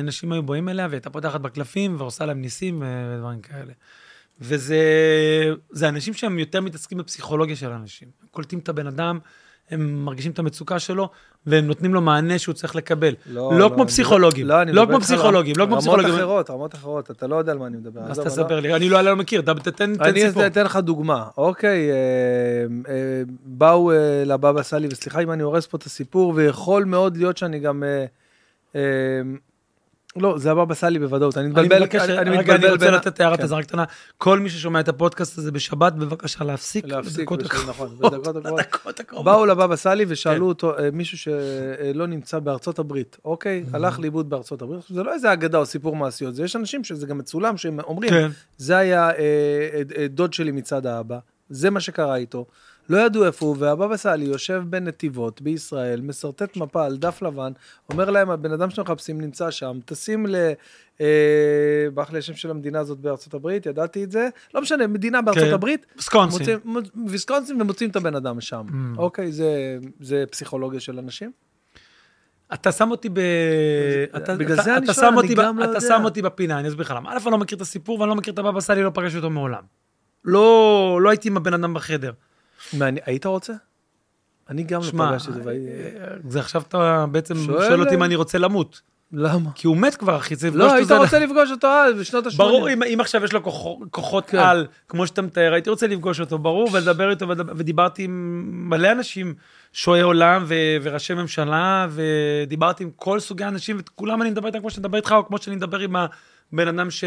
אנשים היו באים אליה והייתה פותחת בקלפים ועושה להם ניסים אה, ודברים כאלה. וזה זה אנשים שהם יותר מתעסקים בפסיכולוגיה של אנשים. הם קולטים את הבן אדם, הם מרגישים את המצוקה שלו, והם נותנים לו מענה שהוא צריך לקבל. לא, כמו פסיכולוגים. לא, אני לא מדבר כמו איתך על פסיכולוגים, לא כמו פסיכולוגים. רמות אחרות, רמות אחרות, אתה לא יודע על מה אני מדבר. אז עזוב, אני לא- תספר לי, אני לא, לא מכיר, ת- תתן תן אני סיפור. אתן- אתן לך דוגמה, אוקיי, אה, אה, באו אה, לבבא סאלי, וסליחה אם אני הורס פה את הסיפור, ויכול מאוד להיות שאני גם... אה, אה, לא, זה הבבא סאלי בוודאות, אני מתבלבל, אני מבקש, אני רגע, אני מתבלבל רוצה בין ה- לתת הערת כן, אזהרה קטנה. כל מי ששומע את הפודקאסט הזה בשבת, בבקשה להפסיק. להפסיק, בדקות בשביל- הקרובות. נכון, בדקות הקרובות. בדקות הקרובות. באו לבבא סאלי כן. ושאלו אותו, אה, מישהו שלא נמצא בארצות הברית, אוקיי? Mm-hmm. הלך לאיבוד בארצות הברית. עכשיו, זה לא איזה אגדה או סיפור מעשיות, זה יש אנשים שזה גם מצולם, שהם אומרים, כן. זה היה אה, אה, אה, דוד שלי מצד האבא, זה מה שקרה איתו. לא ידעו איפה הוא, והבבא סאלי יושב בנתיבות בישראל, משרטט מפה על דף לבן, אומר להם, הבן אדם שאתם מחפשים נמצא שם, טסים ל... אה, ברח לי השם של המדינה הזאת בארצות הברית, ידעתי את זה, לא משנה, מדינה בארצות כן. הברית, ויסקונסין. Mm. מוצאים- מ- ויסקונסין ומוצאים את הבן אדם שם. אוקיי, זה- זה פסיכולוגיה של אנשים? אתה שם אותי ב... אתה- בגלל אתה- זה אני אתה שואל, שם אותי אני ב- גם לא אתה יודע. שם אותי בפינה, אני אסביר לך למה. א', אני לא מכיר את הסיפור ואני לא מכיר את הבבא סאלי, לא פגשתי אותו מעולם. לא לא הייתי עם הבן אדם בחדר. מעניין, היית רוצה? אני גם לא שמע, אה, פגשתי את זה. והי- זה עכשיו אתה בעצם שואל- שואל אותי אם אני רוצה למות. למה? כי הוא מת כבר, אחי, זה לא, פגשת היית זה- רוצה לפגוש אותו אז, בשנות ה-80. ברור, אם, אם עכשיו יש לו כוח, כוחות כן. כן. על, כמו שאתה מתאר, הייתי רוצה לפגוש אותו, ברור, ולדבר איתו, ולדבר, ודיברתי עם מלא אנשים, שועי עולם ו, וראשי ממשלה, ודיברתי עם כל סוגי האנשים, ואת כולם אני מדבר איתם כמו שאני מדבר איתך, או כמו שאני מדבר עם הבן אדם ש...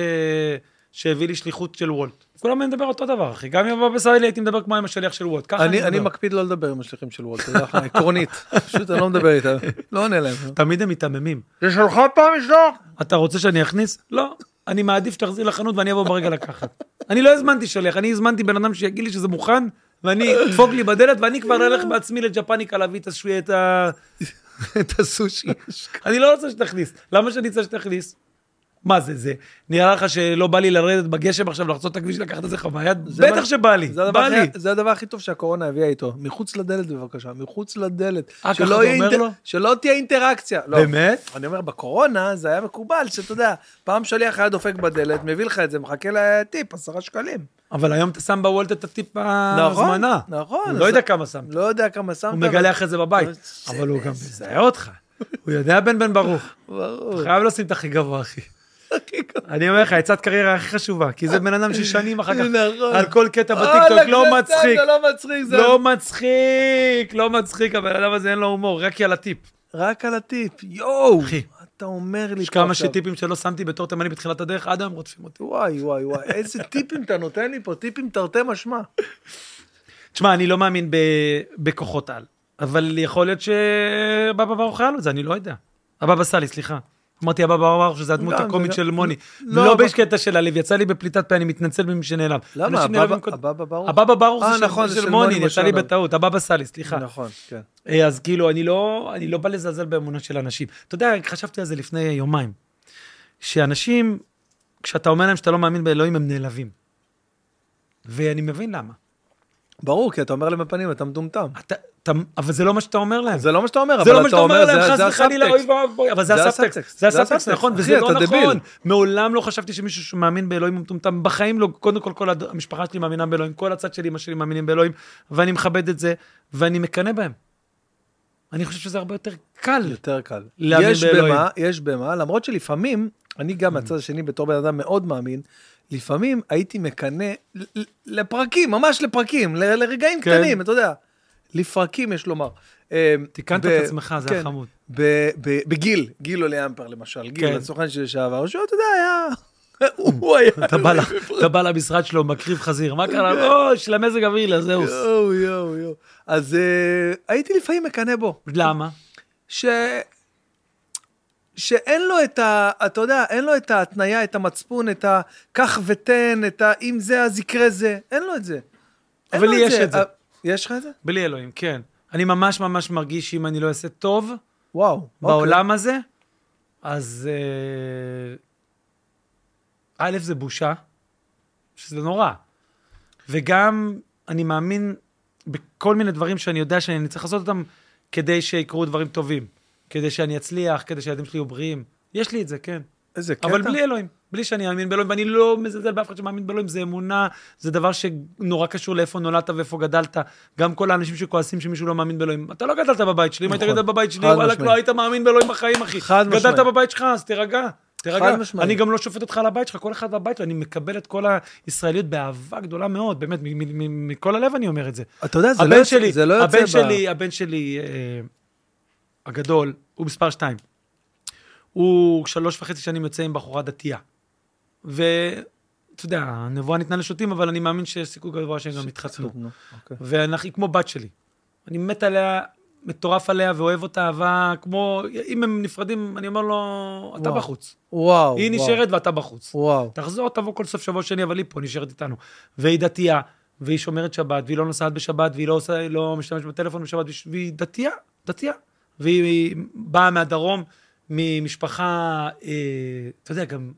שהביא לי שליחות של וולט. כולם אני מדבר אותו דבר, אחי. גם עם הבבא סאלי הייתי מדבר כמו עם השליח של וולט. ככה אני, אני, אני מדבר. מקפיד לא לדבר עם השליחים של וולט, אתה יודע, עקרונית, פשוט אני לא מדבר איתם, לא עונה להם. תמיד הם מתעממים. זה שלך פעם לשלוח? אתה רוצה שאני אכניס? לא. אני מעדיף שתחזיר לחנות ואני אבוא ברגע לקחת. אני לא הזמנתי שליח, אני הזמנתי בן אדם שיגיד לי שזה מוכן, ואני, דפוק לי בדלת, ואני כבר אלך בעצמי לג'פניקה להביא את השוי- את ה- את הסושי. אני לא רוצה שתכניס. למה שאני רוצה שתכניס? מה זה זה? נראה לך שלא בא לי לרדת בגשם עכשיו, לחצות את הכביש, לקחת איזה חוויה? בטח מה- שבא לי, זה הדבר, בא לי. הכי, זה הדבר הכי טוב שהקורונה הביאה איתו, מחוץ לדלת בבקשה, מחוץ לדלת. אה, שלא ככה אתה יהיה אומר לו? שלא תהיה אינטראקציה. לא. באמת? אני אומר, בקורונה זה היה מקובל, שאתה יודע, פעם שליח היה דופק בדלת, מביא לך את זה, מחכה לטיפ, עשרה שקלים. אבל היום אתה שם בוולט את הטיפ ההזמנה. נכון. הוא לא אז- יודע כמה שמת. לא יודע כמה שמת. הוא אבל- מגלח את זה בבית, זה- אבל הוא גם מזהה אותך. הוא יודע בן בן ברוך. ברור. אתה חייב לשים את הכי גבוה, אחי. אני אומר לך, עצת קריירה הכי חשובה, כי זה בן אדם ששנים אחר כך, נכון. על כל קטע וואלה, בטיקטוק, לא זה סתם, מצחיק. זה לא מצחיק, זה לא מצחיק, לא מצחיק, הבן אדם הזה אין לו הומור, רק על הטיפ. רק על הטיפ, יואו, אחי. מה אתה אומר לי יש פה כמה עכשיו? שטיפים שלא שמתי בתור תימני בתחילת הדרך, עד היום רודפים אותי. וואי, וואי, וואי, איזה טיפים אתה נותן לי פה, טיפים תרתי משמע. תשמע, אני לא מאמין ב- בכוחות על, אבל יכול להיות שבבא ברוך היה לו את זה, אני לא יודע. הבבא סאלי, סליחה. אמרתי הבבא ברוך שזה הדמות גם, הקומית וגם- של מוני. לא, לא אבל- בקטע של הלב, יצא לי בפליטת פה, אני מתנצל ממי שנעלב. למה? אנשים נעלבים הבבא- קודם. הבבא ברוך? הבבא ברוך אה, זה של- נכון, זה של של מוני, מוני יצא לי משה רבנו. בטעות, הבבא סאלי, סליחה. נכון, כן. אה, אז כאילו, אני לא, אני לא בא לזלזל באמונה של אנשים. אתה יודע, חשבתי על זה לפני יומיים, שאנשים, כשאתה אומר להם שאתה לא מאמין באלוהים, הם נעלבים. ואני מבין למה. ברור, כי אתה אומר להם בפנים, אתה מטומטם. אתה, אתה- אבל זה לא מה שאתה אומר להם. זה לא מה שאתה אומר, זה לא אבל מה אתה שאתה אומר אומר, זה להם, חס זה וחלילה, לא אוי הסאבטקסט. ואבוי, אבל זה זה הסאבטקסט, הסאבטקסט, זה זה הסאבטקסט, הסאבטקסט. נכון, אחי, וזה לא אתה דביל. נכון. מעולם לא חשבתי שמישהו שמאמין באלוהים הוא מטומטם, בחיים לא, קודם כל כל הד- המשפחה שלי מאמינה באלוהים, כל הצד שלי, אמא שלי מאמינים באלוהים, ואני מכבד את זה, ואני מקנא בהם. אני חושב שזה הרבה יותר קל. יותר קל. להאמין יש באלוהים. במה, יש במה, למרות שלפעמים, אני גם מהצד השני בתור בן אדם מאוד מאמין, לפעמים הייתי מקנא ל- ל- לפרקים, ממש לפרקים, ל- לרגעים כן. קטנים, אתה יודע. לפרקים, יש לומר. אמ, כן. תיקנת את עצמך, זה היה חמוד. בגיל, גיל עולה אמפר למשל, גיל, כן. הסוכן שלי לשעבר, שהוא, אתה יודע, היה... הוא היה... אתה בא ל- אתה בא למשרד שלו, מקריב חזיר, מה קרה? אוי, של המזג אוויר, לזהוס. יואו, יואו, יואו. אז אה, הייתי לפעמים מקנא בו. למה? ש... שאין לו את ה... אתה יודע, אין לו את ההתניה, את המצפון, את הקח ותן, את ה... אם זה אז יקרה זה. אין לו את זה. אין אבל לו לי יש את זה. אה, יש לך את זה? בלי אלוהים, כן. אני ממש ממש מרגיש שאם אני לא אעשה טוב, וואו. אוקיי. בעולם הזה, אז אה, א', זה בושה, שזה נורא. וגם אני מאמין בכל מיני דברים שאני יודע שאני צריך לעשות אותם כדי שיקרו דברים טובים, כדי שאני אצליח, כדי שהילדים שלי יהיו בריאים. יש לי את זה, כן. אוקיי. איזה קטע. אבל בלי אלוהים, בלי שאני אאמין באלוהים, ואני לא מזלזל באף אחד שמאמין באלוהים, זה אמונה, זה דבר שנורא קשור לאיפה נולדת ואיפה גדלת. גם כל האנשים שכועסים שמישהו לא מאמין באלוהים, אתה לא גדלת בבית שלי, אם היית נכון. גדל בבית שלי, חד וואלכ, משמעית. לא היית מאמין באלוהים בחיים, אחי. חד גדלת משמעית. בבית שלך, אז תירגע. תירגע. חד משמעית. אני גם לא שופט אותך על הבית שלך, כל אחד בבית שלו, אני מקבל את כל הישראליות באהבה גדולה מאוד, באמת, מ- מ- מ- מכל הלב אני אומר את זה. אתה יודע, זה לא הבן יוצא... שלי, זה לא יוצא הבן ב- שלי, הבן שלי אה, הגדול, הוא מספר שתיים. הוא שלוש וחצי שנים יוצא עם בחורה דתייה. ואתה יודע, הנבואה ניתנה לשוטים, אבל אני מאמין שיש סיכוי גבוה שהם גם יתחתנו. נו, אוקיי. ואנחנו, היא כמו בת שלי. אני מת עליה, מטורף עליה ואוהב אותה אהבה, כמו, אם הם נפרדים, אני אומר לו, אתה וואו. בחוץ. וואו. היא וואו. נשארת ואתה בחוץ. וואו. תחזור, תבוא כל סוף שבוע שני, אבל היא פה, נשארת איתנו. והיא דתייה, והיא שומרת שבת, והיא לא נוסעת בשבת, והיא לא, עושה, לא משתמשת בטלפון בשבת, והיא- והיא דתייה, דתייה. והיא היא באה מהדרום, ממשפחה, אה, אתה יודע, גם,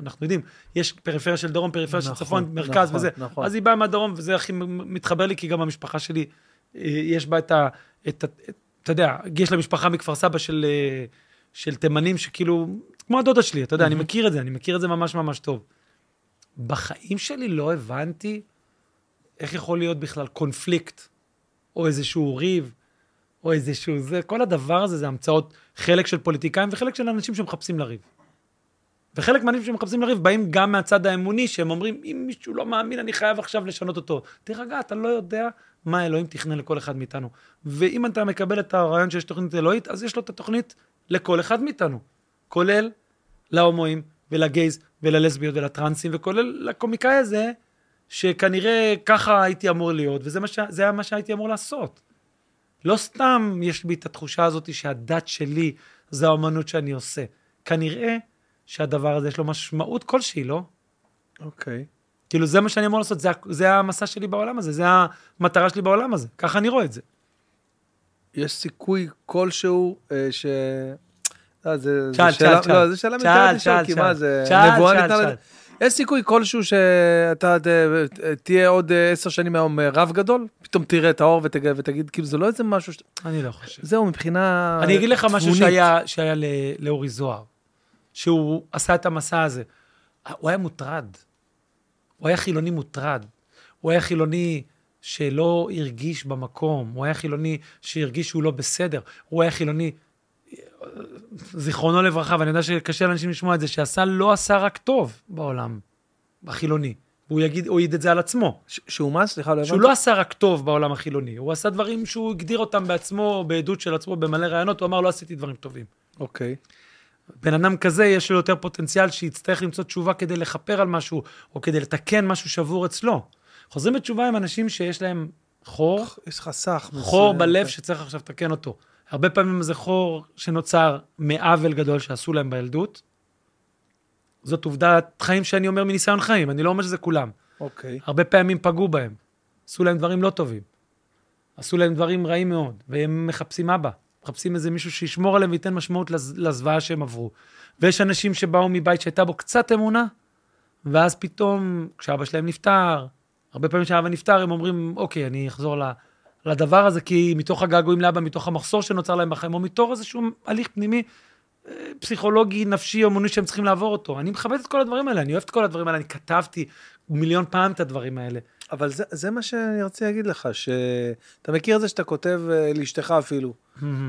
אנחנו יודעים, יש פריפריה של דרום, פריפריה של נכון, צפון, מרכז נכון, וזה. נכון. אז היא באה מהדרום, וזה הכי מ- מתחבר לי, כי גם המשפחה שלי, אה, יש בה את ה... את, ה- את, אתה יודע, יש לה משפחה מכפר סבא של, אה, של תימנים, שכאילו, כמו הדודה שלי, אתה יודע, אני מכיר את זה, אני מכיר את זה ממש ממש טוב. בחיים שלי לא הבנתי איך יכול להיות בכלל קונפליקט, או איזשהו ריב, או איזשהו זה, כל הדבר הזה זה המצאות, חלק של פוליטיקאים וחלק של אנשים שמחפשים לריב. וחלק מהאנשים שמחפשים לריב באים גם מהצד האמוני, שהם אומרים, אם מישהו לא מאמין, אני חייב עכשיו לשנות אותו. תירגע, אתה לא יודע מה אלוהים תכנן לכל אחד מאיתנו. ואם אתה מקבל את הרעיון שיש תוכנית אלוהית, אז יש לו את התוכנית לכל אחד מאיתנו, כולל להומואים ולגייז וללסביות ולטרנסים, וכולל לקומיקאי הזה, שכנראה ככה הייתי אמור להיות, וזה מה ש... זה היה מה שהייתי אמור לעשות. לא סתם יש בי את התחושה הזאת שהדת שלי זה האומנות שאני עושה. כנראה שהדבר הזה יש לו משמעות כלשהי, לא? אוקיי. כאילו זה מה שאני אמור לעשות, זה, ה- זה המסע שלי בעולם הזה, זה המטרה שלי בעולם הזה, ככה אני רואה את זה. יש סיכוי כלשהו אה, ש... אה, זה, שאל, זה שאלה, שאל, שאל. לא, זו שאלה שאל, מיותרת לשאול, שאל, כי שאל. מה זה, שאל, נבואה שאל, ניתנה שאל. לזה. יש סיכוי כלשהו שאתה ת- תהיה עוד אה, עשר שנים מהיום אה, רב גדול? פתאום תראה את האור ותג- ותגיד, כאילו, זה לא איזה משהו ש... אני לא חושב. זהו, מבחינה אני אגיד לך משהו תבונית. שהיה, שהיה ל- לאורי זוהר, שהוא עשה את המסע הזה. הוא היה מוטרד. הוא היה חילוני מוטרד. הוא היה חילוני שלא הרגיש במקום. הוא היה חילוני שהרגיש שהוא לא בסדר. הוא היה חילוני, זיכרונו לברכה, ואני יודע שקשה לאנשים לשמוע את זה, שעשה, לא עשה רק טוב בעולם החילוני. הוא יגיד, הוא יעיד את זה על עצמו. ש- שהוא מה? סליחה, לא הבנתי. שהוא לא עשה רק טוב בעולם החילוני, הוא עשה דברים שהוא הגדיר אותם בעצמו, בעדות של עצמו, במלא ראיונות, הוא אמר, לא עשיתי דברים טובים. אוקיי. בן אדם כזה, יש לו יותר פוטנציאל שיצטרך למצוא תשובה כדי לכפר על משהו, או כדי לתקן משהו שבור אצלו. חוזרים בתשובה עם אנשים שיש להם חור, יש לך סך. חור מסוים, בלב כן. שצריך עכשיו לתקן אותו. הרבה פעמים זה חור שנוצר מעוול גדול שעשו להם בילדות. זאת עובדת חיים שאני אומר מניסיון חיים, אני לא אומר שזה כולם. אוקיי. הרבה פעמים פגעו בהם, עשו להם דברים לא טובים, עשו להם דברים רעים מאוד, והם מחפשים אבא, מחפשים איזה מישהו שישמור עליהם וייתן משמעות לז- לזוועה שהם עברו. ויש אנשים שבאו מבית שהייתה בו קצת אמונה, ואז פתאום, כשאבא שלהם נפטר, הרבה פעמים כשאבא נפטר, הם אומרים, אוקיי, אני אחזור ל... לדבר הזה, כי מתוך הגעגועים לאבא, מתוך המחסור שנוצר להם בחיים, או מתוך איזשהו הליך פנימי אה, פסיכולוגי, נפשי, אומני שהם צריכים לעבור אותו. אני מכבד את כל הדברים האלה, אני אוהב את כל הדברים האלה, אני כתבתי מיליון פעם את הדברים האלה. אבל זה, זה מה שאני רציתי להגיד לך, שאתה מכיר את זה שאתה כותב אה, לאשתך אפילו,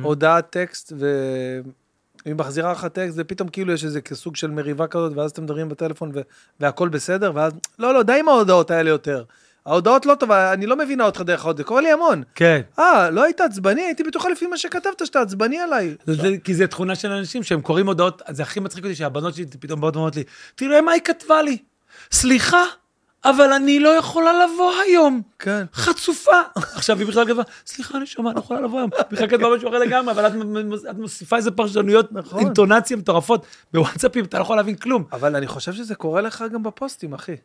הודעת טקסט, והיא מחזירה לך טקסט, ופתאום כאילו יש איזה סוג של מריבה כזאת, ואז אתם מדברים בטלפון ו... והכל בסדר, ואז, לא, לא, די עם ההודעות האלה יותר. ההודעות לא טובה, אני לא מבינה אותך דרך ההודעות, זה קורה לי המון. כן. אה, לא היית עצבני? הייתי בטוחה לפי מה שכתבת שאתה עצבני עליי. זה, זה, כי זה תכונה של אנשים שהם קוראים הודעות, זה הכי מצחיק אותי שהבנות שלי פתאום באות ואומרות לי, תראה מה היא כתבה לי. סליחה, אבל אני לא יכולה לבוא היום. כן. חצופה. עכשיו, היא בכלל כתבה, סליחה, אני שומעת, אני יכולה לבוא היום. בכלל כתבה משהו אחר לגמרי, אבל את, מ- מ- את מוסיפה איזה פרשנויות, נכון. אינטונציה מטורפות. בוואטסאפים אתה לא יכול להבין כלום. אבל אני חושב שזה קורה לך גם בפוסטים, אחי.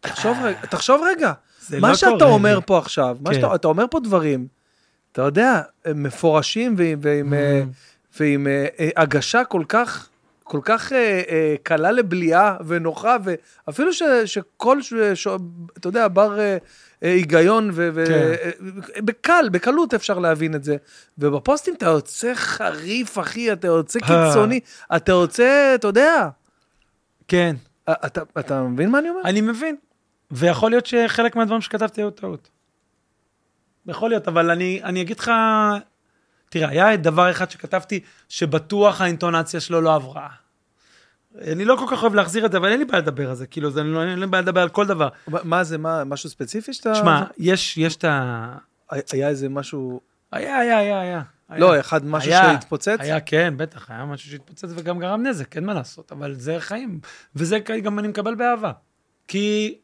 תחשוב רגע, תחשוב רגע. אה. זה מה לא שאתה קורה אומר לי. פה עכשיו, מה כן. שאתה אתה אומר פה דברים, אתה יודע, הם מפורשים ועם- Mm. ועם אה, ועם אה, אה, הגשה כל כך... כל כך אה, אה, קלה לבליעה ונוחה, ואפילו ש, שכל, ש, ש, אתה יודע, בר אה, אה, היגיון, ו, ו, כן. אה, בקל, בקלות אפשר להבין את זה. ובפוסטים אתה יוצא חריף, אחי, אתה יוצא אה. קיצוני, אתה יוצא, אתה יודע, כן. אה, אתה, אתה מבין מה אני אומר? אני מבין. ויכול להיות שחלק מהדברים שכתבתי היו טעות. יכול להיות, אבל אני, אני אגיד לך... תראה, היה דבר אחד שכתבתי, שבטוח האינטונציה שלו לא עברה. אני לא כל כך אוהב להחזיר את זה, אבל אין לי בעיה לדבר על זה. כאילו, זה, אני לא, אין לי בעיה לדבר על כל דבר. מה- מה זה, מה, משהו ספציפי שאתה... אה, שמע, יש, יש את ה... היה איזה משהו... היה, היה, היה, היה. לא, היה. אחד משהו היה, שהתפוצץ? היה, כן, בטח, היה משהו שהתפוצץ וגם גרם נזק, אין מה לעשות, אבל זה חיים. וזה כ- גם אני מקבל באהבה. כי...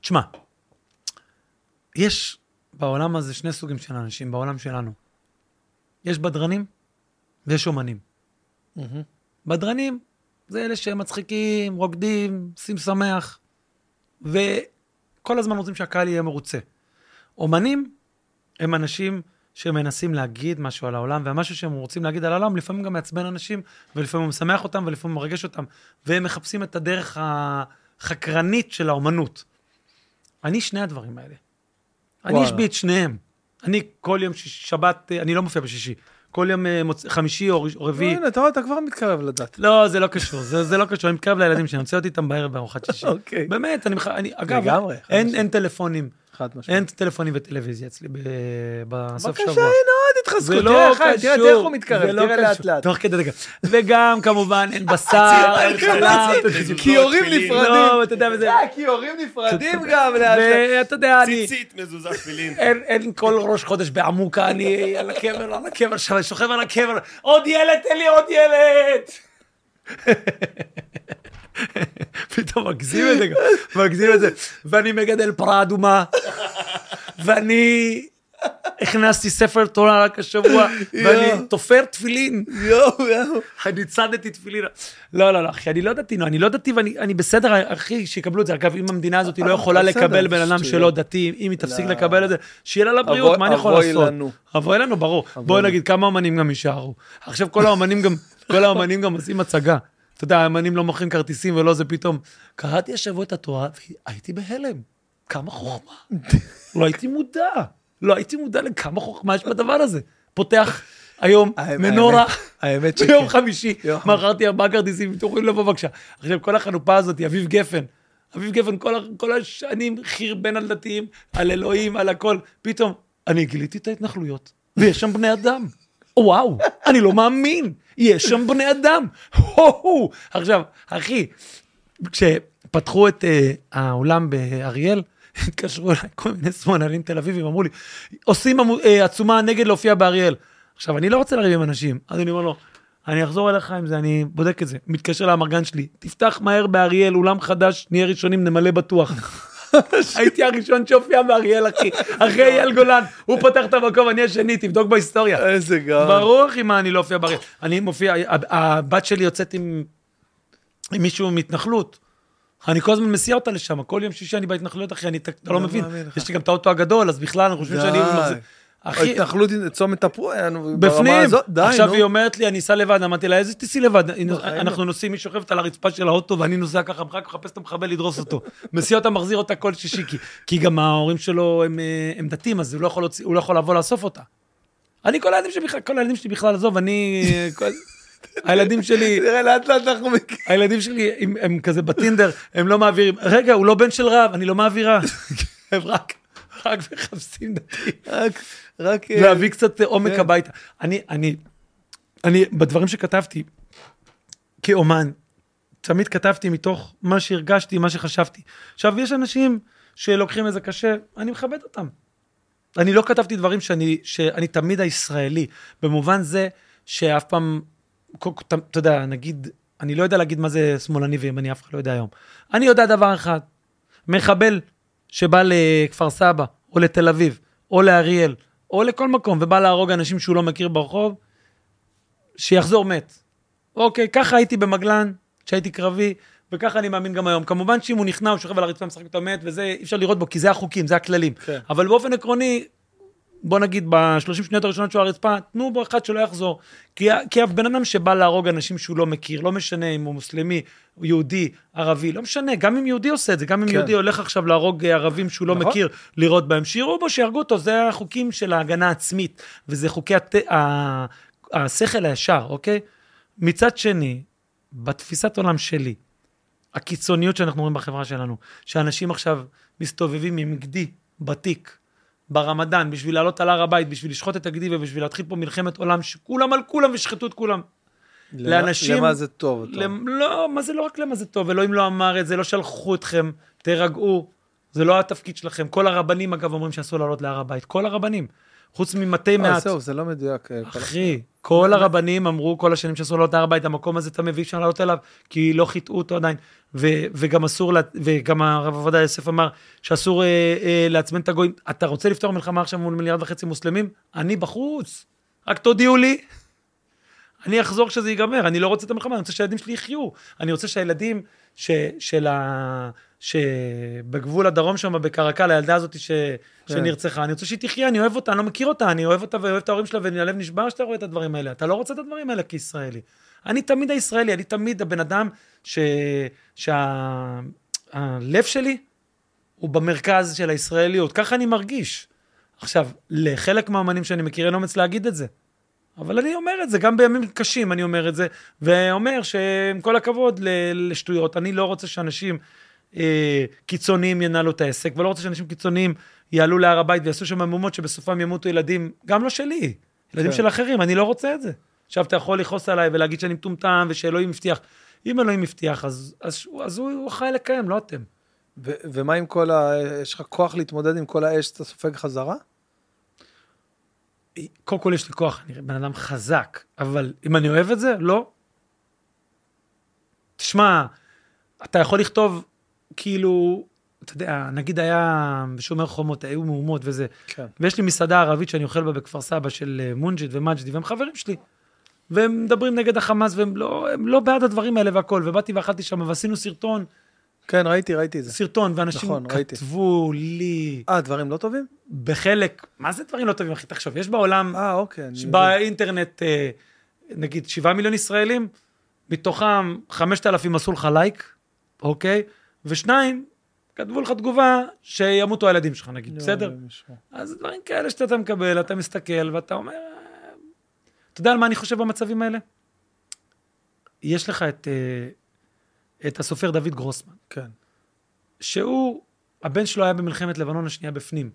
תשמע, יש בעולם הזה שני סוגים של אנשים, בעולם שלנו. יש בדרנים ויש אומנים. מהמם. בדרנים זה אלה שמצחיקים, רוקדים, עושים שמח, וכל הזמן רוצים שהקהל יהיה מרוצה. אומנים הם אנשים שמנסים להגיד משהו על העולם, והמשהו שהם רוצים להגיד על העולם לפעמים גם מעצבן אנשים, ולפעמים הוא משמח אותם, ולפעמים הוא מרגש אותם, והם מחפשים את הדרך החקרנית של האומנות. אני שני הדברים האלה. אני וואלה. יש בי את שניהם. אני כל יום שיש- שבת, אה, אני לא מופיע בשישי. כל יום אה, מוצ... חמישי או ראש- או לא, רביעי. הנה, אתה רואה, אתה כבר מתקרב לדת. לא, זה לא קשור, זה, זה לא קשור, אני מתקרב לילדים שלי, אני רוצה להיות איתם בערב בארוחת שישי. אוקיי. באמת, אני, מח- אני אגב, לגמרי, חד אין, משמעית. אין טלפונים, חד משמעית. אין טלפונים וטלוויזיה אצלי ב, בסוף בבקשה, שבוע. הנה עוד התחזקות. זה לא תראה, חיים, קשור, תראה, תראה איך הוא מתקרב, זה לא תראה לאט קשור. לאט. תוך כדי דקה. וגם כמובן אין בשר, אין חלב, כיורים תפילים. נפרדים. לא, אתה יודע, וזה- אה, כיורים נפרדים גם לאט לאט. ואתה יודע, אני... ציצית, מזוזה, תפילין. אין, אין כל ראש חודש בעמוקה, אני על הקבר, על הקבר שם, שוכב על הקבר, עוד ילד, תן לי עוד ילד! פתאום מגזים את זה, גם, מגזים את זה. ואני מגדל פרה אדומה, ואני הכנסתי ספר תורה רק השבוע, ואני תופר תפילין. יואו, יואו. אני צדתי תפילין. לא, לא, לא, אחי, אני לא דתי, נו, אני לא דתי ואני אני בסדר, אחי, שיקבלו את זה. אגב, אם המדינה הזאת לא יכולה בסדר, לקבל בן אדם שטויות. שלא דתי, אם היא תפסיק לא. לקבל את זה, שיהיה לה לבריאות, אבוי- מה אני יכול אבוי לעשות? אבוי לנו. לנו. אבוי לנו, ברור. בואו נגיד, כמה אומנים גם יישארו. עכשיו, כל האומנים גם, כל האומנים גם עושים הצגה. אתה יודע, האמנים לא מוכרים כרטיסים ולא זה פתאום. קראתי השבוע את התורה והייתי בהלם. כמה חוכמה. לא הייתי מודע. לא הייתי מודע לכמה חוכמה יש בדבר הזה. פותח היום האמת- מנורה. האמת שכן. ביום חמישי, יום. מכרתי ארבעה כרטיסים, אתם יכולים לבוא בבקשה. עכשיו, כל החנופה הזאת, אביב גפן, אביב גפן כל, ה- כל השנים חרבן על דתיים, על אלוהים, על הכל, פתאום, אני גיליתי את ההתנחלויות, ויש שם בני אדם. וואו, אני לא מאמין, יש שם בני אדם. הו-הו. עכשיו, אחי, כשפתחו את אה, האולם באריאל, התקשרו אליי כל מיני שמאלנים תל אביבים, אמרו לי, עושים עמו- אה, עצומה נגד להופיע באריאל. עכשיו, אני לא רוצה לריב עם אנשים, אז אני אומר לו, אני אחזור אליך עם זה, אני בודק את זה. מתקשר לאמרגן שלי, תפתח מהר באריאל, אולם חדש, נהיה ראשונים, נמלא בטוח. הייתי הראשון שהופיע באריאל, אחי, לא. אחרי אייל גולן, הוא פתח את המקום, אני השני, תבדוק בהיסטוריה. איזה גאון. ברור אחי מה אני לא אופיע בריא. אני מופיע, ה- הבת שלי יוצאת עם, עם מישהו מהתנחלות. אני כל הזמן מסיע אותה לשם, כל יום שישי אני בהתנחלויות אחי, אני אתה לא מבין. מאמין לך. יש לי גם את האוטו הגדול, אז בכלל, אנחנו חושבים שאני... די. מחזיק- אחי, ההתנחלות, צומת תפוח, נו, ברמה בפנים. הזאת, די, נו. עכשיו היא אומרת לי, אני אסע לבד. אמרתי לה, איזה תיסעי לבד? הנה, ראינו. אנחנו נוסעים, היא שוכבת על הרצפה של האוטו, ואני נוסע ככה, אחר כך מחפש את המחבל לדרוס אותו. מסיע אותה, מחזיר אותה כל שישי, כי- כי גם ההורים שלו הם, אה, הם דתיים, אז הוא לא יכול להוציא- הוא לא יכול לבוא לאסוף אותה. אני, כל הילדים שלי בכלל, כל הילדים שלי בכלל, עזוב, אני... אה, כל- הילדים שלי... תראה, לאט לאט אנחנו מכירים. הילדים שלי, הם, הם כזה בטינדר, הם לא מעבירים, רגע, הוא לא בן של רב, אני לא מעבירה. כן, הם רק, רק מחפשים דתיים. רק- רק... אה, להביא קצת עומק כן. הביתה. אני, אני, אני, בדברים שכתבתי, כאומן, תמיד כתבתי מתוך מה שהרגשתי, מה שחשבתי. עכשיו, יש אנשים שלוקחים את זה קשה, אני מכבד אותם. אני לא כתבתי דברים שאני, שאני תמיד הישראלי, במובן זה שאף פעם, כל- ת- אתה יודע, נגיד, אני לא יודע להגיד מה זה שמאלני וימני, אף אחד לא יודע היום. אני יודע דבר אחד, מחבל שבא לכפר סבא, או לתל אביב, או לאריאל, או לכל מקום, ובא להרוג אנשים שהוא לא מכיר ברחוב, שיחזור מת. אוקיי, ככה הייתי במגלן, כשהייתי קרבי, וככה אני מאמין גם היום. כמובן שאם הוא נכנע, הוא שוכב על הרצפה, משחק אותו מת, וזה, אי אפשר לראות בו, כי זה החוקים, זה הכללים. כן. אבל באופן עקרוני, בוא נגיד, ב-30 שניות הראשונות שלו על הרצפה, תנו בו אחד שלא יחזור. כי, כי אף בן אדם שבא להרוג אנשים שהוא לא מכיר, לא משנה אם הוא מוסלמי, הוא יהודי, ערבי, לא משנה, גם אם יהודי עושה את זה, גם אם כן. כן. יהודי הולך עכשיו להרוג אה, ערבים שהוא לא נכון. מכיר, לירות בהם, שיראו בו, שיהרגו אותו, זה החוקים של ההגנה העצמית, וזה חוקי הת... ה... השכל הישר, אוקיי? מצד שני, בתפיסת עולם שלי, הקיצוניות שאנחנו רואים בחברה שלנו, שאנשים עכשיו מסתובבים עם גדי בתיק, ברמדאן, בשביל לעלות על הר הבית, בשביל לשחוט את הגדי ובשביל להתחיל פה מלחמת עולם שכולם על כולם וישחטו את כולם. אה, למה- לאנשים- למה זה טוב? אתה אומר? למ... לא, מה זה לא רק למה זה טוב, אלוהים לא אמר את זה, לא שלחו אתכם, תירגעו, זה לא התפקיד שלכם. כל הרבנים, אגב, אומרים שאסור לעלות להר הבית, כל הרבנים, חוץ ממתי אה, מעט. זהו, זה לא מדויק. אה, כל- אחי, כל הרבנים אמרו כל השנים שאסור לעלות להר הבית, המקום הזה טמא ואי אפשר לעלות אליו, כי לא חיטאו אותו עדיין. ו- וגם אסור, לה- וגם הרב עובדיה יוסף אמר שאסור אה, אה, לעצבן את הגויים. אתה רוצה לפתור מלחמה עכשיו מול מיליארד וחצי מוסלמים? אני בחוץ. רק תודיעו לי, אני אחזור כשזה ייגמר, אני לא רוצה את המלחמה, אני רוצה שהילדים שלי יחיו. אני רוצה שהילדים ש, של ה... שבגבול הדרום שם, בקרקל, הילדה הזאת ש, שנרצחה, אני רוצה שהיא תחיה, אני אוהב אותה, אני לא מכיר אותה, אני אוהב אותה ואוהב את ההורים שלה, והלב נשבר שאתה רואה את הדברים האלה. אתה לא רוצה את הדברים האלה כישראלי. אני תמיד הישראלי, אני תמיד הבן אדם ש... שהלב שה... הלב שלי הוא במרכז של הישראליות. ככה אני מרגיש. עכשיו, לחלק מהאמנים שאני מכיר אין אומץ להגיד את זה. אבל אני אומר את זה, גם בימים קשים אני אומר את זה, ואומר שעם כל הכבוד ל- לשטויות, אני לא רוצה שאנשים אה, קיצוניים ינהלו את העסק, ולא רוצה שאנשים קיצוניים יעלו להר הבית ויעשו שם מהומות שבסופם ימותו ילדים, גם לא שלי, ילדים כן. של אחרים, אני לא רוצה את זה. עכשיו אתה יכול לכעוס עליי ולהגיד שאני מטומטם ושאלוהים הבטיח. אם אלוהים הבטיח, אז, אז, אז הוא, הוא אחראי לקיים, לא אתם. ו- ומה עם כל ה... יש לך כוח להתמודד עם כל האש שאתה סופג חזרה? קודם כל יש לי כוח, אני בן אדם חזק, אבל אם אני אוהב את זה, לא. תשמע, אתה יכול לכתוב, כאילו, אתה יודע, נגיד היה בשומר חומות, היו מהומות וזה, כן. ויש לי מסעדה ערבית שאני אוכל בה בכפר סבא של אה, מונג'ית ומג'די, והם חברים שלי. והם מדברים נגד החמאס, והם לא, הם לא בעד הדברים האלה והכל, ובאתי ואכלתי שם, ועשינו סרטון, כן, ראיתי, ראיתי את זה. סרטון, ואנשים נכון, ראיתי. כתבו לי, אה, דברים לא טובים? בחלק, מה זה דברים לא טובים, אחי, תחשוב, יש בעולם... אה, אוקיי. אני- באינטרנט, אה, נגיד, 7 מיליון ישראלים, מתוכם 5,000 עשו לך לייק, אוקיי? ושניים, כתבו לך תגובה שימותו הילדים שלך, נגיד, לא, בסדר? לא, משמע. אז דברים כאלה שאתה מקבל, אתה מסתכל ואתה אומר... "אה." אתה יודע על מה אני חושב במצבים האלה? יש לך את, אה, את הסופר דוד גרוסמן. כן. שהוא, הבן שלו היה במלחמת לבנון השנייה בפנים.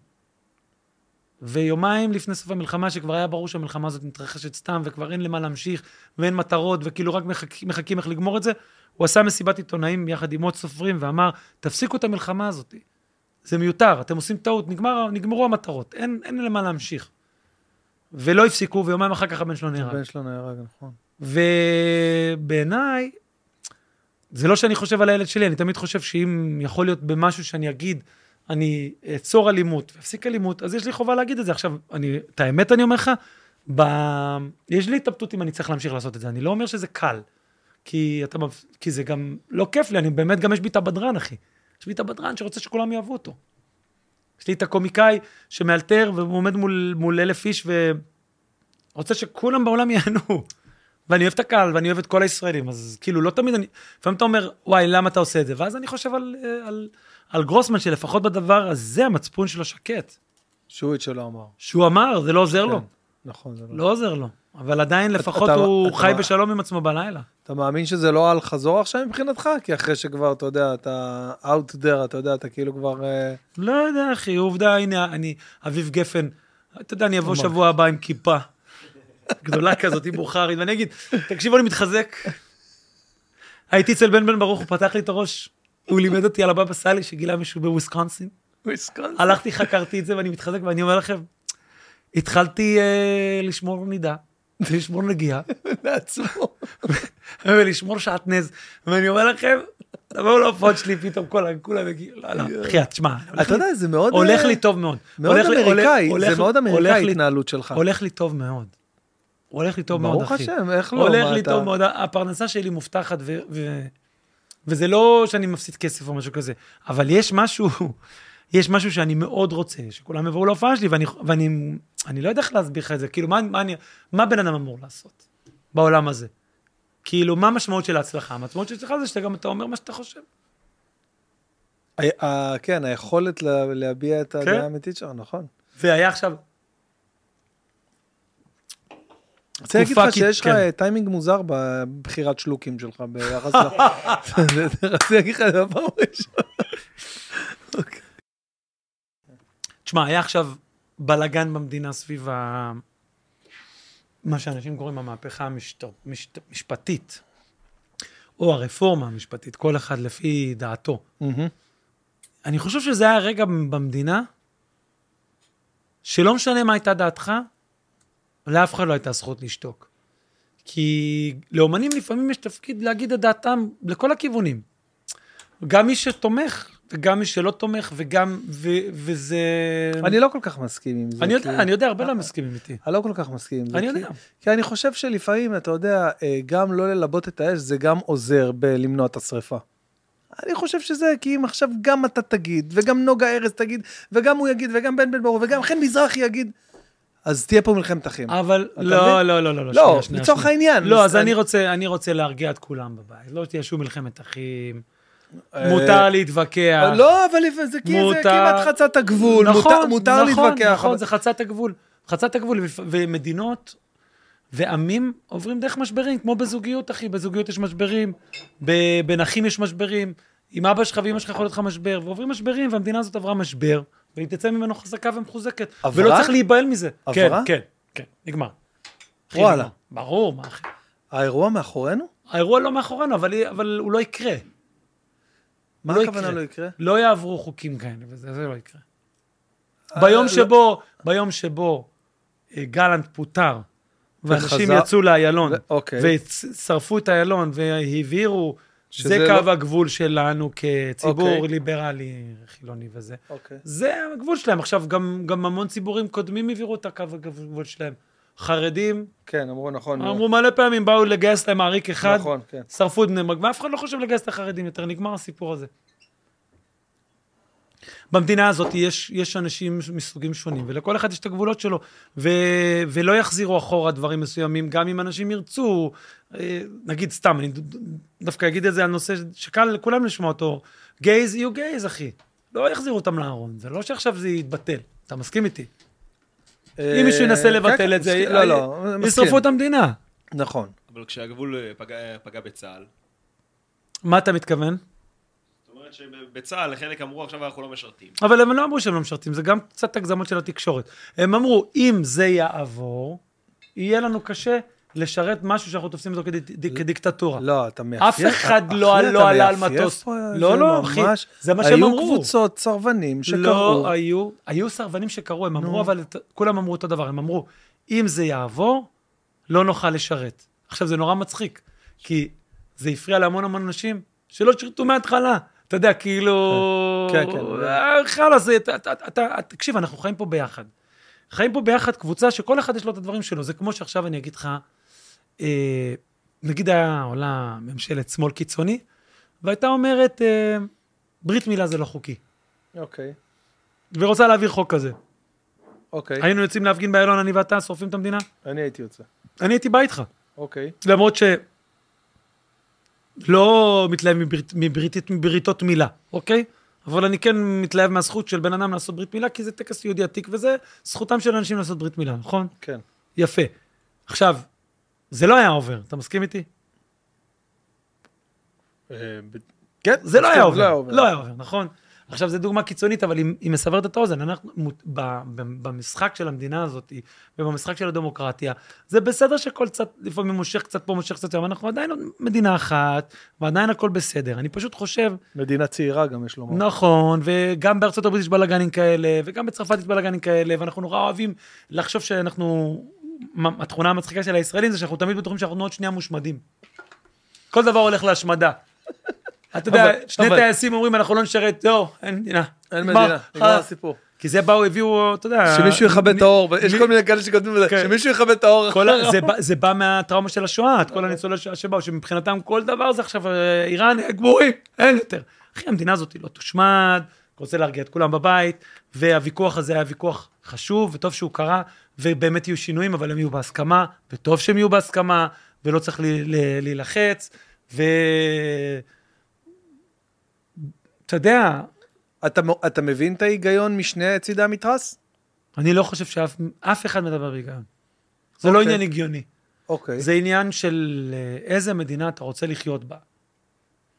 ויומיים לפני סוף המלחמה, שכבר היה ברור שהמלחמה הזאת מתרחשת סתם, וכבר אין למה להמשיך, ואין מטרות, וכאילו רק מחכים, מחכים איך לגמור את זה, הוא עשה מסיבת עיתונאים יחד עם עוד סופרים, ואמר, תפסיקו את המלחמה הזאת. זה מיותר, אתם עושים טעות, נגמר, נגמרו המטרות, אין, אין למה להמשיך. ולא הפסיקו, ויומיים אחר כך הבן שלו נהרג. הבן שלו נהרג, נכון. ובעיניי, זה לא שאני חושב על הילד שלי, אני תמיד חושב שאם יכול להיות במשהו שאני אגיד, אני אעצור אלימות ואפסיק אלימות, אז יש לי חובה להגיד את זה. עכשיו, אני, את האמת אני אומר לך, ב... יש לי התלבטות אם אני צריך להמשיך לעשות את זה. אני לא אומר שזה קל, כי, אתה, מפ- כי זה גם לא כיף לי, אני באמת, גם יש בי את הבדרן, אחי. יש בי את הבדרן שרוצה שכולם יאהבו אותו. יש לי את הקומיקאי שמאלתר והוא עומד מול, מול אלף איש ורוצה שכולם בעולם ייהנו. ואני אוהב את הקהל ואני אוהב את כל הישראלים, אז כאילו לא תמיד אני... לפעמים אתה אומר, וואי, למה אתה עושה את זה? ואז אני חושב על, אה, על, על גרוסמן, שלפחות בדבר הזה המצפון שלו שקט. שהוא את שלו אמר. שהוא אמר, זה לא עוזר לו. כן, נכון, זה לא. לא עוזר לו. אבל עדיין לפחות אתה- הוא אתה- חי בשלום עם עצמו בלילה. אתה מאמין שזה לא על חזור עכשיו מבחינתך? כי אחרי שכבר, אתה יודע, אתה out there, אתה יודע, אתה כאילו כבר... אה, לא יודע, אחי, עובדה, הנה, אני, אביב גפן, אתה יודע, אני אבוא אמר. שבוע הבא עם כיפה גדולה כזאת, עם בוכרית, ואני אגיד, תקשיבו, אני מתחזק. הייתי אצל בן בן ברוך, הוא פתח לי את הראש, הוא לימד אותי על הבבא סאלי שגילה מישהו בוויסקונסין. הלכתי, חקרתי את זה, ואני מתחזק, ואני אומר לכם, התחלתי אה, לשמור נידה, ולשמור נגיעה, לעצמו. ולשמור שעטנז, ואני אומר לכם, תבואו להופעות שלי, פתאום כל- כולם מגיעים, לא, לא, אחי, תשמע, אה, אתה יודע, זה מאוד... הולך אה, לי טוב מאוד. מאוד הולך לי- הולך- אמריקאי, הולך זה לי- מאוד הולך אמריקאי לי- ההתנהלות שלך. הולך לי טוב מאוד. הולך לי טוב מאוד, אחי. ברוך השם, איך לא? הולך מה, לי אתה- טוב מאוד, הפרנסה שלי מובטחת, ו- ו- וזה לא שאני מפסיד כסף או משהו כזה, אבל יש משהו, יש משהו שאני מאוד רוצה, שכולם יבואו להופעה שלי, ואני- ואני אני לא יודע איך להסביר לך את זה, כאילו, מה- מה אני- מה בן אדם אמור לעשות בעולם הזה? כאילו, מה המשמעות של ההצלחה? המשמעות של ההצלחה זה שאתה גם, אתה אומר מה שאתה חושב. ה- ה- כן, היכולת לה- להביע כן. את הדעה האמיתית שלך, נכון. והיה עכשיו, אני רוצה להגיד תקופה לך כי- שיש לך כן. אה, טיימינג מוזר בבחירת שלוקים שלך ביחס ל... רציתי להגיד לך את זה לא בפעם הראשונה. תשמע, היה עכשיו בלגן במדינה סביב ה... מה שאנשים קוראים המהפכה המשפטית, משט... משפטית, או הרפורמה המשפטית, כל אחד לפי דעתו. מהמם. אני חושב שזה היה רגע במדינה, שלא משנה מה הייתה דעתך, לאף אחד לא הייתה זכות לשתוק. כי לאומנים לפעמים יש תפקיד להגיד את דעתם לכל הכיוונים. גם מי שתומך, וגם מי שלא תומך, וגם, ו, וזה... אני לא כל כך מסכים עם זה. אני כי- יודע, אני יודע, הרבה לא מסכימים איתי. אני לא כל כך מסכים עם זה. אני כי- יודע. כי אני חושב שלפעמים, אתה יודע, אה, גם לא ללבות את האש, זה גם עוזר בלמנוע את השריפה. אני חושב שזה, כי אם עכשיו גם אתה תגיד, וגם נוגה ארז תגיד, וגם הוא יגיד, וגם בן בן ברור, וגם חן מזרחי יגיד, אז תהיה פה מלחמת אחים. אבל אתה לא, מבין? לא, לא, לא, לא, שנייה, שנייה, לצורך שנייה. העניין. לא, אז אני- אני רוצה, אני רוצה להרגיע את כולם בבית. לא תהיה שום מלחמת אחים. אה, מותר להתווכח. לא, אבל לפ- זה כי- זה אה, מותר- כמעט חצת הגבול, נכון, מותר- מותר נכון, להתווכח. נכון, אבל- זה חצה את הגבול. חצה את הגבול, ו- ומדינות ועמים עוברים דרך משברים, כמו בזוגיות, אחי. בזוגיות יש משברים, ב- בין אחים יש משברים, עם אבא שלך ואמא שלך יכול להיות לך משבר, ועוברים משברים, והמדינה הזאת עברה משבר, והיא תצא ממנו חזקה ומחוזקת. עברה? ולא צריך להיבהל מזה. עברה? כן, כן, כן, נגמר. אחי, וואלה. נגמר. ברור, מה אחי. האירוע מאחורינו? האירוע לא מאחורינו, אבל, אבל הוא לא יקרה. מה לא הכוונה יקרה. לא יקרה? לא יעברו חוקים כאלה, וזה זה לא יקרה. אה, ביום לא- שבו, ביום שבו אה, גלנט פוטר, ואנשים וחזר- יצאו לאיילון, ו- אוקיי. ושרפו את איילון, והבהירו, שזה זה לא- קו הגבול שלנו כציבור אוקיי. ליברלי, חילוני וזה. אוקיי. זה הגבול שלהם. עכשיו, גם, גם המון ציבורים קודמים הבהירו את הקו הגבול שלהם. חרדים, כן, אמרו נכון. אמרו מלא פעמים, באו לגייס להם עריק אחד, נכון, כן. שרפו את בני ברק, ואף אחד לא חושב לגייס את החרדים יותר, נגמר הסיפור הזה. במדינה הזאת יש, יש אנשים מסוגים שונים, ולכל אחד יש את הגבולות שלו, ו, ולא יחזירו אחורה דברים מסוימים, גם אם אנשים ירצו, אה, נגיד סתם, אני ד- ד- דווקא אגיד את זה על נושא ש- שקל לכולם לשמוע אותו, גייז יהיו גייז, אחי. לא יחזירו אותם לארון, זה לא שעכשיו זה יתבטל, אתה מסכים איתי? אם מישהו ינסה אה, כן, לבטל כן, את זה, אה, מסכים- לא, לא, מסכים. ישרפו את המדינה. נכון. אבל כשהגבול אה, פגע- פגע בצה"ל, מה אתה מתכוון? זאת אומרת שבצה"ל חלק אמרו עכשיו אנחנו לא משרתים. אבל הם לא אמרו שהם לא משרתים, זה גם קצת הגזמות של התקשורת. הם אמרו, אם זה יעבור, יהיה לנו קשה לשרת משהו שאנחנו תופסים אותו כדיק- דיק- כדיקטטורה. לא, אתה מייפייף. אף אחד אחי, לא- אתה לא עלה על מייפייף מטוס. פה, לא, זה לא, אחי, ממש- זה מה שהם היו אמרו. קבוצות סרבנים שקראו. לא היו, היו סרבנים שקראו, הם אמרו, אבל את- כולם אמרו אותו דבר, הם אמרו, אם זה יעבור, לא נוכל לשרת. עכשיו, זה נורא מצחיק, כי זה הפריע להמון המון אנשים שלא שירתו מההתחלה. אתה יודע, כאילו... כן, כן, כן. אה, חלאס, זה- אתה- אתה- אתה- תקשיב, אנחנו חיים פה ביחד. חיים פה ביחד קבוצה שכל אחד יש לו את הדברים שלו. זה כמו שעכשיו אני אגיד לך, אה, נגיד היה עולה ממשלת שמאל קיצוני, והייתה אומרת, אה, ברית מילה זה לא חוקי. אוקיי. ורוצה להעביר חוק כזה. אוקיי, היינו יוצאים להפגין באיילון, אני ואתה, שורפים את המדינה? אני הייתי יוצא. אני הייתי בא איתך. אוקיי. למרות ש... לא מתלהב מברית, מבריתית, מבריתות מילה, אוקיי? אבל אני כן מתלהב מהזכות של בן אדם לעשות ברית מילה, כי זה טקס יהודי עתיק, וזה זכותם של אנשים לעשות ברית מילה, נכון? כן. יפה. עכשיו, זה לא היה עובר, אתה מסכים איתי? כן? אה, זה לא היה עובר. לא היה עובר. לא היה עובר, נכון. עכשיו, זו דוגמה קיצונית, אבל היא, היא מסברת את האוזן. אנחנו, מות- ב, ב, במשחק של המדינה הזאת, ובמשחק של הדמוקרטיה, זה בסדר שכל קצת, לפעמים מושך קצת פה, מושך קצת שם, אנחנו עדיין מדינה אחת, ועדיין הכל בסדר. אני פשוט חושב מדינה צעירה גם, יש לומר. נכון, וגם בארצות הברית יש בלאגנים כאלה, וגם בצרפת יש בלאגנים כאלה, ואנחנו נורא אוהבים לחשוב שאנחנו, מה- התכונה המצחיקה של הישראלים זה שאנחנו תמיד בטוחים שאנחנו עוד שנייה מושמדים. כל דבר הולך להשמדה. אתה יודע, אבל- שני אבל- טייסים אומרים, אנחנו לא נשרת, לא, אין מדינה. אין נגמר, מדינה, נגמר אה. הסיפור. כי זה באו, הביאו, אתה יודע... שמישהו יכבה את האור, יש אה, מי- כל מיני כאלה שכותבים את זה, כן. שמישהו יכבה את האור. כל ה- זה בא- זה בא מהטראומה של השואה, את כל הניצולי שואה שבאו, שמבחינתם כל דבר זה עכשיו אה, איראן, אה, גמורים, אין יותר. אחי, המדינה הזאת היא לא תושמד, רוצה להרגיע את כולם בבית, והוויכוח הזה היה ויכוח חשוב, וטוב שהוא קרה, ובאמת יהיו שינויים, אבל הם יהיו בהסכמה, וטוב שהם יהיו בהסכמה, ולא צריך ל- ל- להילחץ, ו... אתה יודע, אתה מ- אתה מבין את ההיגיון משני צידי המתרס? אני לא חושב שאף אף אחד מדבר בהיגיון. זה לא אוקיי. עניין הגיוני. אוקיי. זה עניין של אה, איזה מדינה אתה רוצה לחיות בה.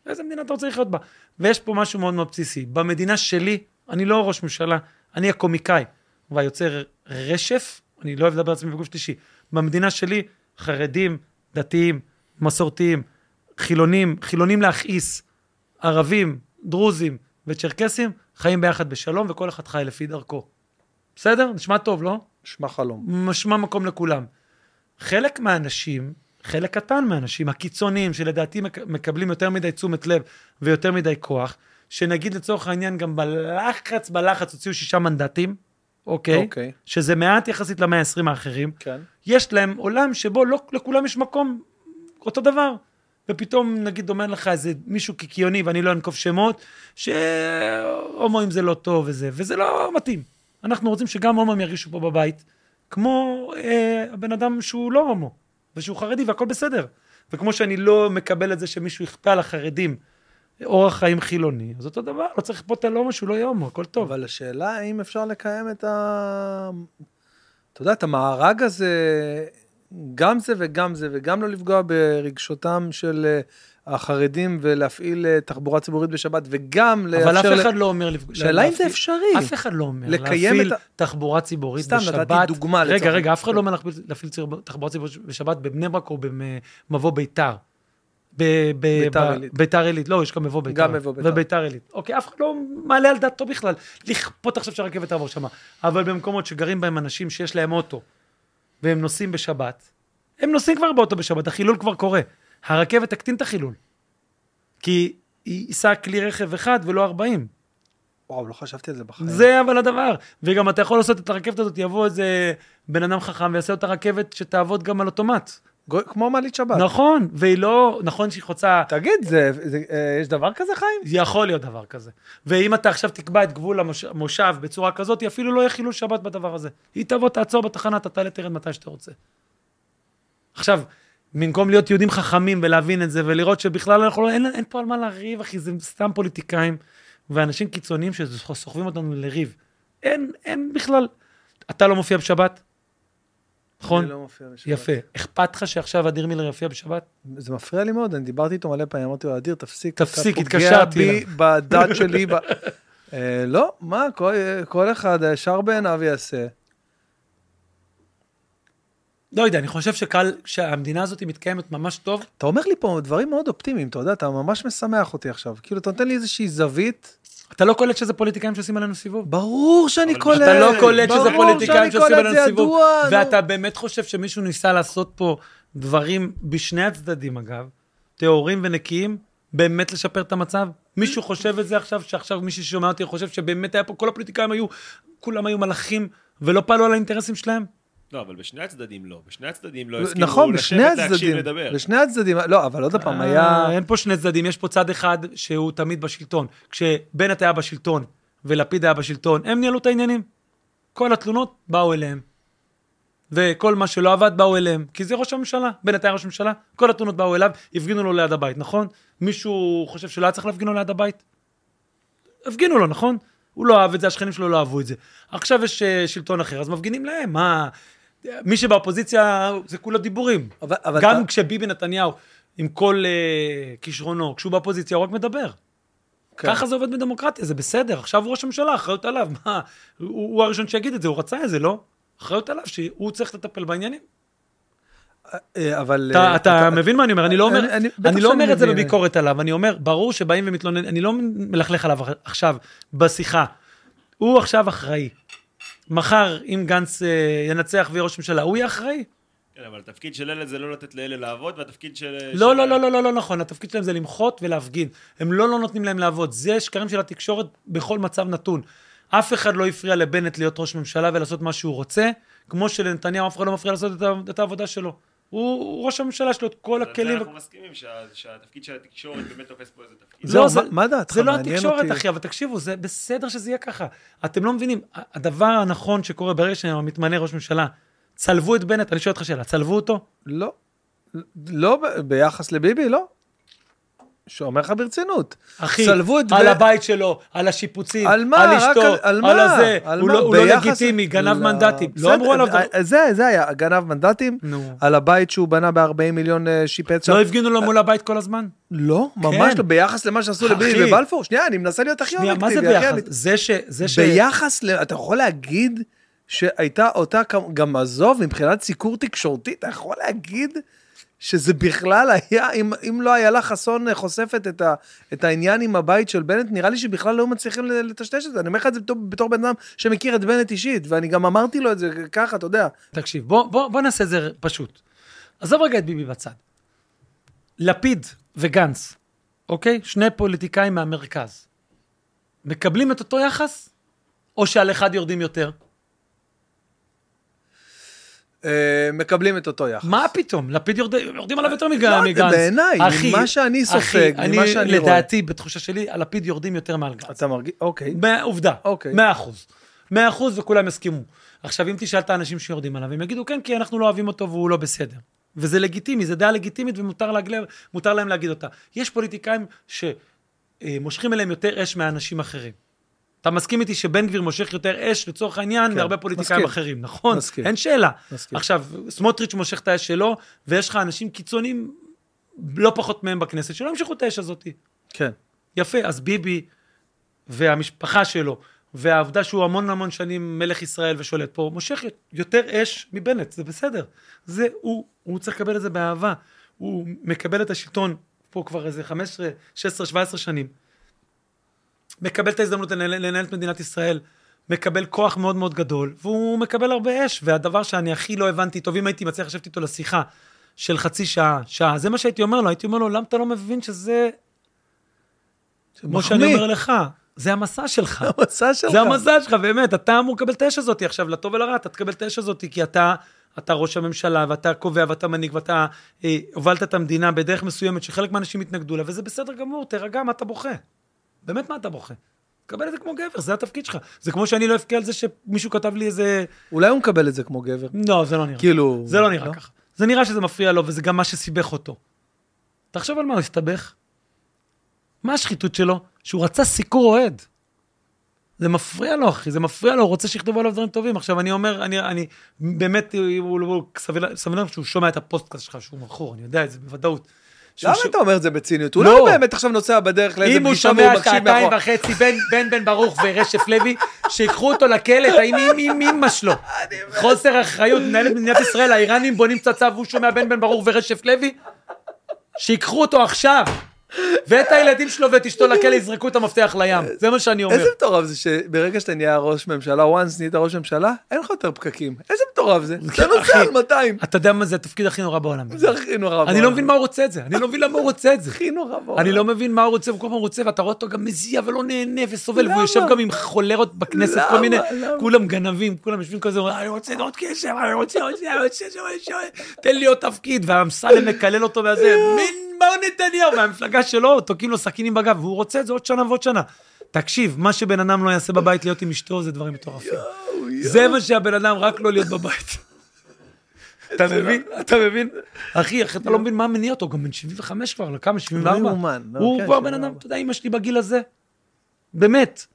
איזה מדינה אתה רוצה לחיות בה. ויש פה משהו מאוד מאוד בסיסי. במדינה שלי, אני לא ראש ממשלה, אני הקומיקאי והיוצר רשף, אני לא אוהב לדבר על עצמי בגוף שלישי. במדינה שלי, חרדים, דתיים, מסורתיים, חילונים, חילונים להכעיס, ערבים, דרוזים וצ'רקסים, חיים ביחד בשלום וכל אחד חי לפי דרכו. בסדר? נשמע טוב, לא? שמע חלום. משמע מקום לכולם. חלק מהאנשים, חלק קטן מהאנשים, הקיצוניים, שלדעתי מק- מקבלים יותר מדי תשומת לב ויותר מדי כוח, שנגיד לצורך העניין גם בלחץ, בלחץ הוציאו שישה מנדטים, אוקיי? אוקיי. שזה מעט יחסית למאה ה-20 האחרים. כן. יש להם עולם שבו לא לכולם יש מקום אותו דבר. ופתאום נגיד אומר לך איזה מישהו קיקיוני, ואני לא אנקוב שמות, שהומואים זה לא טוב וזה, וזה לא מתאים. אנחנו רוצים שגם הומואים ירגישו פה בבית, כמו אה, הבן אדם שהוא לא הומו, ושהוא חרדי והכל בסדר. וכמו שאני לא מקבל את זה שמישהו יכפה על החרדים אורח חיים חילוני, אז אותו דבר, לא צריך לכפות על הומו שהוא לא יהיה הומו, הכל טוב. אבל השאלה האם אפשר לקיים את ה... אתה יודע, את המארג הזה, גם זה וגם זה, וגם לא לפגוע ברגשותם של אה, החרדים ולהפעיל אה, תחבורה ציבורית בשבת, וגם לאפשר... אבל אף ל- אחד לא אומר... לפ- שאלה אם זה להפעיל- אפשרי. אף אחד לא אומר לקיים להפעיל את תחבורה ציבורית סתם, בשבת. נתתי דוגמה רגע, לצורך- רגע, אף אחד לא אומר להפעיל- להפעיל ציר- תחבורה ציבורית בשבת בבני ברק או במבוא ביתר. ב- ב- ביתר ב- עילית. ביתר עילית, לא, יש גם מבוא ביתר. גם מבוא ביתר. וביתר עילית. אוקיי, אף אחד לא מעלה על דעתו בכלל לכפות עכשיו שהרכבת תעבור שמה. אבל במקומות שגרים בהם אנשים שיש להם אוטו, והם נוסעים בשבת, הם נוסעים כבר באוטו בשבת, החילול כבר קורה. הרכבת תקטין את החילול. כי היא ייסע כלי רכב אחד ולא 40. וואו, לא חשבתי על זה בחיים. זה אבל הדבר. וגם אתה יכול לעשות את הרכבת הזאת, יבוא איזה בן אדם חכם ויעשה אותה רכבת שתעבוד גם על אוטומט. גו- כמו מעלית שבת. נכון, והיא לא, נכון שהיא חוצה, תגיד, זה- זה- אה, יש דבר כזה, חיים? יכול להיות דבר כזה. ואם אתה עכשיו תקבע את גבול המוש- המושב בצורה כזאת, אפילו לא יהיה חילול שבת בדבר הזה. היא תבוא, תעצור בתחנה, אתה תעלה, תרד מתי שאתה רוצה. עכשיו, במקום להיות יהודים חכמים ולהבין את זה ולראות שבכלל אנחנו לא, אין, אין פה על מה לריב, אחי, זה סתם פוליטיקאים ואנשים קיצוניים שסוחבים אותנו לריב. אין, אין בכלל. אתה לא מופיע בשבת? נכון? זה לא מופיע בשבת. יפה. אכפת לך שעכשיו אדיר מילר יופיע בשבת? זה מפריע לי מאוד, אני דיברתי איתו מלא פעמים, אמרתי לו, אדיר, תפסיק. תפסיק, אתה התקשרתי פוגע בי בדת שלי. ב... אה, לא, מה, כל, כל אחד הישר בעיניו יעשה. לא יודע, אני חושב שקהל, שהמדינה הזאת מתקיימת ממש טוב. אתה אומר לי פה דברים מאוד אופטימיים, אתה יודע, אתה ממש משמח אותי עכשיו. כאילו, אתה נותן לי איזושהי זווית. אתה לא קולט שזה פוליטיקאים שעושים עלינו סיבוב? ברור שאני אבל קולט. אתה לא קולט ברור שזה שאני פוליטיקאים שעושים קולט, עלינו זה סיבוב, ידוע, נו. ואתה באמת חושב שמישהו ניסה לעשות פה דברים בשני הצדדים אגב, טהורים ונקיים, באמת לשפר את המצב? מישהו חושב את זה עכשיו, שעכשיו מישהו ששומע אותי חושב שבאמת היה פה, כל הפוליטיקאים היו, כולם היו מלאכים ולא פעלו על האינטרסים שלהם? לא, אבל בשני הצדדים לא. בשני הצדדים לא הסכימו נכון, לשבת, בשני להקשיב, הצדדים. לדבר. בשני הצדדים, לא, אבל עוד פעם, היה... אה, אין פה שני צדדים, יש פה צד אחד שהוא תמיד בשלטון. כשבנט היה בשלטון ולפיד היה בשלטון, הם ניהלו את העניינים. כל התלונות באו אליהם. וכל מה שלא עבד באו אליהם, כי זה ראש הממשלה, בינתיים ראש הממשלה, כל התלונות באו אליו, הפגינו לו ליד הבית, נכון? מישהו חושב שלא היה צריך להפגין לו ליד הבית? הפגינו לו, נכון? הוא לא אהב את זה, השכנים שלו לא אהבו את זה. עכשיו יש אה, שלטון אחר, אז מפגינים להם, מה... מי שבאופוזיציה זה כולה דיבורים. אבל- אבל גם אתה- כשביבי נתניהו, עם כל אה, כישרונו, כשהוא באופוזיציה הוא רק מדבר. כן. ככה זה עובד בדמוקרטיה, זה בסדר, עכשיו הוא ראש הממשלה, אחריות עליו, מה, הוא, הוא הראשון שיגיד את זה, הוא רצה את זה, לא? אחריות עליו שהוא צריך לטפל בעניינים. אה, אבל... אתה, אה, אתה מבין מה אני אומר, אני לא אומר, אני- אני- בטח אני לא שאני אומר את זה מבין. בביקורת עליו, אני אומר, ברור שבאים ומתלונן, אני לא מלכלך עליו עכשיו, בשיחה. הוא עכשיו אחראי. מחר, אם גנץ אה, ינצח ויהיה ראש ממשלה, הוא יהיה אחראי. כן, אבל התפקיד של אלה זה לא לתת לאלה לעבוד, והתפקיד של... לא, של- לא, לא, לא, לא, לא נכון, התפקיד שלהם זה למחות ולהפגין. הם לא לא נותנים להם לעבוד, זה שקרים של התקשורת בכל מצב נתון. אף אחד לא הפריע לבנט להיות ראש ממשלה ולעשות מה שהוא רוצה, כמו שלנתניהו אף אחד לא מפריע לעשות את, ה- את העבודה שלו. הוא, הוא ראש הממשלה, יש לו את כל אז על זה הכלים. אנחנו מסכימים שה- שהתפקיד של התקשורת באמת תופס פה איזה תפקיד. זהו, מה- מה דעתך? זה לא מעניין התקשורת, אותי. אחי, אבל תקשיבו, זה בסדר שזה יהיה ככה. אתם לא מבינים, ה- הדבר הנכון שקורה ברגע שמתמנה ראש ממשלה, צלבו את בנט, אני שואל אותך שאלה, צלבו אותו? לא. לא, ב- ביחס לביבי, לא. שאומר לך ברצינות. אחי, צלבו את... על ו- הבית שלו, על השיפוצים, על מה? על רק אשתו, על על מה? הזה, על הוא מה? לא- הוא לא ביחס- לגיטימי, גנב לא, מנדטים, בסדר, לא אמרו עליו, דבר- אה, זה, זה היה, גנב מנדטים, נו. על הבית שהוא בנה ב-40 מיליון אה, שיפץ שם. לא הפגינו לו מול הבית כל הזמן? לא, ממש כן. לא, ביחס למה שעשו אחי. לביבי בבלפור. שנייה, אני מנסה להיות הכי שנייה, אובייקטיבי. מה זה הכי ביחס? אמיתי. זה ש... זה ש... ביחס, ל- אתה יכול להגיד שהייתה אותה, כמ- גם עזוב, מבחינת סיקור תקשורתי, אתה יכול להגיד שזה בכלל היה, אם, אם לא איילה חסון אה, חושפת את, ה, את העניין עם הבית של בנט, נראה לי שבכלל לא היו מצליחים ל- לטשטש את זה. אני אומר לך את זה בתור, בתור בן אדם שמכיר את בנט אישית, ואני גם אמרתי לו את זה ככה, אתה יודע. תקשיב, בוא, בוא, בוא נעשה את זה פשוט. עזוב רגע את ביבי בצד. לפיד וגנץ, אוקיי? שני פוליטיקאים מהמרכז. מקבלים את אותו יחס, או שעל אחד יורדים יותר? אה, מקבלים את אותו יחס. מה פתאום? לפיד יורד, יורדים עליו יותר מג- לא, מגנץ. בעיניי, אחי, ממה שאני סופג, אחי, ממה אני- שאני רואה. לדעתי, בתחושה שלי, על לפיד יורדים יותר מעל גנץ. אתה מרגיש, אוקיי. מאה- עובדה, אוקיי. 100 אחוז. 100 אחוז וכולם יסכימו. עכשיו, אם תשאל את האנשים שיורדים עליו, הם יגידו כן, כי אנחנו לא אוהבים אותו והוא לא בסדר. וזה לגיטימי, זו דעה לגיטימית ומותר להגל... מותר להם להגיד אותה. יש פוליטיקאים שמושכים אליהם יותר אש מאנשים אחרים. אתה מסכים איתי שבן גביר מושך יותר אש לצורך העניין כן, מהרבה פוליטיקאים מסכים. אחרים, נכון? מסכים. אין שאלה. מסכים. עכשיו, סמוטריץ' מושך את האש שלו, ויש לך אנשים קיצוניים לא פחות מהם בכנסת שלא ימשכו את האש הזאת. כן. יפה, אז ביבי והמשפחה שלו, והעובדה שהוא המון המון שנים מלך ישראל ושולט פה, מושך יותר אש מבנט, זה בסדר. זה, הוא, הוא צריך לקבל את זה באהבה. הוא מקבל את השלטון פה כבר איזה 15, 16, 17 שנים. מקבל את ההזדמנות לנהל, לנהל את מדינת ישראל, מקבל כוח מאוד מאוד גדול, והוא מקבל הרבה אש. והדבר שאני הכי לא הבנתי, טוב, אם הייתי מצליח לשבת איתו לשיחה של חצי שעה, שעה, זה מה שהייתי אומר לו, הייתי אומר לו, למה אתה לא מבין שזה כמו שאני מחמיא. אומר לך, זה המסע שלך. המסע שלך. זה המזל שלך, באמת, אתה אמור לקבל את האש הזאת עכשיו, לטוב ולרע, אתה תקבל את האש הזאת, כי אתה, אתה ראש הממשלה, ואתה קובע, ואתה מנהיג, ואתה אה, הובלת את המדינה בדרך מסוימת שחלק מהאנשים התנגדו לה, וזה בסדר גמור, תירגע, מה אתה בוכה? באמת, מה אתה בוכה? תקבל את זה כמו גבר, זה התפקיד שלך. זה כמו שאני לא אבכה על זה שמישהו כתב לי איזה... אולי הוא מקבל את זה כמו גבר. לא, זה לא נראה. כאילו... זה לא נראה ככה. זה נראה שזה מפריע לו, וזה גם מה שסיבך אותו. תחשוב על מה הוא הסתבך. מה השחיתות שלו? שהוא רצה סיקור אוהד. זה מפריע לו, אחי, זה מפריע לו, הוא רוצה שיכתבו עליו דברים טובים. עכשיו, אני אומר, אני, אני באמת, הוא, הוא, הוא סביר- סביר לנו שהוא שומע את הפוסטקאסט שלך, שהוא מכור, אני יודע את זה בוודאות. שהוא למה ש- אתה אומר את זה בציניות? הוא לא. לא באמת עכשיו נוסע בדרך לאיזה אם הוא פגישה והוא שומע מקשיב שעתיים מאחור. וחצי בין בן בן ברוך ורשף לוי, שיקחו אותו לכלא, את האימים עם אימא שלו. חוסר אחריות, מנהלת מדינת ישראל, האיראנים בונים פצצה והוא שומע בן בן ברוך ורשף לוי? שיקחו אותו עכשיו, ואת הילדים שלו ואת אשתו לכלא, יזרקו את המפתח לים. זה מה שאני אומר. איזה מטורף זה שברגע שאתה נהיה ראש ממשלה, once נהיית ראש ממשלה, אין לך יותר פקקים. איזה מטורף זה. אתה נוסע על 200. אתה יודע מה זה התפקיד הכי נורא בעולם. זה הכי נורא. אני בעולם. לא מבין מה הוא רוצה את זה, אני לא מבין למה הוא רוצה את זה. הכי נורא. בעולם. אני לא מבין מה הוא רוצה, הוא כל הזמן רוצה, ואתה רואה אותו גם מזיע ולא נהנה וסובל, והוא למה? יושב גם עם חולרות בכנסת, כל למה? מיני, למה? כולם גנבים, כולם יושבים כזה, אומרים, אני רוצה עוד כסף, אני רוצה עוד זה, אני רוצה זה, אני רוצה זה, תן לי עוד תפקיד, והאמסלם מקלל אותו והזה, מין מר נתניהו, מהמפלגה שלו, תוקעים לו סכינים בגב, והוא רוצה את זה עוד שנה ועוד שנה. תקשיב, מה שבן אדם לא יעשה בבית להיות עם אשתו זה דברים מטורפים. זה מה שהבן אדם, רק לא להיות בבית. אתה מבין? אתה מבין? אחי, אחי, אתה לא מבין מה מניע אותו, גם בן 75 כבר, לכמה? 74? לא יאומן, לא, הוא כן, כבר בן 74. אדם, אתה יודע, אמא שלי בגיל הזה, באמת.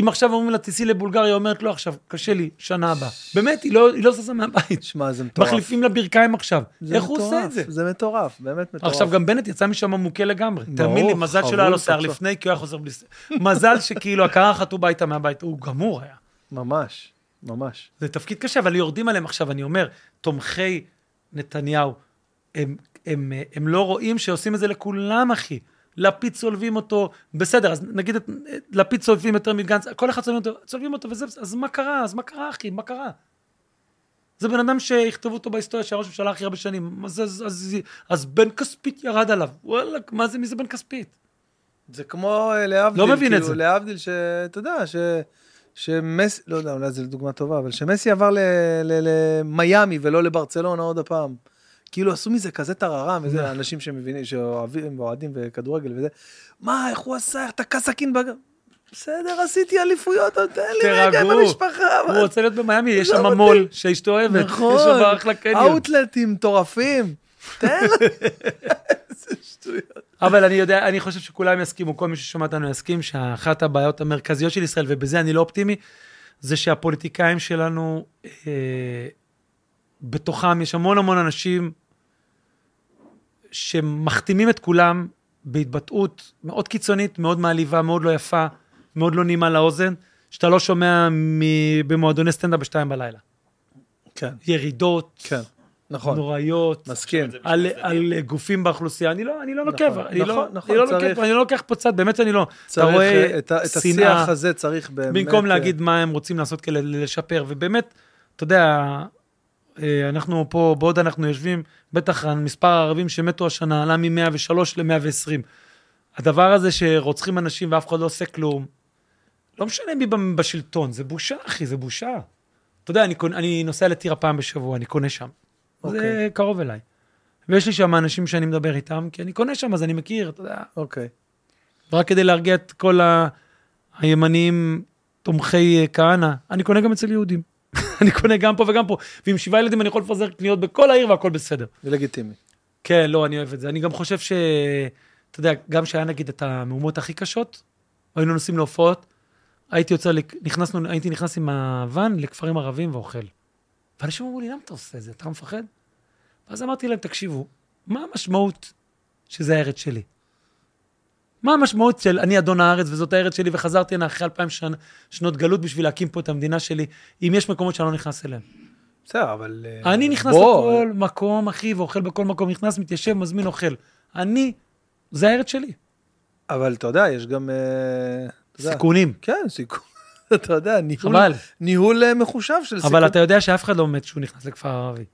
אם עכשיו אומרים לה, תיסעי לבולגריה, היא אומרת, לא עכשיו, קשה לי, שנה הבאה. באמת, היא לא- היא לא זזה מהבית. שמע, זה מטורף. מחליפים לה ברכיים עכשיו. זה איך הוא עושה מטורף, את זה? זה מטורף, באמת מטורף. עכשיו, גם בנט יצא משם מוכה לגמרי. ברור, תאמין לי, מזל שלא היה לו חבול, שיער סוף סוף. לפני, כי הוא היה חוזר בלי שיער. מזל שכאילו הקרחת הוא בא איתה מהבית, הוא גמור היה. ממש, ממש. זה תפקיד קשה, אבל יורדים עליהם עכשיו, אני אומר, תומכי נתניהו, הם, הם, אה, הם לא רואים שעושים את זה לכולם, אחי. לפיד צולבים אותו, בסדר, אז נגיד את את לפיד צולבים יותר מגנץ, כל אחד צולבים אותו, צולבים אותו וזה, בסדר, אז מה קרה? אז מה קרה, אחי? מה קרה? זה בן אדם שיכתבו אותו בהיסטוריה של ראש הממשלה הכי הרבה שנים, אז, אז, אז, אז בן כספית ירד עליו, וואלכ, מה זה, מי זה בן כספית? זה כמו אה, להבדיל, לא מבין את כאילו, זה. להבדיל שאתה יודע, ש... שמסי, לא יודע, אולי זו דוגמה טובה, אבל שמסי עבר ל- ל- למיאמי ולא לברצלונה עוד הפעם. כאילו עשו מזה כזה טררם, נכון. וזה אנשים שמבינים, שאוהבים ואוהדים וכדורגל וזה. מה, איך הוא עשה, איך תקע סכין בגב? בסדר, עשיתי אליפויות, אבל תן לי רגע עם המשפחה. הוא אבל- רוצה להיות במיאמי, יש שם עזוב אותי. ממול שאשתו אוהבת, יש נכון, שם אחלה קניון. אאוטלטים מטורפים. תן לה. איזה שטויות. אבל אני יודע, אני חושב שכולם יסכימו, כל מי ששומע אותנו יסכים, שאחת הבעיות המרכזיות של ישראל, ובזה אני לא אופטימי, זה שהפוליטיקאים שלנו, אה, בתוכם יש המון המון אנשים שמכתימים את כולם בהתבטאות מאוד קיצונית, מאוד מעליבה, מאוד לא יפה, מאוד לא נעימה לאוזן, שאתה לא שומע מ- במועדוני סטנדאפ בשתיים בלילה. כן, ירידות, כן, נכון, נוראיות, מסכים. על, על גופים באוכלוסייה, אני לא, אני לא נוקב, נכון, אני, לא, נכון, נכון, אני, לא נוקב צריך. פה, אני לא לוקח פה צד, באמת שאני לא. אתה צריך רואה אה, את, ה- את שנאה, השיח הזה צריך באמת... במקום אה, להגיד מה הם רוצים לעשות כדי לשפר, ובאמת, אתה יודע, אה, אנחנו פה, בעוד אנחנו יושבים, בטח מספר הערבים שמתו השנה עלה מ-103 ל-120. הדבר הזה שרוצחים אנשים ואף אחד לא עושה כלום, לא משנה מי ב- בשלטון, זה בושה, אחי, זה בושה. אתה יודע, אני, קונה- אני נוסע לטירה פעם בשבוע, אני קונה שם. זה אוקיי. קרוב אליי. ויש לי שם אנשים שאני מדבר איתם, כי אני קונה שם, אז אני מכיר, אתה יודע, אוקיי, רק כדי להרגיע את כל ה... הימנים תומכי אה, כהנא, אני קונה גם אצל יהודים. אני קונה גם פה וגם פה. ועם שבעה ילדים אני יכול לפזר קניות בכל העיר והכל בסדר. זה לגיטימי. כן, לא, אני אוהב את זה. אני גם חושב ש... אתה יודע, גם שהיה נגיד את המהומות הכי קשות, היינו נוסעים להופעות, הייתי יוצא, לק- נכנסנו, הייתי נכנס עם הוואן לכפרים ערבים ואוכל. ואנשים אמרו לי, למה אתה עושה את זה? אתה מפחד? ואז אמרתי להם, תקשיבו, מה המשמעות שזה הארץ שלי? מה המשמעות של אני אדון הארץ וזאת הארץ שלי וחזרתי הנה אחרי אלפיים שנה- שנות גלות בשביל להקים פה את המדינה שלי, אם יש מקומות שאני לא נכנס אליהם? בסדר, אבל... אה, אני נכנס בוא, לכל מקום, אחי, ואוכל בכל מקום, נכנס, מתיישב, מזמין, אוכל. אני, זה הארץ שלי. אבל אתה יודע, יש גם... אה, אתה יודע- סיכונים. כן, סיכון. אתה יודע, ניהול- חבל. ניהול אה, מחושב של סיכון. אבל אתה יודע שאף אחד לא מת כשהוא נכנס לכפר ערבי.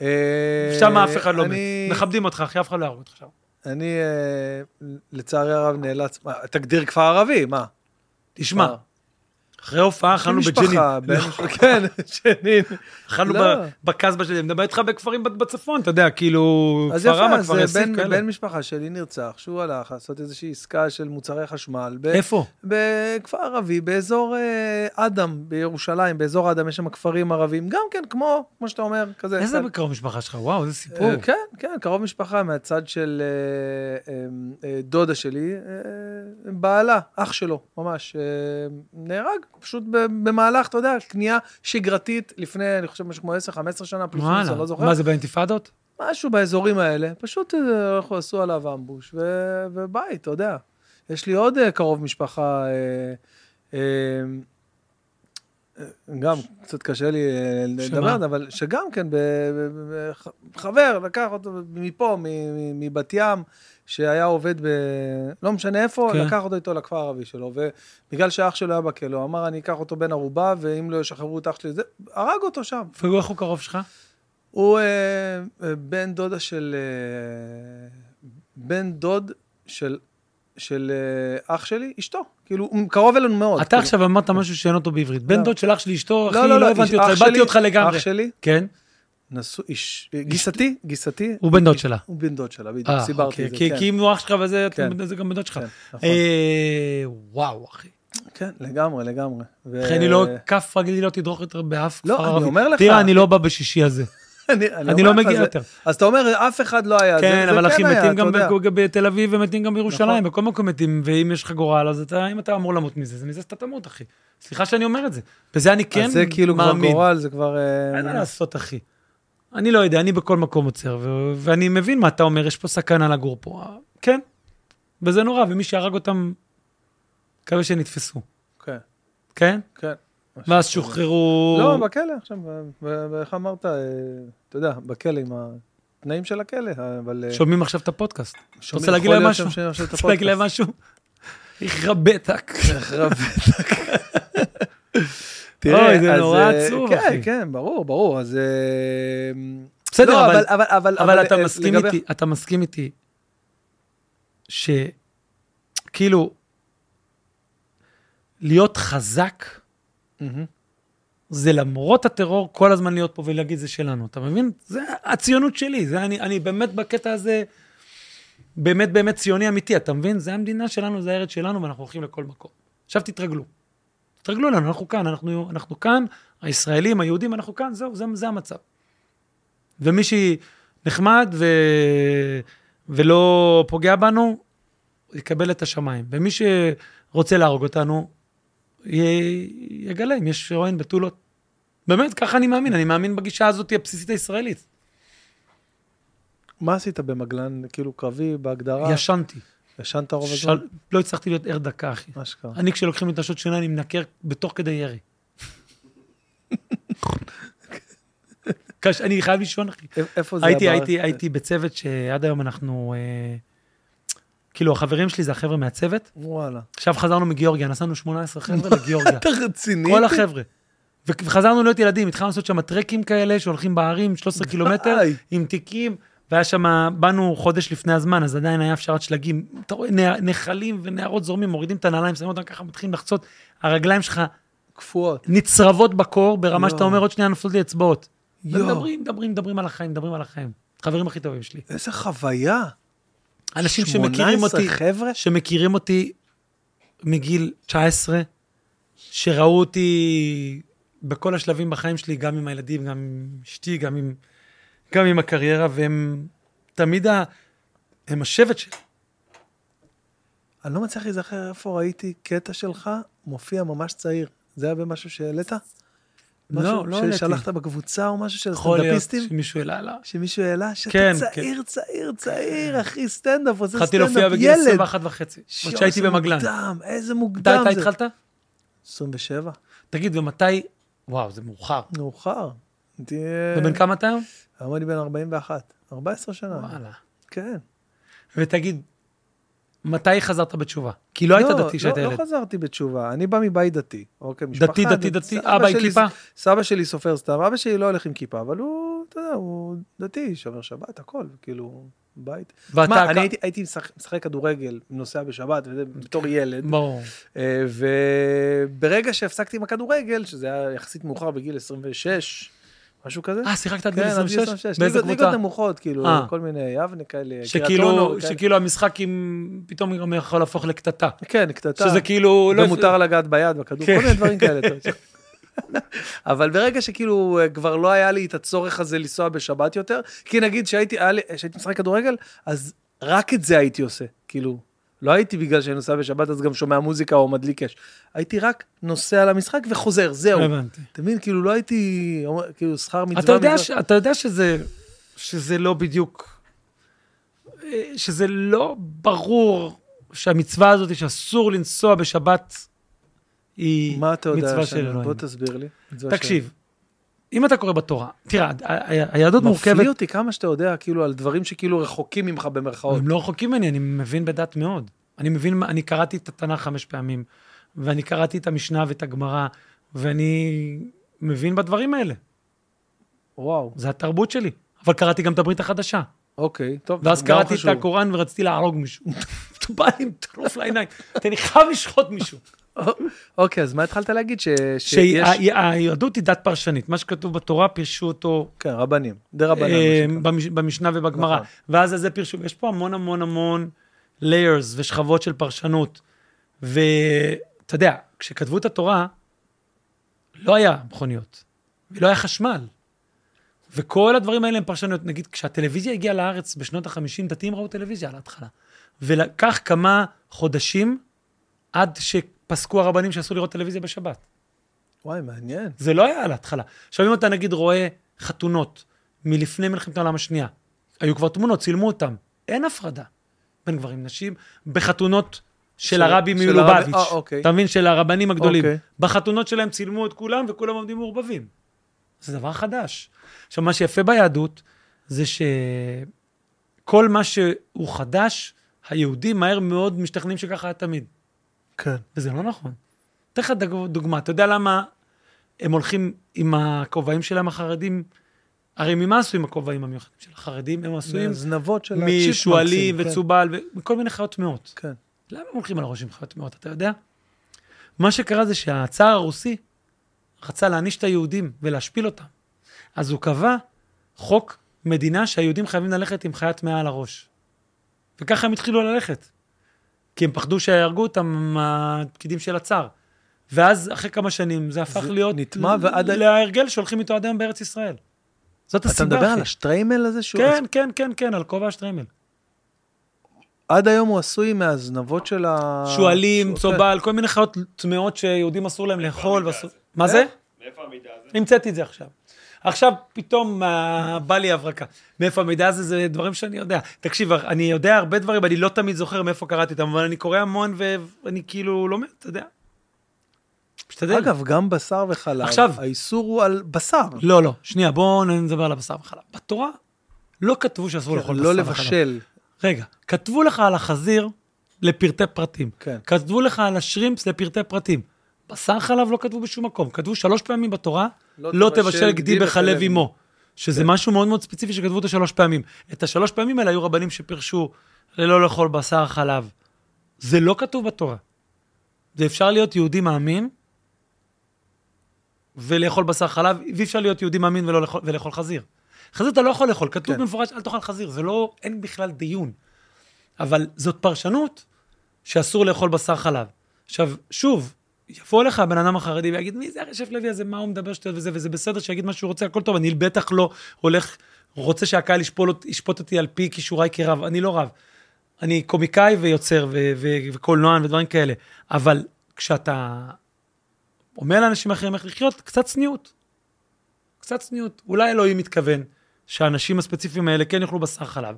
אה, שם אף אחד לא מת. אני- מכבדים אותך, אחי, אף אחד לא יהרוג אותך שם. אני, אה, לצערי הרב, נאלץ... מה, תגדיר כפר ערבי, מה? תשמע, כפר. אחרי הופעה של אכלנו אה. משפחה, בג'נין. לא. בן- כן, ג'נין. אכלנו לא. ב- בקסבה שלי, אני מדבר איתך בכפרים בצ- בצפון, אתה יודע, כאילו, אז כפר רמא, יפה, כפר אז יאסיף בן- כאלה. בן משפחה שלי נרצח, שהוא הלך לעשות איזושהי עסקה של מוצרי חשמל. ב- איפה? בכפר ערבי, באזור אה, אדם בירושלים, באזור אדם יש שם כפרים ערבים, גם כן, כמו, כמו שאתה אומר, כזה. איזה קצת- בקרוב משפחה שלך, וואו, איזה סיפור. אה, כן, כן, קרוב משפחה מהצד של אה, אה, אה, דודה שלי, אה, בעלה, אח שלו, ממש, אה, נהרג, פשוט ב- במהלך, אתה יודע, קנייה שגרתית לפני, אני חושב, משהו כמו 10-15 שנה, פלוס מינוס, וואלה. אני לא זוכר. מה זה באינתיפאדות? משהו באזורים האלה, פשוט אה, אנחנו עשו עליו אמבוש, ו- ובית, אתה יודע. יש לי עוד אה, קרוב משפחה, אה, אה, אה, גם קצת קשה לי אה, שמה? לדבר, אבל שגם כן, ב- ב- ב- ח- חבר לקח אותו מפה, מ- מ- מבת ים, שהיה עובד ב... לא משנה איפה, כן. לקח אותו איתו לכפר הערבי שלו, ובגלל שאח שלו היה בכלא, הוא אמר, אני אקח אותו בן ערובה, ואם לא ישחררו את אח שלי, זה, הרג אותו שם. ואיך הוא קרוב שלך? הוא אה, אה, בן דודה של... אה, בן דוד של, של אה, אח שלי, אשתו. כאילו, הוא קרוב אלינו מאוד. אתה כאילו. עכשיו אמרת משהו שאין אותו בעברית. בן לא. דוד של אח שלי, אשתו, אחי, לא, לא, לא לא, הבנתי אח אותך, שלי- הבנתי אותך לגמרי. אח שלי כן, נשוא, איש, אה, גיסתי, גיסתי, הוא בן דוד שלה. הוא בן דוד שלה, בדיוק, אה, סיברתי אוקיי, את זה. כי כן. כי אם הוא אח שלך וזה, כן. זה גם בן דוד שלך. כן, נכון. אה, וואו, אחי. כן, לגמרי, לגמרי. ו- לכן היא לא, כף רגלי לא תדרוך יותר באף לא, כפר אני ערבי. אומר לך- טירה, אני לא בא בשישי הזה. אני לא אומר לך, מגיע זה- יותר. אז אתה אומר, אף אחד לא היה. זה- כן, זה אבל אחי, היה, מתים אתה גם יודע. נכון. ב- בתל אביב ומתים גם בירושלים, בכל מקום מתים, ואם יש לך גורל, אז אתה, אם אתה אמור למות מזה, זה מזה שאתה תמות, אחי. סליחה שאני אומר את זה. בזה אני כן מאמין. אז זה כאילו כבר גורל, זה כבר... אה, אין מה לעשות, אחי. אני לא יודע, אני בכל מקום עוצר, ו- ואני מבין מה אתה אומר, יש פה סכנה לגור פה. אה, כן, וזה נורא, ומי שהרג אותם, מקווה שנתפסו, כן, כן? כן. ואז שוחררו... לא, בכלא עכשיו, ב- ב- איך אמרת, אה, אתה יודע, בכלא עם התנאים של הכלא, אבל... אה, שומעים עכשיו את הפודקאסט. אתה שומעים, רוצה להגיד יכול להם להיות משהו? שהם שומעים עכשיו את כן, אתה רוצה להגיד להם משהו? יחרבטק. אוי, זה אז, נורא אה, עצוב, כן, אחי. כן, ברור, ברור, אז... אה, בסדר, לא, אבל- אבל, אבל, אבל אתה אה, מסכים לגבי- איתי, אתה מסכים איתי, שכאילו, כאילו, להיות חזק, מהמם. זה למרות הטרור, כל הזמן להיות פה ולהגיד זה שלנו, אתה מבין? זה הציונות שלי, זה אני, אני באמת בקטע הזה, באמת באמת ציוני אמיתי, אתה מבין? זה המדינה שלנו, זה הארץ שלנו, ואנחנו הולכים לכל מקום. עכשיו תתרגלו. תתרגלו לנו, אנחנו כאן, אנחנו, אנחנו כאן, הישראלים, היהודים, אנחנו כאן, זהו, זה, זה המצב. ומי שנחמד ו... ולא פוגע בנו, יקבל את השמיים. ומי שרוצה להרוג אותנו, י- יגלה אם יש או אין בתולות. באמת, ככה אני מאמין, אני מאמין בגישה הזאת הבסיסית הישראלית. מה עשית במגלן, כאילו קרבי, בהגדרה? ישנתי. ישנת רוב של... הזמן? לא הצלחתי להיות ער דקה, אחי. מה שקרה. אני, כשלוקחים לי את השעות שינה, אני מנקר בתוך כדי ירי. קש- אני חייב לישון, אחי. איפ- איפה זה הייתי, הבא? הייתי, הייתי בצוות שעד היום אנחנו... אה, כאילו, החברים שלי זה החבר'ה מהצוות. וואלה. עכשיו חזרנו מגיאורגיה, נסענו 18 חבר'ה לגיאורגיה. אתה רציני? כל החבר'ה. ו- וחזרנו להיות ילדים, התחלנו לעשות שם טרקים כאלה שהולכים בערים, 13 קילומטר, די. עם תיקים, והיה שם, באנו חודש לפני הזמן, אז עדיין היה אפשרת שלגים. אתה רואה, נע- נחלים ונערות זורמים, מורידים את הנעליים, שמים אותם ככה, מתחילים לחצות, הרגליים שלך קפואות. נצרבות בקור, ברמה שאתה יואו. אומר, עוד שנייה נופלות לי אצבעות. יואו. מדברים, מדברים, מדברים על החיים, מדברים על החיים. חברים הכי טובים שלי. איזה חוויה. אנשים שמכירים אותי, 18 חבר'ה? שמכירים אותי מגיל 19, שראו אותי בכל השלבים בחיים שלי, גם עם הילדים, גם עם אשתי, גם עם, גם עם הקריירה, והם תמיד ה... הם השבט שלי. אני לא מצליח להיזכר איפה ראיתי קטע שלך מופיע ממש צעיר. זה היה במשהו שהעלית? משהו לא העליתי. ששלחת בקבוצה או משהו של יכול להיות סטנדאפיסטים? שמישהו העלה לה. שמישהו העלה שאתה כן, צעיר, צעיר, צעיר, אחי, סטנדאפ, עושה התחלתי סטנדאפ, להופיע בגיל ילד. 21 וחצי, עוד שיו, שהייתי איזה במגלן. מוקדם, איזה אתה מוקדם אתה זה. התחלת? 27? תגיד, ומתי? וואו, זה מאוחר. מאוחר. ובן תהיה... כמה אתה היום? היום אני בן 41. 14 שנה. וואלה. כן. ותגיד, מתי חזרת בתשובה? כי לא היית דתי כשהיית לא, ילד. לא חזרתי בתשובה, אני בא מבית דתי. אוקיי, משפחה דתי, דתי, דתי, אבא עם שלי- כיפה? סבא שלי סופר סתם, אבא שלי לא הולך עם כיפה, אבל הוא, אתה יודע, הוא דתי, שומר שבת, הכל, כאילו, בית. ואתה- מה, אני הייתי, הייתי משחק, משחק כדורגל, נוסע בשבת, וזה כן. בתור ילד. ברור. אה, וברגע שהפסקתי עם הכדורגל, שזה היה יחסית מאוחר בגיל 26, משהו כזה. אה, שיחקת עד כן, עד גיל גיל 26? 26. באיזה ליגות- ליגות קבוצה? נמוכות, כאילו, אה. כל מיני יבנה כאלה, קריית אונו, שכאילו, כאלה. שכאילו המשחק עם, פתאום גם יכול להפוך לקטטה. כן, קטטה. שזה כאילו, לא... ומותר לגעת ביד, בכדור, כן. כל מיני דברים כאלה. אתה יודע. אבל ברגע שכאילו אה, כבר לא היה לי את הצורך הזה לנסוע בשבת יותר, כי נגיד שהייתי, היה לי- שהייתי משחק כדורגל, אז רק את זה הייתי עושה, כאילו. לא הייתי בגלל שאני נוסע בשבת, אז גם שומע מוזיקה או מדליק אש. הייתי רק נוסע למשחק וחוזר, זהו. הבנתי. אתה מבין? כאילו לא הייתי, אומר, כאילו שכר מצווה. אתה יודע, מצווה. ש, אתה יודע שזה, שזה לא בדיוק, אה, שזה לא ברור שהמצווה הזאת שאסור לנסוע בשבת היא מה אתה יודע? מצווה שם? של אלוהים. בוא תסביר לי. מצווה של- תקשיב, אם אתה קורא בתורה, תראה, ה- ה- היהדות מורכבת, מפליא אותי כמה שאתה יודע, כאילו, על דברים שכאילו רחוקים ממך במרכאות. הם לא רחוקים ממני, אני מבין בדת מאוד. אני מבין, מה- אני קראתי את התנ"ך חמש פעמים, ואני קראתי את המשנה ואת הגמרא, ואני מבין בדברים האלה. וואו, זה התרבות שלי. אבל קראתי גם את הברית החדשה. אוקיי, טוב, ואז גם קראתי את חשוב. הקוראן ורציתי להרוג מישהו. אתה בא לי עם טרוף לעיניים, אתה אני חייב לשחוט מישהו. אוקיי, אז מה התחלת להגיד? ש... שיש... שהיהדות אה, היא דת פרשנית, מה שכתוב בתורה פירשו אותו כן, רבנים. די רבנים. אה, מה שנקרא. במש- במשנה ובגמרא. נכון. ואז על זה פרשו, יש פה המון המון המון layers ושכבות של פרשנות. ואתה יודע, כשכתבו את התורה, לא היה מכוניות, ולא היה חשמל. וכל הדברים האלה הם פרשנויות. נגיד, כשהטלוויזיה הגיעה לארץ בשנות ה-50, דתיים ראו טלוויזיה על ההתחלה. ולקח כמה חודשים עד שפסקו הרבנים שאסור לראות טלוויזיה בשבת. וואי, מעניין. זה לא היה על ההתחלה. עכשיו, אם אתה נגיד רואה חתונות מלפני מלחמת העולם השנייה, היו כבר תמונות, צילמו אותן, אין הפרדה בין גברים לנשים בחתונות של, של- הרבי של הרבי- מלובביץ'. אה, אוקיי. אתה מבין? של הרבנים הגדולים. אוקיי. בחתונות שלהם צילמו את כולם וכולם עומדים מעורבבים. זה דבר חדש. עכשיו, מה שיפה ביהדות זה שכל מה שהוא חדש, היהודים מהר מאוד משתכנעים שככה היה תמיד. כן. וזה לא נכון. אתן לך דג- דוגמה, אתה יודע למה הם הולכים עם הכובעים שלהם החרדים? הרי ממה עשו עם הכובעים המיוחדים של החרדים? הם עשויים זנבות של הצ'יפמנקסים, משועלים כן, וצובל ומכל מיני חיות טמאות. כן. למה הם הולכים על הראש עם חיות טמאות, אתה יודע? מה שקרה זה שהצאר הרוסי רצה להעניש את היהודים ולהשפיל אותם. אז הוא קבע חוק מדינה שהיהודים חייבים ללכת עם חיית טמאה על הראש. וככה הם התחילו ללכת. כי הם פחדו שיהרגו אותם הפקידים של הצאר. ואז אחרי כמה שנים זה הפך זה להיות... נטמע ועד ה- להרגל שהולכים איתו עד היום בארץ ישראל. זאת אתה הסיבה, מדבר אחי. על השטריימל הזה שהוא... כן, כן, כן, כן, על כובע השטריימל. עד היום הוא עשוי מהזנבות של ה... שועלים, כן. צובל, כל מיני חיות טמאות שיהודים אסור להם לאכול. המידע ואסור- הזה? מה זה? אה? מאיפה המידע הזה? המצאתי את זה עכשיו. עכשיו פתאום אה, בא לי הברקה. מאיפה המידע הזה? זה דברים שאני יודע. תקשיב, אני יודע הרבה דברים, אני לא תמיד זוכר מאיפה קראתי אותם, אבל אני קורא המון ואני כאילו לומד, אתה יודע. משתדל. כן. אגב, גם בשר וחלב. עכשיו- האיסור הוא על בשר. לא, לא, שנייה, בואו נדבר על הבשר וחלב. בתורה לא כתבו שאסור לאכול בשר לא וחלב. לבשל. רגע, כתבו לך על החזיר לפרטי פרטים. כן. כתבו לך על השרימפס לפרטי פרטים. בשר חלב לא כתבו בשום מקום. כתבו שלוש פעמים בתורה, לא לא, לא תבשל גדי בחלב אימו. שזה כן. משהו מאוד מאוד ספציפי שכתבו אותו שלוש פעמים. את השלוש פעמים האלה היו רבנים שפירשו ללא לאכול בשר חלב. זה לא כתוב בתורה. זה אפשר להיות יהודי מאמין ולאכול בשר חלב, ואי אפשר להיות יהודי מאמין ולא לאכול, ולאכול חזיר. חזיר אתה לא יכול לאכול, כתוב כן. כן. במפורש אל תאכל חזיר, זה לא, אין בכלל דיון. אבל זאת פרשנות שאסור לאכול בשר חלב. עכשיו, שוב, יבוא אליך הבן אדם החרדי ויגיד, מי זה הרשף לוי הזה, מה הוא מדבר שטויות וזה, וזה בסדר שיגיד מה שהוא רוצה, הכל טוב, אני בטח לא הולך, רוצה שהקהל ישפול אות- ישפוט אותי על פי כישוריי כרב, אני לא רב. אני קומיקאי ויוצר ו- ו- וקולנוען ודברים כאלה, אבל כשאתה אומר לאנשים אחרים איך לחיות, קצת צניעות. קצת צניעות. אולי אלוהים מתכוון שהאנשים הספציפיים האלה כן יאכלו בשר חלב,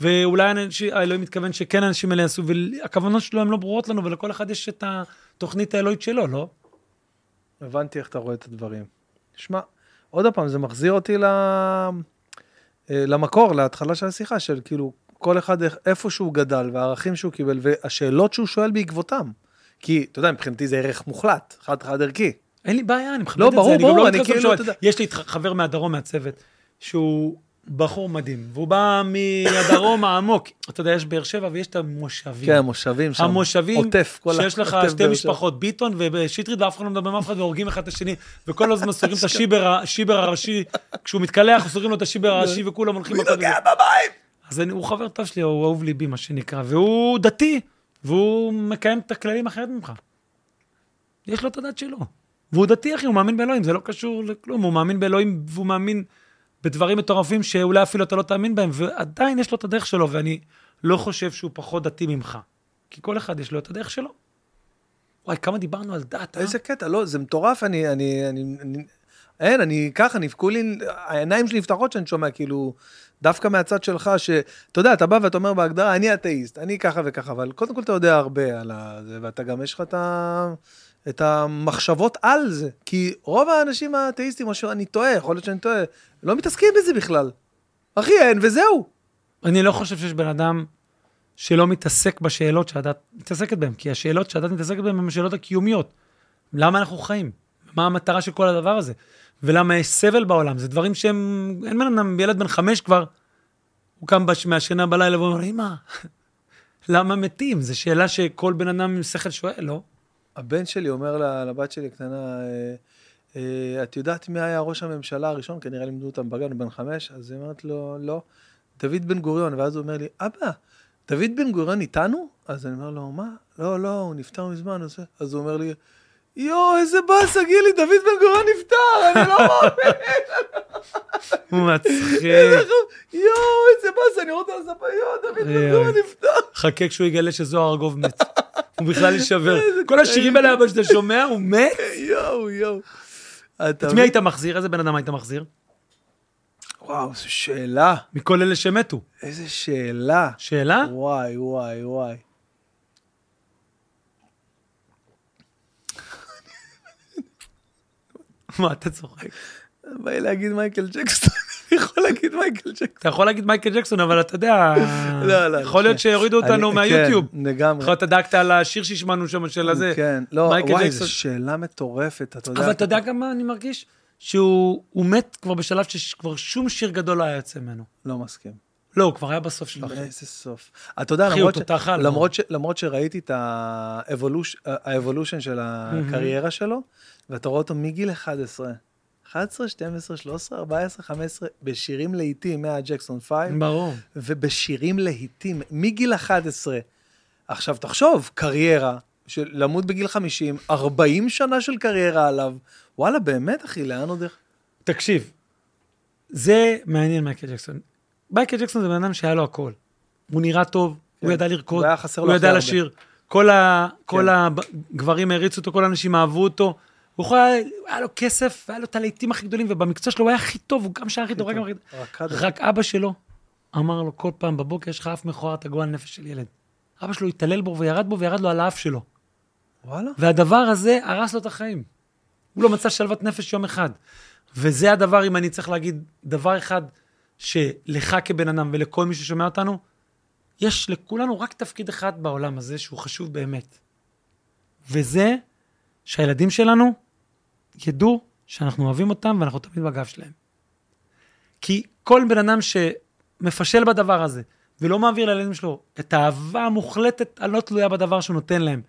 ואולי אנשי- האלוהים מתכוון שכן האנשים האלה יעשו, והכוונות שלו הן לא ברורות לנו, ולכל אחד יש את התוכנית האלוהית שלו, לא? הבנתי איך אתה רואה את הדברים. שמע, עוד פעם, זה מחזיר אותי ל... אה, למקור, להתחלה של השיחה, של כאילו, כל אחד איך- איפה שהוא גדל והערכים שהוא קיבל והשאלות שהוא שואל בעקבותם. כי, אתה יודע, מבחינתי זה ערך מוחלט, חד-חד ערכי. אין לי בעיה, אני מכבד לא, את ברור, זה. גם ברור, לא אני מתכוון כאילו, לשאול. אתה יודע. יש לי איתך חבר מהדרום, מהצוות, שהוא בחור מדהים, והוא בא מהדרום העמוק. אתה יודע, יש באר שבע ויש את המושבים. כן, המושבים שם. המושבים, עוטף, כל ה- שיש לך עוטף שתי באר שבע. משפחות, ביטון ושטרית, ואף אחד לא מדבר עם אף אחד, והורגים אחד את השני, וכל הזמן סוגרים את השיבר ה- השיבר הראשי, כשהוא מתקלח, סוגרים לו את השיבר הראשי, וכולם הולכים... מי נוגע במים? אז אני- הוא חבר טוב שלי, הוא אהוב ליבי, מה שנקרא, והוא דתי, והוא מקיים את הכללים אחרת ממך. יש לו את הדת שלו. והוא דתי, אחי, הוא מאמין באלוהים, זה לא קשור לכלום, הוא מאמין באלוהים, והוא מאמין בדברים מטורפים שאולי אפילו אתה לא תאמין בהם, ועדיין יש לו את הדרך שלו, ואני לא חושב שהוא פחות דתי ממך. כי כל אחד יש לו את הדרך שלו. וואי, כמה דיברנו על דת, אה? איזה קטע, לא, זה מטורף, אני, אני, אני, אני, אין, אני ככה, נפקו לי, העיניים שלי נפתחות שאני שומע, כאילו, דווקא מהצד שלך, שאתה יודע, אתה בא ואתה אומר בהגדרה, אני אתאיסט, אני ככה וככה, אבל קודם כל אתה יודע הרבה על זה, ואתה גם יש לך את, ה, את המחשבות על זה, כי רוב האנשים האתאיסטים, או שאני טועה, יכול להיות שאני טועה, לא מתעסקים בזה בכלל. אחי, אין, וזהו. אני לא חושב שיש בן אדם שלא מתעסק בשאלות שהדת מתעסקת בהן, כי השאלות שהדת מתעסקת בהן הן השאלות הקיומיות. למה אנחנו חיים? מה המטרה של כל הדבר הזה? ולמה יש סבל בעולם? זה דברים שהם... אין בן אדם, ילד בן חמש כבר, הוא קם בש... מהשינה בלילה ואומר, אמא, למה מתים? זו שאלה שכל בן אדם עם שכל שואל, לא? הבן שלי אומר ל- לבת שלי הקטנה, אה, אה, את יודעת מי היה ראש הממשלה הראשון? כנראה לימדו אותם בגן, הוא בן חמש, אז היא אומרת לו, לא. דוד בן גוריון, ואז הוא אומר לי, אבא, דוד בן גוריון איתנו? אז אני אומר לו, מה? לא, לא, הוא נפטר מזמן. אז- אז הוא אומר לי, יואו, איזה באסה, גילי, דוד בן גוריון נפטר, אני לא מאמין. הוא מצחיק. יואו, איזה באסה, אני רוצה לספר, יואו, דוד בן איי, גוריון איי. נפטר. חכה כשהוא יגלה שזוהר ארגוב מת. הוא בכלל יישבר. כל השירים האלה אבל שאתה שומע, הוא מת? יואו, יואו. אתה את מי מבין? היית מחזיר? איזה בן אדם היית מחזיר? וואו, זו שאלה. מכל אלה שמתו. איזה שאלה. שאלה? וואי, וואי, וואי. מה, אתה צוחק. בא לי להגיד מייקל ג'קסון, אני יכול להגיד מייקל ג'קסון. אתה יכול להגיד מייקל ג'קסון, אבל אתה יודע... לא, לא, יכול להיות שנייה. שיורידו אותנו אני- מהיוטיוב. כן, לגמרי. יכול להיות אתה דאגת על השיר שהשמענו שם של הזה. כן, לא, מייקל וואי, ג'קסון. זו שאלה מטורפת, אתה יודע. אבל אתה יודע גם מה אני מרגיש? שהוא הוא מת כבר בשלב שכבר שום שיר גדול לא היה יוצא ממנו. לא מסכים. לא, הוא כבר היה בסוף שלו. איזה סוף. אתה יודע, אחי, למרות הוא ש- תותח על, למרות ש- למרות שראיתי את האבולוש- האבולושן של הקריירה שלו, ואתה רואה אותו מגיל 11. 11, 12, 13, 14, 15, בשירים להיטים מהג'קסון 5, ברור. ובשירים להיטים מגיל 11. עכשיו תחשוב, קריירה, של למות בגיל 50, 40 שנה של קריירה עליו. וואלה, באמת, אחי, לאן עוד איך? תקשיב, זה מעניין מייקל ג'קסון. מייקל ג'קסון זה בן אדם שהיה לו הכל. הוא נראה טוב, הוא ידע לרקוד, והיה כן. חסר לו הוא הכי ידע הרבה. לשיר. כל ה- כל כן. הגברים העריצו אותו, כל האנשים אהבו אותו. הוא יכול היה, היה לו כסף, היה לו את הלהיטים הכי גדולים, ובמקצוע שלו הוא היה הכי טוב, הוא גם שהיה הכי טוב, רק גם הכי טוב. רקד. רק אבא שלו אמר לו כל פעם בבוקר, יש לך אף מכוער, אתה גועל נפש של ילד. אבא שלו התעלל בו וירד בו וירד לו על האף שלו. וואלה. והדבר הזה הרס לו את החיים. הוא לא מצא שלוות נפש יום אחד. וזה הדבר, אם אני צריך להגיד דבר אחד, שלך כבן אדם ולכל מי ששומע אותנו, יש לכולנו רק תפקיד אחד בעולם הזה שהוא חשוב באמת. וזה שהילדים שלנו ידעו שאנחנו אוהבים אותם ואנחנו תמיד בגב שלהם. כי כל בן אדם שמפשל בדבר הזה ולא מעביר לילדים שלו את האהבה המוחלטת הלא תלויה בדבר שהוא נותן להם,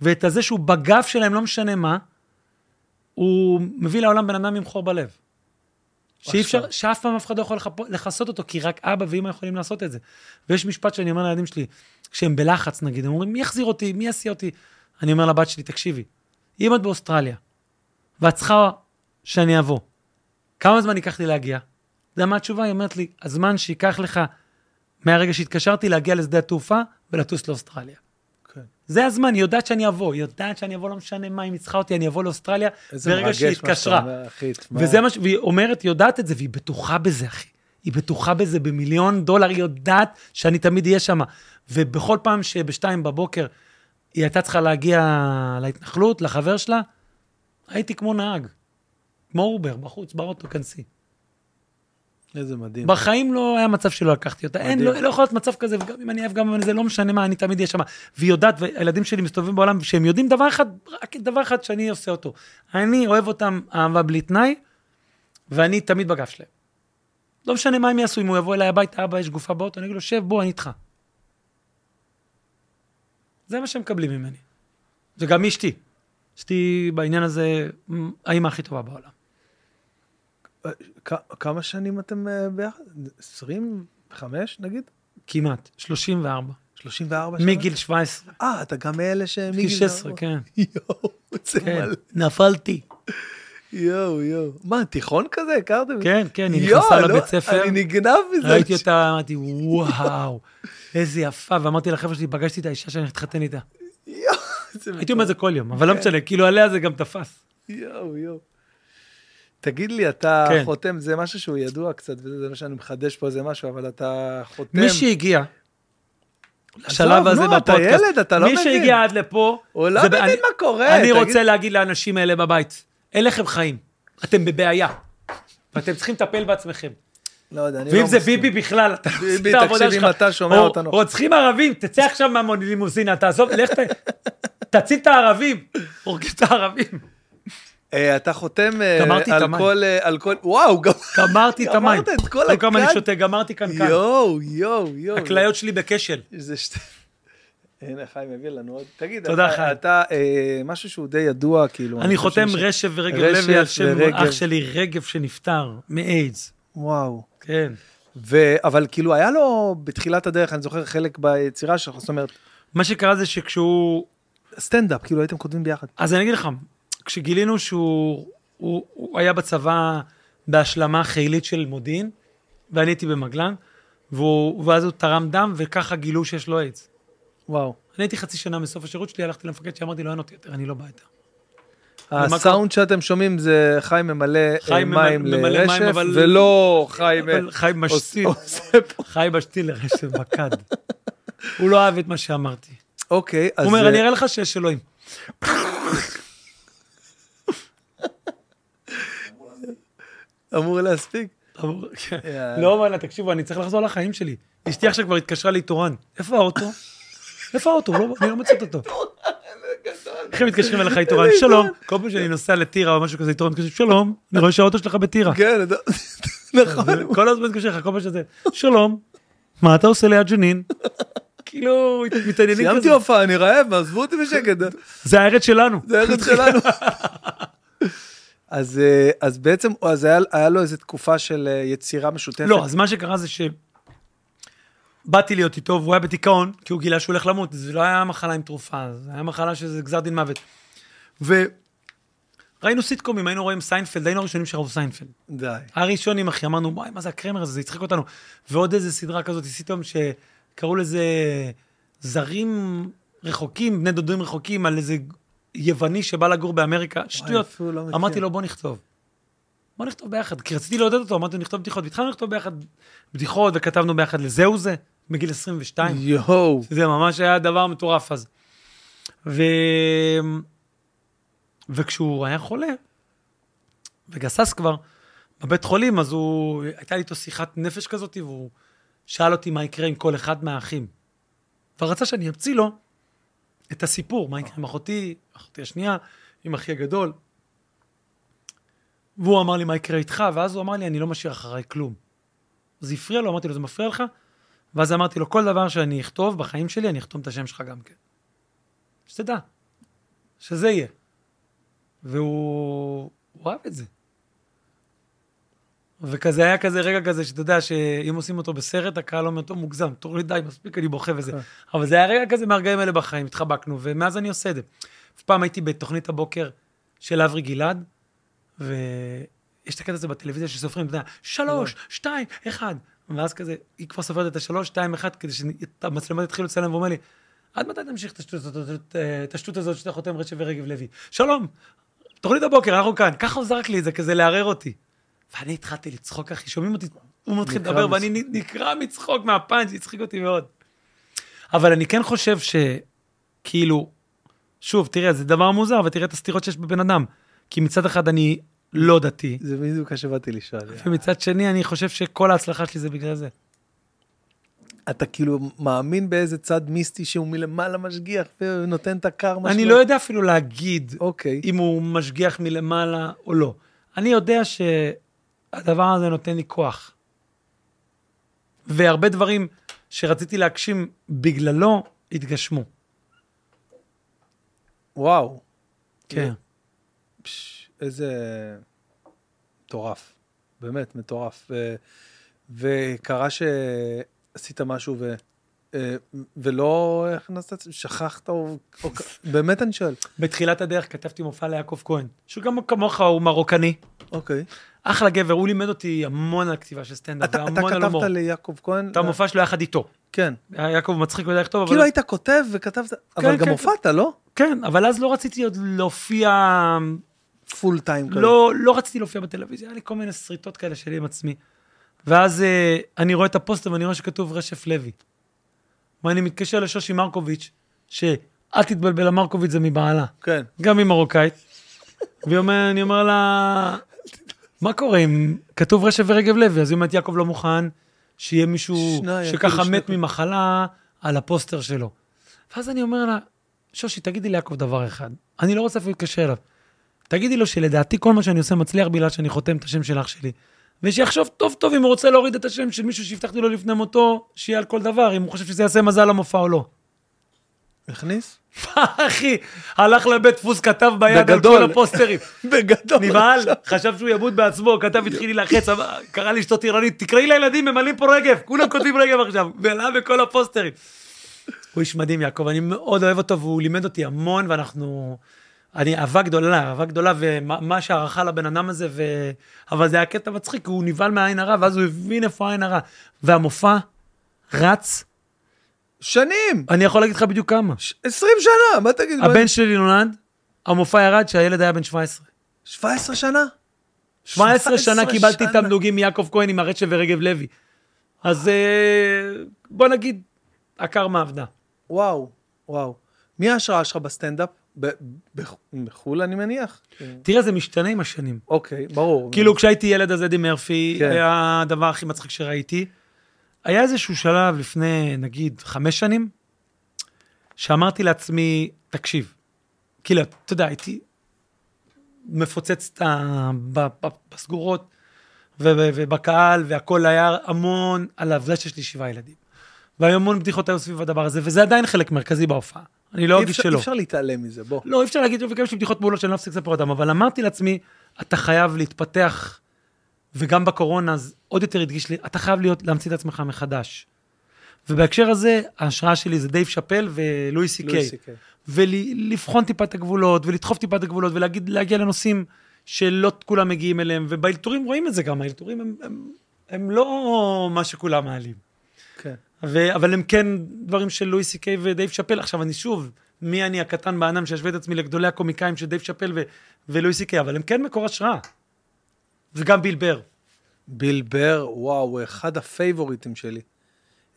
ואת הזה שהוא בגב שלהם, לא משנה מה, הוא מביא לעולם בן אדם עם חור בלב. שאי אפשר, שאף פעם אף אחד לא יכול לחפ- לכסות אותו, כי רק אבא ואמא יכולים לעשות את זה. ויש משפט שאני אומר לילדים שלי, כשהם בלחץ נגיד, הם אומרים, מי יחזיר אותי? מי יסיע אותי? אני אומר לבת שלי, תקשיבי, אם את באוסטרליה, ואת צריכה שאני אבוא, כמה זמן ייקח לי להגיע? אתה יודע מה התשובה? היא אומרת לי, הזמן שייקח לך מהרגע שהתקשרתי להגיע לשדה התעופה ולטוס לאוסטרליה. כן. זה הזמן, היא יודעת שאני אבוא, היא יודעת שאני אבוא, לא משנה מה, אם היא צריכה אותי, אני אבוא לאוסטרליה, איזה ברגע מרגש שהיא מה שאתה התקשרה. אומר, אחי, תשמע. וזה מה ש... והיא אומרת, היא יודעת את זה, והיא בטוחה בזה, אחי. היא בטוחה בזה במיליון דולר, היא יודעת שאני תמיד אהיה שם. ובכל פעם שבשתיים בבוקר היא הייתה צריכה להגיע להתנחלות, לחבר שלה, הייתי כמו נהג, כמו אובר, בחוץ, באוטו, כנסי. איזה מדהים. בחיים לא היה מצב שלא לקחתי אותה. אין, כן. מדהים. לא, לא יכול להיות מצב כזה, וגם אם אני אוהב, גם אם אני זה, לא משנה מה, אני תמיד אהיה שם. והיא יודעת, והילדים שלי מסתובבים בעולם, שהם יודעים דבר אחד, רק דבר אחד שאני עושה אותו. אני אוהב אותם אהבה בלי תנאי, ואני תמיד בגב שלהם. לא משנה מה הם יעשו, אם הוא יבוא אליי הביתה, אבא, יש גופה באוטו, אני אגיד לו, שב, בוא, אני איתך. זה מה שהם מקבלים ממני. זה גם אשתי. אשתי בעניין הזה, מ, האימא הכי טובה בעולם. אה, כ- כמה שנים אתם אה, ביחד? 25 נגיד? כמעט, 34. 34 שנה? מגיל 17, אה, אתה גם מאלה שהם מגיל מגיל 16, 4. כן. יואו, זה מלא. נפלתי. יואו, יואו. מה, תיכון כזה? הכרתם? כן, כן, היא יואו, נכנסה לא, לבית ספר, אני נגנב מזה. ראיתי אותה, אמרתי, וואו, איזה יפה, ואמרתי לחבר'ה שלי, פגשתי את האישה שאני אתחתן איתה. יואו, זה הייתי אומר זה כל יום, אבל לא כן. משנה, כאילו עליה זה גם תפס. יואו, יואו. תגיד לי, אתה כן. חותם, זה משהו שהוא ידוע קצת, וזה זה מה שאני מחדש פה איזה משהו, אבל אתה חותם. מי שהגיע לשלב כן. עזוב, הזה נו, אתה בפודקאסט, ילד, אתה לא מי מבין. שהגיע עד לפה, הוא לא זה- מבין אני- מה קורה, אני תגיד. רוצה להגיד לאנשים האלה בבית, אין לכם חיים, אתם בבעיה, ואתם צריכים לטפל בעצמכם. לא יודע, אני לא ואם זה מסכים. ביבי בכלל, אתה ביבי, עושה את העבודה תקשיב, שלך. אם אתה שומע או- אותנו. רוצחים ערבים, תצא עכשיו מהמונילימוזינה, תעזוב, לך ת... תציל את הערבים, הורגים את הערבים. אה, אתה חותם אה, גמרתי את על המים. כל... אה, על כל... וואו, גם... גמרתי את המים. גמרת את כל תראו כמה אני הקן? שותה, גמרתי כאן כאן. יואו, יואו, יואו. הכליות שלי בכשל. זה שתי... הנה, חיים הביא לנו עוד. תגיד, תודה, אתה- חיים. אתה, אה, משהו שהוא די ידוע, כאילו. אני חושב חותם ש- רשב ורגב רשף לוי על שם ורגב. אח שלי רגב שנפטר מאיידס. וואו. כן. ו... אבל כאילו, היה לו בתחילת הדרך, אני זוכר חלק ביצירה שלך, זאת אומרת, מה שקרה זה שכשהוא... סטנדאפ, כאילו הייתם כותבים ביחד. אז אני אגיד לך, כשגילינו שהוא הוא, הוא היה בצבא בהשלמה חילית של מודיעין, ואני הייתי במגלן, והוא, ואז הוא תרם דם, וככה גילו שיש לו איידס. וואו. אני הייתי חצי שנה מסוף השירות שלי, הלכתי למפקד שאמרתי לו, אין אותי יותר, אני לא בא יותר. הסאונד שאתם שומעים זה חיים ממלא אה, חיים מים ממלא- ממלא מים, לרשף, אבל- ולא חיים... אבל חיים עוש- משתיל, עושה פה- חיים משתיל לרשת מכד. הוא לא אהב את מה שאמרתי. אוקיי, אז... הוא אומר, אה, אני אראה לך שיש אלוהים. אמור להספיק. אמרו, כן. יאללה. לא, וואלה, תקשיבו, אני צריך לחזור לחיים שלי. אשתי עכשיו כבר התקשרה לי תורן. איפה האוטו? איפה האוטו? לא- אני לא מוצאת אותו. איך הם מתקשרים אליך איתורן? שלום. כל פעם שאני נוסע לטירה או משהו כזה, איתורן מתקשר, שלום, אני רואה שהאוטו שלך בטירה. כן, אתה- נכון. כל הזמן מתקשר לך, כל פעם שזה, שלום, מה אתה עושה ליד ג'נין? כאילו, מתעניינים כזה. סיימתי הופעה, אני רעב, עזבו אותי בשקט. זה הארץ שלנו. זה הארץ שלנו. אז, אה, אז בעצם אז היה, היה לו איזו תקופה של אה, יצירה משותפת. לא, אז מה שקרה זה שבאתי להיות איתו, והוא היה בדיכאון, כי הוא גילה שהוא הולך למות. זה לא היה מחלה עם תרופה, זה היה מחלה שזה גזר דין מוות. וראינו סיטקומים, היינו רואים סיינפלד, היינו הראשונים שראו סיינפלד. די. הראשונים, אחי, אמרנו, וואי, מה זה הקרמר הזה, זה יצחק אותנו. ועוד איזה סדרה כזאת, סיטום שקראו לזה זרים רחוקים, בני דודים רחוקים, על איזה יווני שבא לגור באמריקה, שטויות. אפילו לא מכיר. אמרתי לו, בוא נכתוב. בוא נכתוב ביחד, כי רציתי לעודד אותו, אמרתי לו, נכתוב בדיחות, והתחלנו לכתוב ביחד בדיחות, וכתבנו ביחד לזהו זה, בגיל 22. יואו. זה ממש היה דבר מטורף אז. ו... וכשהוא היה חולה, וגסס כבר, בבית חולים, אז הוא, הייתה לי איתו שיחת נפש כזאת, והוא שאל אותי מה יקרה עם כל אחד מהאחים. ורצה שאני אמציא לו את הסיפור, מה יקרה עם אחותי, אחותי השנייה, עם אחי הגדול. והוא אמר לי מה יקרה איתך, ואז הוא אמר לי, אני לא משאיר אחריי כלום. זה הפריע לו, אמרתי לו, זה מפריע לך? ואז אמרתי לו, כל דבר שאני אכתוב בחיים שלי, אני אכתוב את השם שלך גם כן. שתדע, שזה יהיה. והוא הוא אהב את זה. וכזה היה כזה רגע כזה, שאתה יודע שאם עושים אותו בסרט, הקהל אומר, טוב, מוגזם, תוריד די, מספיק, אני בוכה וזה. אבל זה היה רגע כזה מהרגעים האלה בחיים, התחבקנו, ומאז אני עושה את זה. פעם הייתי בתוכנית הבוקר של אברי גלעד, ויש את הקטע הזה בטלוויזיה שסופרים, אתה יודע, שלוש, שתיים, אחד. ואז כזה, היא כבר סופרת את השלוש, שתיים, אחד, כדי שהמצלמות יתחילו לצלם, והוא אומר לי, עד מתי תמשיך את השטות הזאת, את השטות הזאת שאתה חותם רשב ורגב לוי? שלום, תוכנית הבוקר, אנחנו כאן. ככה הוא זרק לי את זה, כזה לערער אותי. ואני התחלתי לצחוק, אחי, שומעים אותי, הוא מתחיל נקרע לדבר, מצ- ואני נ- נקרע מצחוק מהפאנץ', הצחיק אותי מאוד. אבל אני כן חושב שכאילו, כאילו, שוב, תראה, זה דבר מוזר, ותראה את הסתירות שיש בבן אדם. כי מצד אחד אני לא דתי, זה בדיוק מה שבאתי לשאול. ומצד שני אני חושב שכל ההצלחה שלי זה בגלל זה. אתה כאילו מאמין באיזה צד מיסטי שהוא מלמעלה משגיח ונותן את הקרמה אני לא יודע אפילו להגיד אוקיי. אם הוא משגיח מלמעלה או לא. אני יודע שהדבר הזה נותן לי כוח. והרבה דברים שרציתי להגשים בגללו, התגשמו. וואו. כן. פש, איזה... מטורף. באמת מטורף. ו... וקרה שעשית משהו ו... אה, ולא הכנסת, שכחת או... או... באמת אני שואל. בתחילת הדרך כתבתי מופע ליעקב כהן, שהוא גם כמוך הוא מרוקני. אוקיי. אחלה גבר, הוא לימד אותי נכון, המון על כתיבה של סטנדאפ, אתה, אתה והמון על הומור. כתבת ליעקב כהן? אה, את המופע שלו יחד איתו. כן. יעקב מצחיק ויודע לכתוב, אבל... כאילו היית כותב וכתבת, אבל גם כן, הופעת, לא? כן, אבל אז לא רציתי עוד להופיע... פול טיים כזה. לא, לא רציתי להופיע בטלוויזיה, היה לי כל מיני שריטות כאלה שלי עם עצמי. ואז אה, אני רואה את הפוסטר ואני רואה שכתוב רשף לוי. ואני מתקשר לשושי מרקוביץ', שאל תתבלבל, המרקוביץ' זה מבעלה. כן. גם היא מרוקאית. והיא אומר, אני אומר לה, מה קורה אם כתוב רשף ורגב לוי? אז היא אומרת, יעקב לא מוכן שיהיה מישהו שניים, שככה אפילו מת שניים. ממחלה על הפוסטר שלו. ואז אני אומר לה, שושי, תגידי ליעקב דבר אחד, אני לא רוצה אפילו להתקשר אליו. תגידי לו שלדעתי כל מה שאני עושה מצליח בגלל שאני חותם את השם של אח שלי. ושיחשוב טוב טוב אם הוא רוצה להוריד את השם של מישהו שהבטחתי לו לפני מותו, שיהיה על כל דבר, אם הוא חושב שזה יעשה מזל למופע או לא. הכניס? אחי, הלך לבית דפוס, כתב ביד על בגדול. כל הפוסטרים. בגדול. נבהל, חשב שהוא ימות בעצמו, כתב, התחיל להילחץ, אמר- קרא לאשתו טירנית, תקראי לילדים, ממלאים פה רגב, כולם כותבים רגב עכשיו, מלאה בכל הפוסטרים. הוא איש מדהים, יעקב, אני מאוד אוהב אותו, והוא לימד אותי המון, ואנחנו... אני אהבה גדולה, אהבה גדולה, ומה שהערכה לבן אדם הזה, ו... אבל זה היה קטע מצחיק, כי הוא נבהל מהעין הרע, ואז הוא הבין איפה העין הרע. והמופע רץ, שנים! אני יכול להגיד לך בדיוק כמה. 20 שנה, מה תגיד? מה- הבן שלי נולד, המופע ירד כשהילד היה בן 17. 17 שנה? 17 שנה קיבלתי שנה. תמלוגים מיעקב כהן עם הרשת ורגב לוי. אז אה, בוא נגיד, הקרמה עבדה. וואו, וואו. מי ההשראה שלך בסטנדאפ? ב- ב- בחו"ל אני מניח. תראה, זה משתנה עם השנים. אוקיי, ברור. כאילו, כשהייתי ילד, אז אדי מרפי כן. היה הדבר הכי מצחיק שראיתי. היה איזשהו שלב לפני, נגיד, חמש שנים, שאמרתי לעצמי, תקשיב, כאילו, אתה יודע, הייתי מפוצץ את ה... ב- ב- בסגורות ו- ו- ובקהל, והכל היה המון על העובדה שיש לי שבעה ילדים. והיו המון בדיחות היו סביב הדבר הזה, וזה עדיין חלק מרכזי בהופעה. אני לא אי אגיד אפשר- שלא. אי אפשר להתעלם מזה, בוא. לא, אי אפשר להגיד, וגם יש לי בדיחות מעולות שאני לא מפסיק לספר אותן, אבל אמרתי לעצמי, אתה חייב להתפתח, וגם בקורונה, אז עוד יותר הדגיש לי, אתה חייב להיות, להמציא את עצמך מחדש. ובהקשר הזה, ההשראה שלי זה דייב שאפל ולואי סי לואי קיי. סי קיי. ולבחון טיפה את הגבולות, ולדחוף טיפה את הגבולות, ולהגיע לנושאים שלא כולם מגיעים אליהם, ובאלתורים רואים את זה גם, האלתורים הם, הם, הם לא מה שכולם מעלים. כן. ו- אבל הם כן דברים של לואי סי קיי ודייב שאפל. עכשיו, אני שוב, מי אני הקטן בענם שישווה את עצמי לגדולי הקומיקאים של דייב שאפל ו- ולואי סי קיי, אבל הם כן מקור השראה. וגם ביל בר. ביל בר, וואו, הוא אחד הפייבוריטים שלי.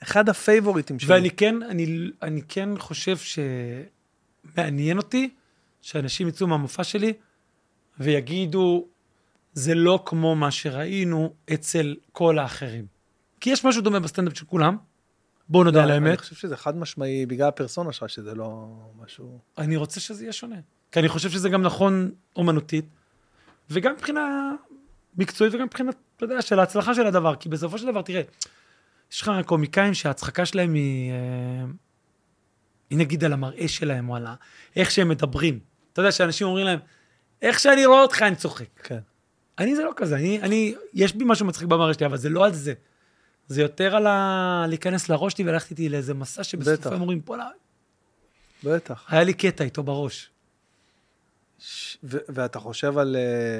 אחד הפייבוריטים שלי. ואני כן, אני, אני כן חושב שמעניין אותי שאנשים יצאו מהמופע שלי ויגידו, זה לא כמו מה שראינו אצל כל האחרים. כי יש משהו דומה בסטנדאפ של כולם, בואו נודה לא, על אני האמת. חושב שזה חד משמעי, בגלל הפרסונה שלך, שזה לא משהו... אני רוצה שזה יהיה שונה. כי אני חושב שזה גם נכון אומנותית, וגם מבחינה מקצועית וגם מבחינת, אתה יודע, של ההצלחה של הדבר. כי בסופו של דבר, תראה, יש לך קומיקאים שההצחקה שלהם היא, אה, היא נגיד על המראה שלהם, או על ה- איך שהם מדברים. אתה יודע, שאנשים אומרים להם, איך שאני רואה אותך אני צוחק. כן. אני זה לא כזה, אני, אני, יש בי משהו מצחיק במראה שלי, אבל זה לא על זה. זה יותר על ה... להיכנס לראש שלי, וללכת איתי לאיזה מסע בטח. שבסופו הם אומרים, בוא'נה, בטח. היה לי קטע איתו בראש. ש- ו- ואתה חושב על... אה,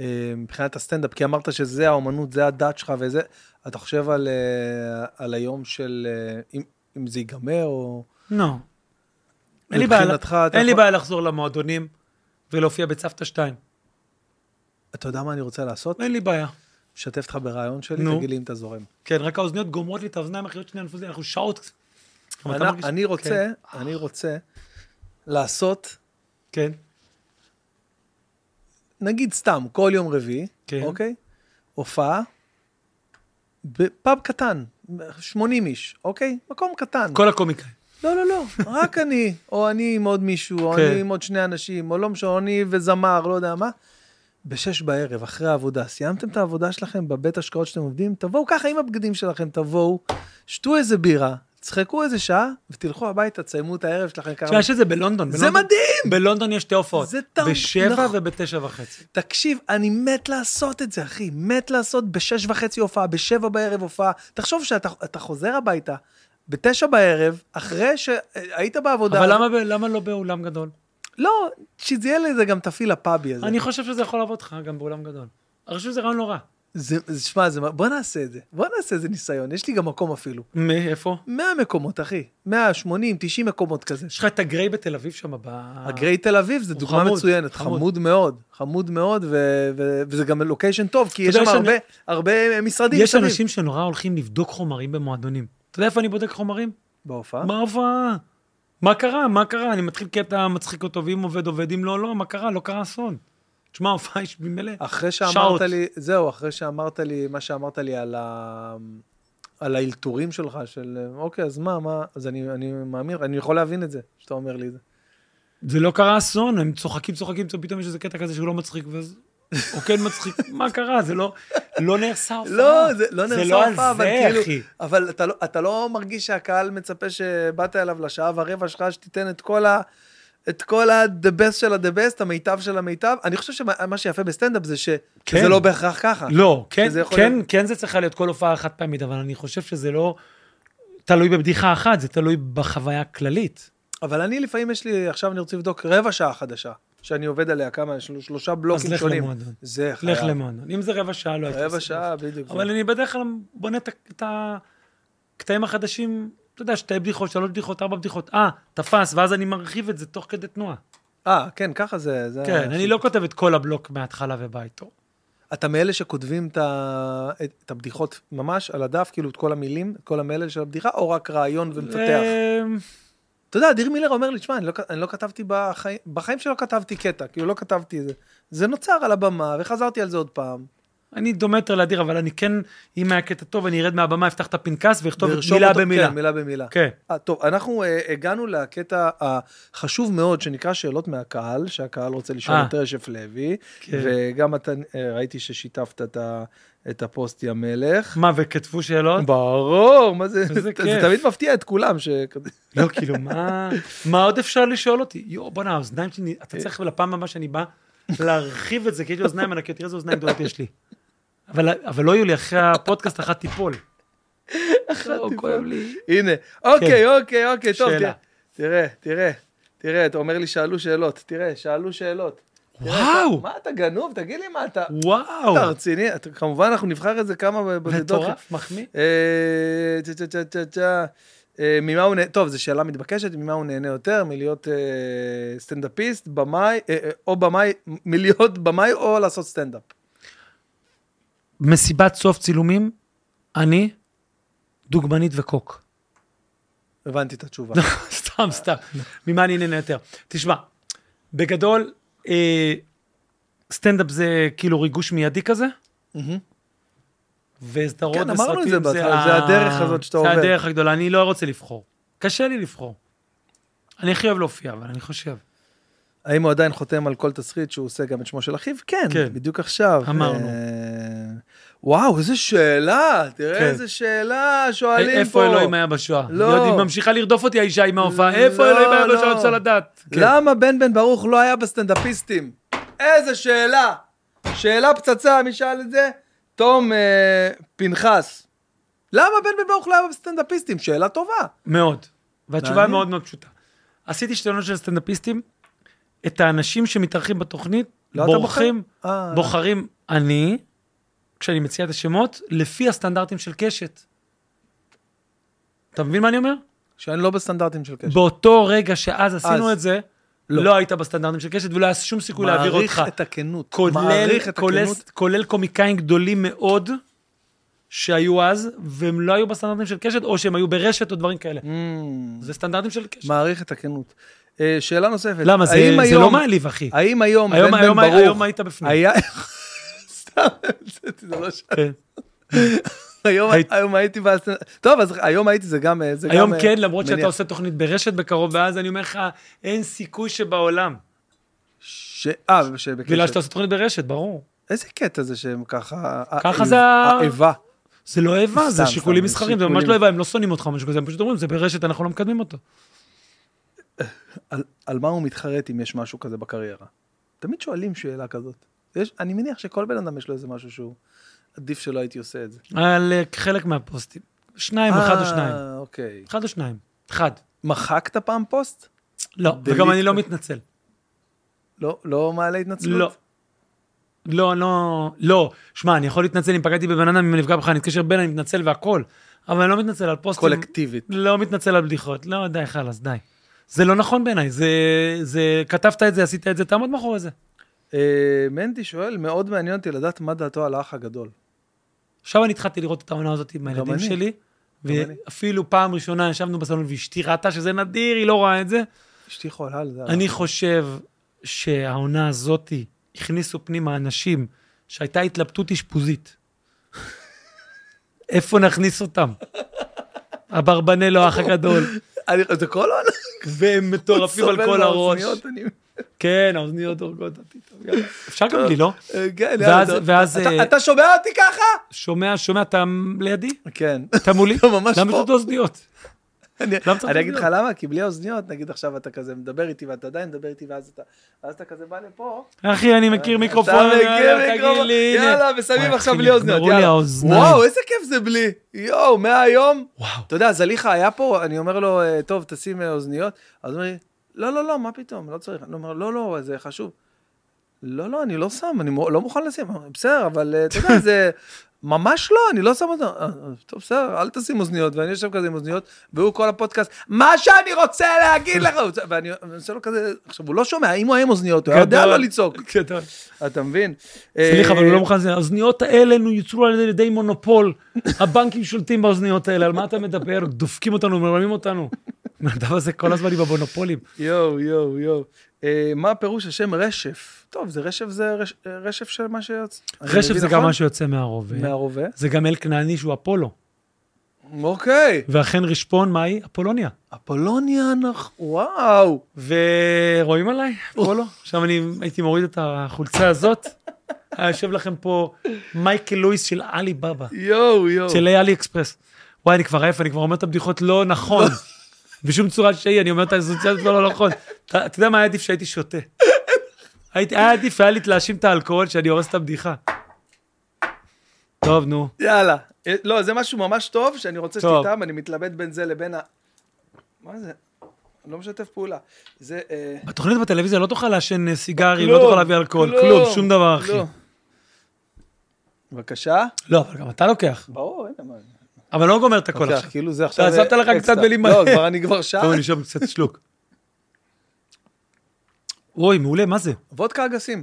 אה, מבחינת הסטנדאפ, כי אמרת שזה האומנות, זה הדת שלך וזה, אתה חושב על, אה, על היום של... אה, אם, אם זה ייגמר או... לא. אין לי בעיה- מבחינתך אתה אין לי יכול- בעיה לחזור למועדונים ולהופיע בצוותא 2. אתה יודע מה אני רוצה לעשות? אין לי בעיה. משתף אותך ברעיון שלי, נו. תגיד לי אם אתה זורם. כן, רק האוזניות גומרות לי את האוזניים אחרת שנייה נפוזים, אנחנו שעות. גם אתה אני- מרגיש- אני רוצה, אני רוצה לעשות, כן, נגיד סתם, כל יום רביעי, כן. אוקיי? הופעה בפאב קטן, 80 איש, אוקיי? מקום קטן. כל הקומיקאים. לא, לא, לא, רק אני, או אני עם עוד מישהו, או כן. אני עם עוד שני אנשים, או לא משנה, או אני וזמר, לא יודע מה. בשש בערב, אחרי העבודה, סיימתם את העבודה שלכם בבית השקעות שאתם עובדים, תבואו ככה עם הבגדים שלכם, תבואו, שתו איזה בירה, תצחקו איזה שעה, ותלכו הביתה, תסיימו את הערב שלכם ככה. תשמע, יש את זה בלונדון. זה בלונדון- מדהים! בלונדון יש שתי הופעות. זה טעם- בשבע נכון. ובתשע וחצי. תקשיב, אני מת לעשות את זה, אחי. מת לעשות בשש וחצי הופעה, בשבע בערב הופעה. תחשוב שאתה אתה חוזר הביתה בתשע בערב, אחרי שהיית בעבודה. אבל למה ב- למה לא באולם גדול? לא, שזה יהיה לזה גם תפעיל הפאבי הזה. אני חושב שזה יכול לעבוד לך גם באולם גדול. אני חושב שזה רעיון לא רע. זה, זה, שמע, זה, מה- בוא נעשה את זה. בוא נעשה איזה ניסיון, יש לי גם מקום אפילו. מ- איפה? 100 מקומות, אחי. 180, 90 מקומות כזה. יש לך את הגריי בתל אביב שם, ב... הגריי תל אביב זה דוגמה אה. חמוד, מצוינת, חמוד. חמוד, מאוד, חמוד מאוד, ו- ו- וזה גם לוקיישן טוב, כי יש יודע, שם יש הרבה, אנ- הרבה משרדים יש מסביב. אנשים שנורא הולכים לבדוק חומרים במועדונים. אתה יודע איפה אני בודק חומרים? בהופעה? מה ההופעה? מה קרה? מה קרה? אני מתחיל קטע מצחיק אותו, ואם עובד עובד, אם לא, לא, מה קרה? לא קרה אסון. תשמע, ההופעה יש ממילא אחרי שאמרת שעות. לי, זהו, אחרי שאמרת לי, מה שאמרת לי על ה... על האלתורים שלך, של אוקיי, אז מה, מה, אז אני, אני מאמין, אני יכול להבין את זה, שאתה אומר לי את זה. זה לא קרה אסון, הם צוחקים, צוחקים, פתאום יש איזה קטע כזה שהוא לא מצחיק, ואז... או כן מצחיק, מה קרה? זה לא, לא נהרסה הופעה. לא, זה לא נעשה לא על הופעה, אבל זה, כאילו, אחי. אבל אתה לא, אתה לא מרגיש שהקהל מצפה שבאת אליו לשעה ורבע שלך, שתיתן את כל ה... את כל ה-the best של ה-the best, המיטב של המיטב. אני חושב שמה מה שיפה בסטנדאפ זה שזה כן. לא בהכרח ככה. לא, כן, שזה יכול כן, להיות- כן זה צריכה להיות כל הופעה חד פעמית, אבל אני חושב שזה לא תלוי בבדיחה אחת, זה תלוי בחוויה הכללית. אבל אני לפעמים יש לי, עכשיו אני רוצה לבדוק רבע שעה חדשה. שאני עובד עליה, כמה, של- שלושה בלוקים לך שונים. למועדון. זה לך חייב. למועדון. אם זה רבע שעה, לא הייתי... רבע עושה. שעה, בדיוק. אבל זה. אני בדרך כלל בונה את ה- את הקטעים החדשים, אתה יודע, שתי בדיחות, שלוש בדיחות, ארבע בדיחות, אה, תפס, ואז אני מרחיב את זה תוך כדי תנועה. אה, כן, ככה זה. זה כן, אני לא כותב את כל הבלוק מההתחלה ובא איתו. אתה מאלה שכותבים את, ה... את- את הבדיחות ממש על הדף, כאילו את כל המילים, את כל המלל של הבדיחה, או רק רעיון ומפתח? אמ, אתה יודע, אדיר מילר אומר לי, שמע, אני, לא, כ- אני לא כתבתי בחיים, בחיים שלא כתבתי קטע, כאילו לא כתבתי את זה. זה נוצר על הבמה, וחזרתי על זה עוד פעם. אני דומה יותר לאדיר, אבל אני כן, אם היה קטע טוב, אני ארד מהבמה, אפתח את הפנקס ואכתוב לרשום מילה אותו- במילה. כן, מילה במילה. כן. אה, טוב, אנחנו אה, הגענו לקטע החשוב מאוד, שנקרא שאלות מהקהל, שהקהל רוצה לשאול אה. את רשף לוי, כן. וגם אתה, אה, ראיתי ששיתפת את, ה, את הפוסט ים מלך. מה, וכתבו שאלות? ברור, מה זה, איזה זה נכון. כיף. תמיד מפתיע את כולם. ש... לא, כאילו, מה מה עוד אפשר לשאול אותי? יואו, בואנה, האוזניים שלי, אתה צריך לפעם הבאה שאני בא להרחיב את זה, כי יש לי אוזניים ענקיות, תראה איזה אוזניים גדולות יש לי. אבל אבל לא יהיו לי, אחרי הפודקאסט אחת תיפול. אחת כואב לי. הנה, אוקיי, אוקיי, אוקיי, טוב, כן. שאלה. תראה, תראה, תראה, תראה, אתה אומר לי שאלו שאלות, תראה, שאלו שאלות. תראה, וואו. אתה- מה אתה גנוב? תגיד לי מה אתה, וואו, אתה רציני? אתה- כמובן, אנחנו נבחר את זה כמה בודדות. מטורף, מחמיא. אה, צ'ה, צ'ה, צ'ה, צ'ה, צ'ה. אה, ממה הוא נהנה, טוב, זו שאלה מתבקשת, ממה הוא נהנה יותר, מלהיות אה, סטנדאפיסט, במאי, אה, אה, או במאי, מלהיות במאי או לעשות סטנדאפ. מסיבת סוף צילומים, אני, דוגמנית וקוק. הבנתי את התשובה. נכון. סתם, סתם. ממה אני נהנה יותר? תשמע, בגדול, אה, סטנדאפ זה כאילו ריגוש מיידי כזה, וסדרות כן, וסרטים אמרנו את זה בהתחלה, זה ה- הדרך הזאת שאתה עובר. זה הדרך הגדולה, אני לא רוצה לבחור. קשה לי לבחור. אני הכי אוהב להופיע, אבל אני חושב. האם הוא עדיין חותם על כל תסריט שהוא עושה גם את שמו של אחיו? כן, כן. בדיוק עכשיו. אמרנו. אה, וואו, איזה שאלה, תראה כן. איזה שאלה שואלים פה. איפה אלוהים היה בשואה? לא. היא עוד ממשיכה לרדוף אותי האישה עם ההופעה, לא, איפה אלוהים היה לא. בשואה? אני רוצה לדעת. כן. למה בן בן ברוך לא היה בסטנדאפיסטים? איזה שאלה. שאלה פצצה, מי שאל את זה? תום אה, פנחס. למה בן בן ברוך לא היה בסטנדאפיסטים? שאלה טובה. מאוד. והתשובה מעניין. היא מאוד מאוד פשוטה. עשיתי שתי עונות של סטנדאפיסטים, את האנשים שמתארחים בתוכנית, לא אתה בורחים, בוחר? אה. בוחרים אני, כשאני מציע את השמות, לפי הסטנדרטים של קשת. אתה מבין מה אני אומר? שאני לא בסטנדרטים של קשר. באותו רגע שאז עשינו אז. את זה, לא. לא היית בסטנדרטים של קשת ולא היה שום סיכוי להעביר אותך. מעריך את הכנות. כולל, מעריך את כולל, הכנות. כולל קומיקאים גדולים מאוד שהיו אז, והם לא היו בסטנדרטים של קשת, או שהם היו ברשת או דברים כאלה. Mm. זה סטנדרטים של קשת. מעריך את הכנות. אה, שאלה נוספת. למה? זה, האם זה היום- לא מעליב, אחי. האם היום, היום- בן היום- בן ברוך, היום היית בפנים. היה... סתם, המצאתי, זה לא ש... כן. היום- היית- היום הייתי באסטנדאפ. טוב, אז היום הייתי, זה גם... אה, זה היום גם, אה, כן, למרות שאתה מניע. עושה תוכנית ברשת בקרוב, ואז אני אומר לך, אין סיכוי שבעולם. כן, ש... אה, שבקשר. בגלל שאתה עושה תוכנית ברשת, ברור. איזה קטע זה שהם ככה... ככה האיב- זה ה- האיבה. זה לא איבה, זה סתם, שיקולים סתם, מסחרים, זה שיקולים. ממש לא איבה, הם לא שונאים אותך, או משהו כזה, הם פשוט אומרים, זה ברשת, אנחנו לא מקדמים אותו. על- על מה הוא מתחרט אם יש משהו כזה בקריירה? תמיד שואלים שאלה כזאת. יש- אני מניח שכל בן אדם יש לו איזה משהו שהוא... עדיף שלא הייתי עושה את זה. על אה, חלק מהפוסטים. שניים, אחד או שניים. אה, אוקיי. אחד או שניים. אחד. מחקת פעם פוסט? לא, delete. וגם אני לא מתנצל. לא, לא מעלה התנצלות? לא. לא, לא, לא. שמע, אני יכול להתנצל אם פגעתי בבן אדם, אם אני אפגע בך, אני אתקשר בן, אני מתנצל והכל. אבל אני לא מתנצל על פוסטים. קולקטיבית. לא מתנצל על בדיחות. לא, די, חלאס, די. זה לא נכון בעיניי, זה, זה, כתבת את זה, עשית את זה, תעמוד מאחורי זה. אה, מנדי שואל, מאוד מעניין אותי לדעת מה דעתו על האח הגדול. עכשיו אני התחלתי לראות את העונה הזאת עם הילדים אני. שלי, אני. ואפילו פעם ראשונה ישבנו בסלון ואשתי ראתה שזה נדיר, היא לא רואה את זה. אה. אשתי חולה על זה. אני חושב שהעונה הזאתי, הכניסו פנימה אנשים שהייתה התלבטות אשפוזית. איפה נכניס אותם? אברבנלו האח הגדול, אני- זה כל העולם. והם מטורפים על סובל כל הראש. מהאוזניות, אני- כן, האוזניות הורגות אותי. טוב, יאללה. אפשר גם בלי, לא? אה, כן, ואז- יאללה, ואז, אתה- אה, אתה שומע אותי ככה? שומע, שומע, אתה לידי? כן. אתה מולי? אתה ממש למה פה. זאת אוזניות? אני צריך אני אגיד לך אוזניות? למה, כי בלי האוזניות, נגיד עכשיו אתה כזה מדבר איתי ואתה עדיין מדבר איתי ואז אתה- ואז אתה כזה בא לפה. אחי, אני מכיר מיקרופון, אתה אה, מגיע יאללה, תגיד מיקרופון, לי, הנה. יאללה, ושמים וואי, עכשיו אחי, בלי אוזניות, נגמרו לי יאללה. האוזניים. וואו, איזה כיף זה בלי. יואו, מהיום. וואו. אתה יודע, זליכה היה פה, אני אומר לו, אה, טוב, תשים אה, אוזניות. אז הוא אומר לי, לא, לא, לא, מה פתאום, לא צריך. אני אומר, לא, לא, זה חשוב. לא, לא, אני לא שם, אני מו- לא מוכן לשים. אמר, בסדר, אבל אה, אתה יודע, זה... ממש לא, אני לא שם אותו. "אה, אה, טוב, בסדר, אל תשים אוזניות, ואני יושב כזה עם אוזניות, והוא כל הפודקאסט, מה שאני רוצה להגיד לך, הוא צ- ואני אני עושה לו כזה, עכשיו, הוא לא שומע, אם הוא היה עם אוזניות, הוא היה יודע גדול. לא לצעוק, גדול. אתה מבין? סליחה, אבל אה, הוא לא מוכן לזה. האוזניות האלה נו, יוצרו על ידי מונופול. הבנקים שולטים באוזניות האלה, על מה אתה מדבר? דופקים אותנו, מרמים אותנו. הנדב הזה כל הזמן עם המונופולים. יואו, יואו, יואו. אה, מה פירוש השם רשף? טוב, זה רשף זה רש- אה, רשף של מה שיוצא. אני רשף מבין זה גם נכון? מה שיוצא מהרובה. מהרובה. אה? זה גם אל כנעני שהוא אפולו. אוקיי. ואכן רשפון, מה היא? אפולוניה. אפולוניה, אנחנו- וואו. ורואים עליי? אפולו. עכשיו אני הייתי מוריד את החולצה הזאת. היה יושב לכם פה מייקל לואיס של עלי בבא. יואו, יואו. של אלי אקספרס. וואי, אני כבר עייף, אני כבר אומר את הבדיחות לא נכון. בשום צורה שהיא, אני אומר את האסוציאציות לא נכון. אתה אתה יודע מה היה עדיף שהייתי שותה. הייתי- היה עדיף, היה לי להאשים את האלכוהול שאני הורס את הבדיחה. טוב, נו. יאללה. אה, לא, זה משהו ממש טוב שאני רוצה טוב. שתטעם, אני מתלבט בין זה לבין ה... מה זה? אני לא משתף פעולה. זה... אה, בתוכנית בטלוויזיה לא תוכל לעשן אה, סיגרים, לא כלום, לא. תוכל להביא אלכוהול, כלום, שום דבר, אחי. כלום. בבקשה? לא, אבל גם אתה לוקח. ברור, אין מה. אבל לא גומר את הכל לוקח, עכשיו. כאילו זה עכשיו... אתה עשית אה, לך קצת אקסטרה. בלימה. לא, כבר אני כבר שעה. טוב, אני שם קצת שלוק. אוי, מעולה, מה זה? וודקה אגסים.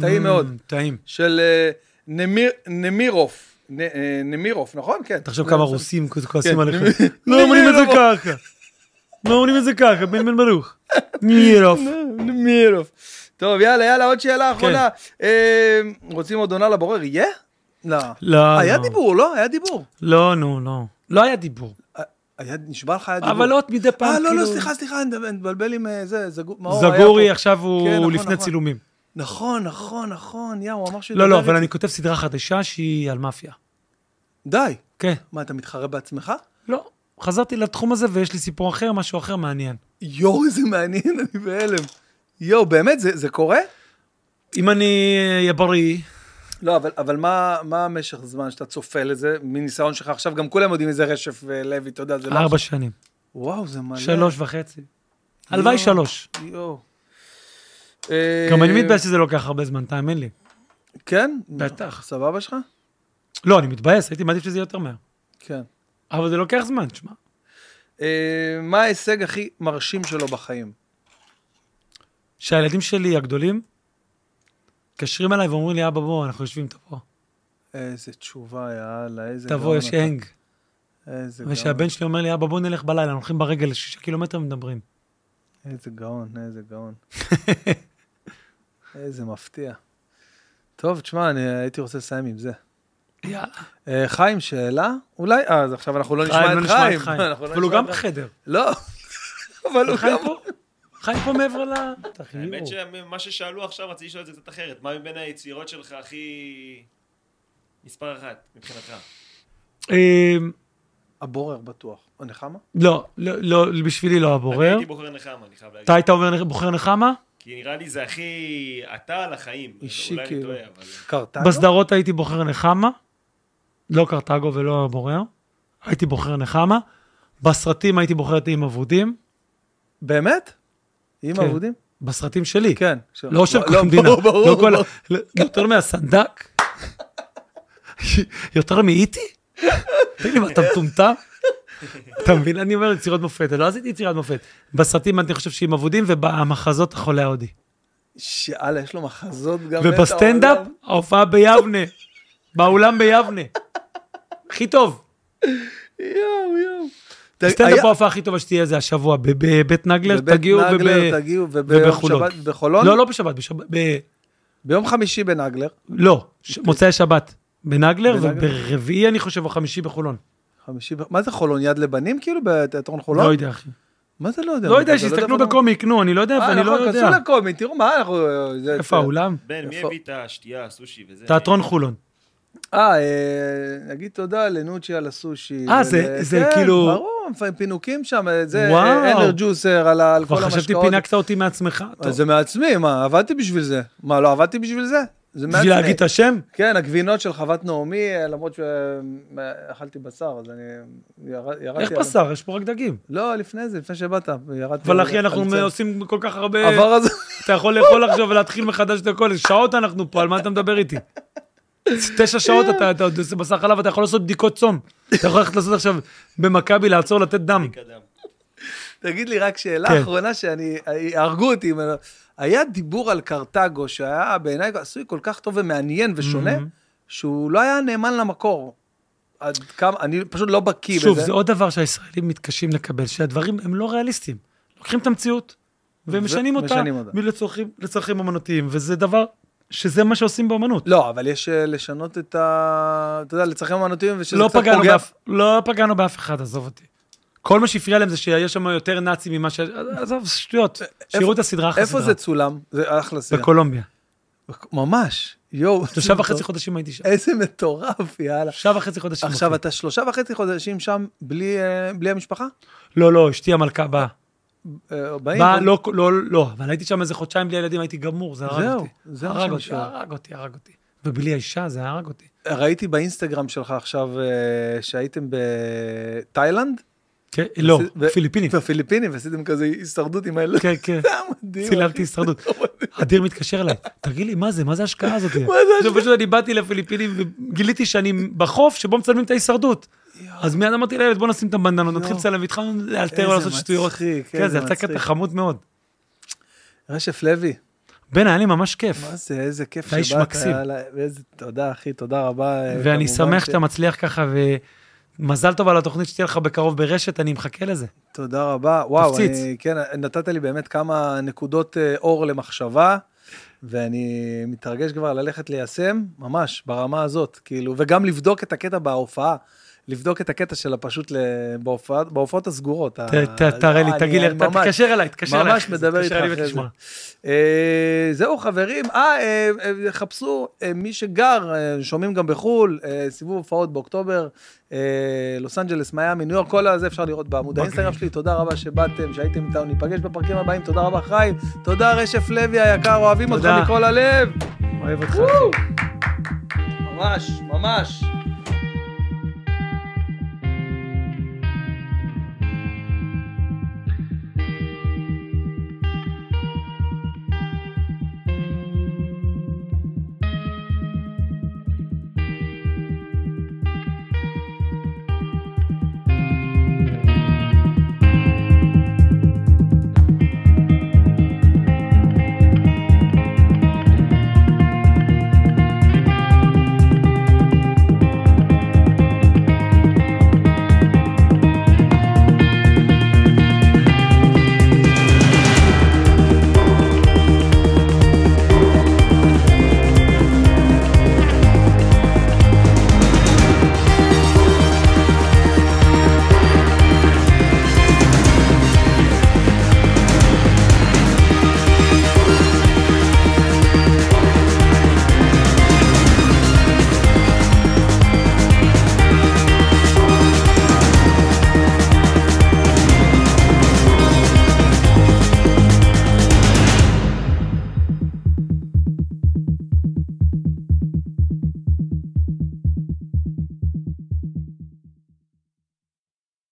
טעים מאוד. Mm, טעים. של אה, נמיר, נמירוף. נ, אה, נמירוף, נכון? כן. תחשוב כמה רוסים כ- כועסים כן. עליך. לא אומרים את זה ככה. לא אומרים את זה ככה, בן בן ברוך. נירוף. נמירוף. טוב, יאללה, יאללה, עוד שאלה כן. אחרונה. אה, רוצים עוד עונה לבורר? יהיה? לא. לא, היה לא. דיבור, לא? היה דיבור. אה, לא, נו, לא. לא היה דיבור. היה, נשבע לך היה דיבור. אבל עוד מדי פעם, אה, לא, לא, כאילו- סליחה, סליחה, אני מדבר- אני מתבלבל עם אה, זה, זגור, מאור היה זגורי פה. עכשיו כן, הוא נכון, לפני נכון. צילומים. נכון, נכון, נכון, יא, הוא אמר שהוא... לא, לא, ידבר אבל איתי. אני כותב סדרה חדשה שהיא על מאפיה. די. כן. מה, אתה מתחרה בעצמך? לא, חזרתי לתחום הזה ויש לי סיפור אחר, משהו אחר מעניין. יואו, איזה מעניין, אני בהלם. יואו, באמת, זה זה קורה? אם אני אהיה בריא, לא, אבל, אבל מה, מה המשך זמן שאתה צופה לזה, מניסיון שלך עכשיו? גם כולם יודעים איזה רשף אה, לוי, אתה יודע, זה לא... ארבע שנים. וואו, זה מלא. שלוש וחצי. הלוואי יואו. שלוש. יואו. אה, גם אני מתבאס שזה לוקח הרבה זמן, תאמין לי. כן? בטח. סבבה שלך? לא, אני מתבאס, הייתי מעדיף שזה יהיה יותר מהר. כן. אבל זה לוקח זמן, תשמע. אה, מה ההישג הכי מרשים שלו בחיים? שהילדים שלי הגדולים מתקשרים אליי ואומרים לי, אבא, בוא, אנחנו יושבים, תבוא. איזה תשובה, יאללה, איזה... תבוא, גאון יש אתה. הנג. איזה גאון. ושהבן שלי אומר לי, אבא, בוא נלך בלילה, אנחנו הולכים ברגל, שישה קילומטר מדברים. איזה גאון, איזה גאון. איזה מפתיע. טוב, תשמע, אני הייתי רוצה לסיים עם זה. יאללה. אה, חיים, שאלה? אולי, אה, אז עכשיו אנחנו לא נשמע חיים, לא את נשמע חיים. את חיים. אנחנו לא אבל הוא נשמע גם את חיים. בחדר. לא, אבל הוא חיים גם... פה. חיים פה מעבר ל... תחייבו. האמת שמה ששאלו עכשיו, רציתי לשאול את זה קצת אחרת. מה מבין היצירות שלך הכי... מספר אחת, מבחינתך. אמ, הבורר בטוח. או נחמה? לא, לא, לא, בשבילי לא אני הבורר. הייתי בוחר נחמה, אני חייב להגיד. אתה היית אומר- בוחר נחמה? כי נראה לי זה הכי... אתה על החיים. אישי, אולי אני כאילו. טועה, אבל... קרתגו? בסדרות הייתי בוחר נחמה, לא קרתגו ולא הבורר, הייתי בוחר נחמה. בסרטים הייתי בוחר את עם אבודים, באמת? עם כן. אבודים? בסרטים שלי. כן. לא של כל המדינה. ברור, ברור, לא כל- ברור. לא- יותר מהסנדק? יותר מאיטי? תגיד לי, מה, אתה מטומטם? אתה מבין? אני אומר יצירות מופת, לא עשיתי יצירת מופת. בסרטים אני חושב שעם אבודים ובמחזות החולה ההודי. שאלה, יש לו מחזות גם... את ובסטנדאפ, העולם. ההופעה ביבנה, באולם ביבנה. הכי טוב. יואו, יואו. ת- היה- הסטנדאפ ההופעה הכי טובה שתהיה זה השבוע, בב- בבית נגלר, בבית תגיעו נגלר, וב- לא, תגיעו, וביום ובחולון. שבת, בחולון? לא, לא בשבת, בשבת, ב- ביום חמישי בנגלר. לא, ש- מוצאי שבת בנגלר, בנגלר? וברביעי אני חושב, או חמישי בחולון. חמישי, ב- מה זה חולון? יד לבנים כאילו? בתיאטרון חולון? לא יודע, אחי. מה זה לא יודע? לא יודע, אתה שיסתכלו איפה- בקומי, יקנו, אני לא יודע, אה, ואני לא נכון, יודע. כנסו לקומי, תראו מה אנחנו... זה- איפה האולם? בן, מי איפה? הביא את השתייה, הסושי וזה? תיאטרון חולון. אה, אה, נגיד תודה לנוצ'י על הסושי. אה, ול- זה- זה כן, כאילו- ברור, מפ- פינוקים שם, זה וואו. אנר ג'וסר על ה- על כל כבר המשקאות. אה, חשבתי פינקת אותי מעצמך. אז זה מעצמי, מה, עבדתי בשביל זה. מה, לא עבדתי בשביל זה? זה בשביל מעצבן. להגיד את השם? כן, הגבינות של חוות נעמי, אה, למרות שאכלתי בשר, אז אני יר- ירדתי... איך על- בשר? יש פה רק דגים. לא, לפני זה, לפני שבאת, ירדתי... אבל על- אחי, אנחנו על צל. עושים כל כך הרבה... עבר הזמן. אתה יכול לאכול עכשיו ולהתחיל מחדש את הכל, שעות אנחנו פה, על מה אתה מדבר איתי? תשע שעות אתה- אתה עוד עושה בשר חלב, אתה יכול לעשות בדיקות צום. אתה יכול ללכת לעשות עכשיו במכבי, לעצור, לתת דם. קדם. תגיד לי רק שאלה כן. אחרונה שאני, יהרגו אותי. אם אני- היה דיבור על קרתגו שהיה בעיניי עשוי כל כך טוב ומעניין ושונה, שהוא לא היה נאמן למקור. עד כמה, אני פשוט לא בקיא בזה. שוב, זה עוד דבר שהישראלים מתקשים לקבל, שהדברים הם לא ריאליסטיים. לוקחים את המציאות ומשנים ו- אותה משנים אותה. מלצרכים- לצרכים אומנותיים, וזה דבר, שזה מה שעושים באומנות. לא, אבל יש אה, לשנות את ה... אתה יודע, לצרכים אמנותיים, ושזה לא קצת פגענו, פוגע. באף, לא פגענו באף אחד, עזוב אותי. כל מה שהפריע להם זה שיש שם יותר נאצים ממה ש... עזוב, שטויות. שיראו את הסדרה אחרי אה, איפה הסדרה. זה צולם? זה אחלה סרט. בקולומביה. ממש. יואו. שלושה וחצי חודשים הייתי שם. איזה מטורף, יאללה. שלושה וחצי חודשים. עכשיו, אחי. אתה שלושה וחצי חודשים שם בלי אה, בלי המשפחה? לא, לא, אשתי המלכה באה. אה, באים? באה, לא, לא, לא, אבל הייתי שם איזה חודשיים בלי ילדים, הייתי גמור, זה הרג זהו, אותי. זה מה הרג שאני אותי, שואל. הרג אותי, הרג אותי. ובלי האישה זה הרג אותי. ראיתי באינסטגרם שלך עכשיו אה, שהייתם בתאילנד. כן, לא, עשי- ו- פיליפינים. בפיליפינים, ועשיתם כזה הישרדות עם הילד. כן, כן. זה היה מדהים. צילמתי הישרדות. אדיר מתקשר אליי, תגיד לי, מה זה, מה זה ההשקעה הזאת? מה זה ההשקעה? פשוט אני באתי לפיליפינים וגיליתי שאני בחוף שבו מצלמים את ההישרדות. אז מיד אמרתי לילד, בוא נשים את הבנדנות, נתחיל יואו. לצלם, והתחלנו לאלתר איזה לעשות שטויות. מצחיק, כן, איזה זה יצא קטע מצחיק. חמוד מאוד. רשף לוי, בן, היה לי ממש כיף. מה זה, איזה כיף אתה איש מקסים. יאללה, ואיזה- תודה, אחי, תודה רבה. אה, כמובן ואני שמח ש- שאתה מצליח ככה, ומזל טוב על התוכנית שתהיה לך בקרוב ברשת, אני מחכה לזה. תודה רבה. וואו, תפציץ. אני, כן, נתת לי באמת כמה נקודות אה, אור למחשבה, ואני מתרגש כבר ללכת ליישם, ממש, ברמה הזאת, כאילו, וגם לבדוק את הקטע בהופעה. לבדוק את הקטע שלה פשוט ל- בהופעה- בהופעות הסגורות. ת- ת- תראה לי, אני- תגיד לי, לא, אני אתה ממש- תתקשר אליי, תתקשר אליי. ממש אחרי זה, מדבר איתך תתקשר אליי אחרי זה. ותשמע. אה, זהו חברים, אה, אה, אה, חפשו אה, מי שגר, אה, שומעים גם בחו"ל, אה, סיבוב הופעות באוקטובר, אה, לוס אנג'לס, מיאמי, ניו יורק, כל הזה אפשר לראות בעמוד האינסטגרם שלי, תודה רבה שבאתם, שהייתם איתנו, ניפגש בפרקים הבאים, תודה רבה חיים, תודה רשף לוי היקר, אוהבים אותך תודה. מכל הלב, אוהב אותך. וואו. ממש, ממש.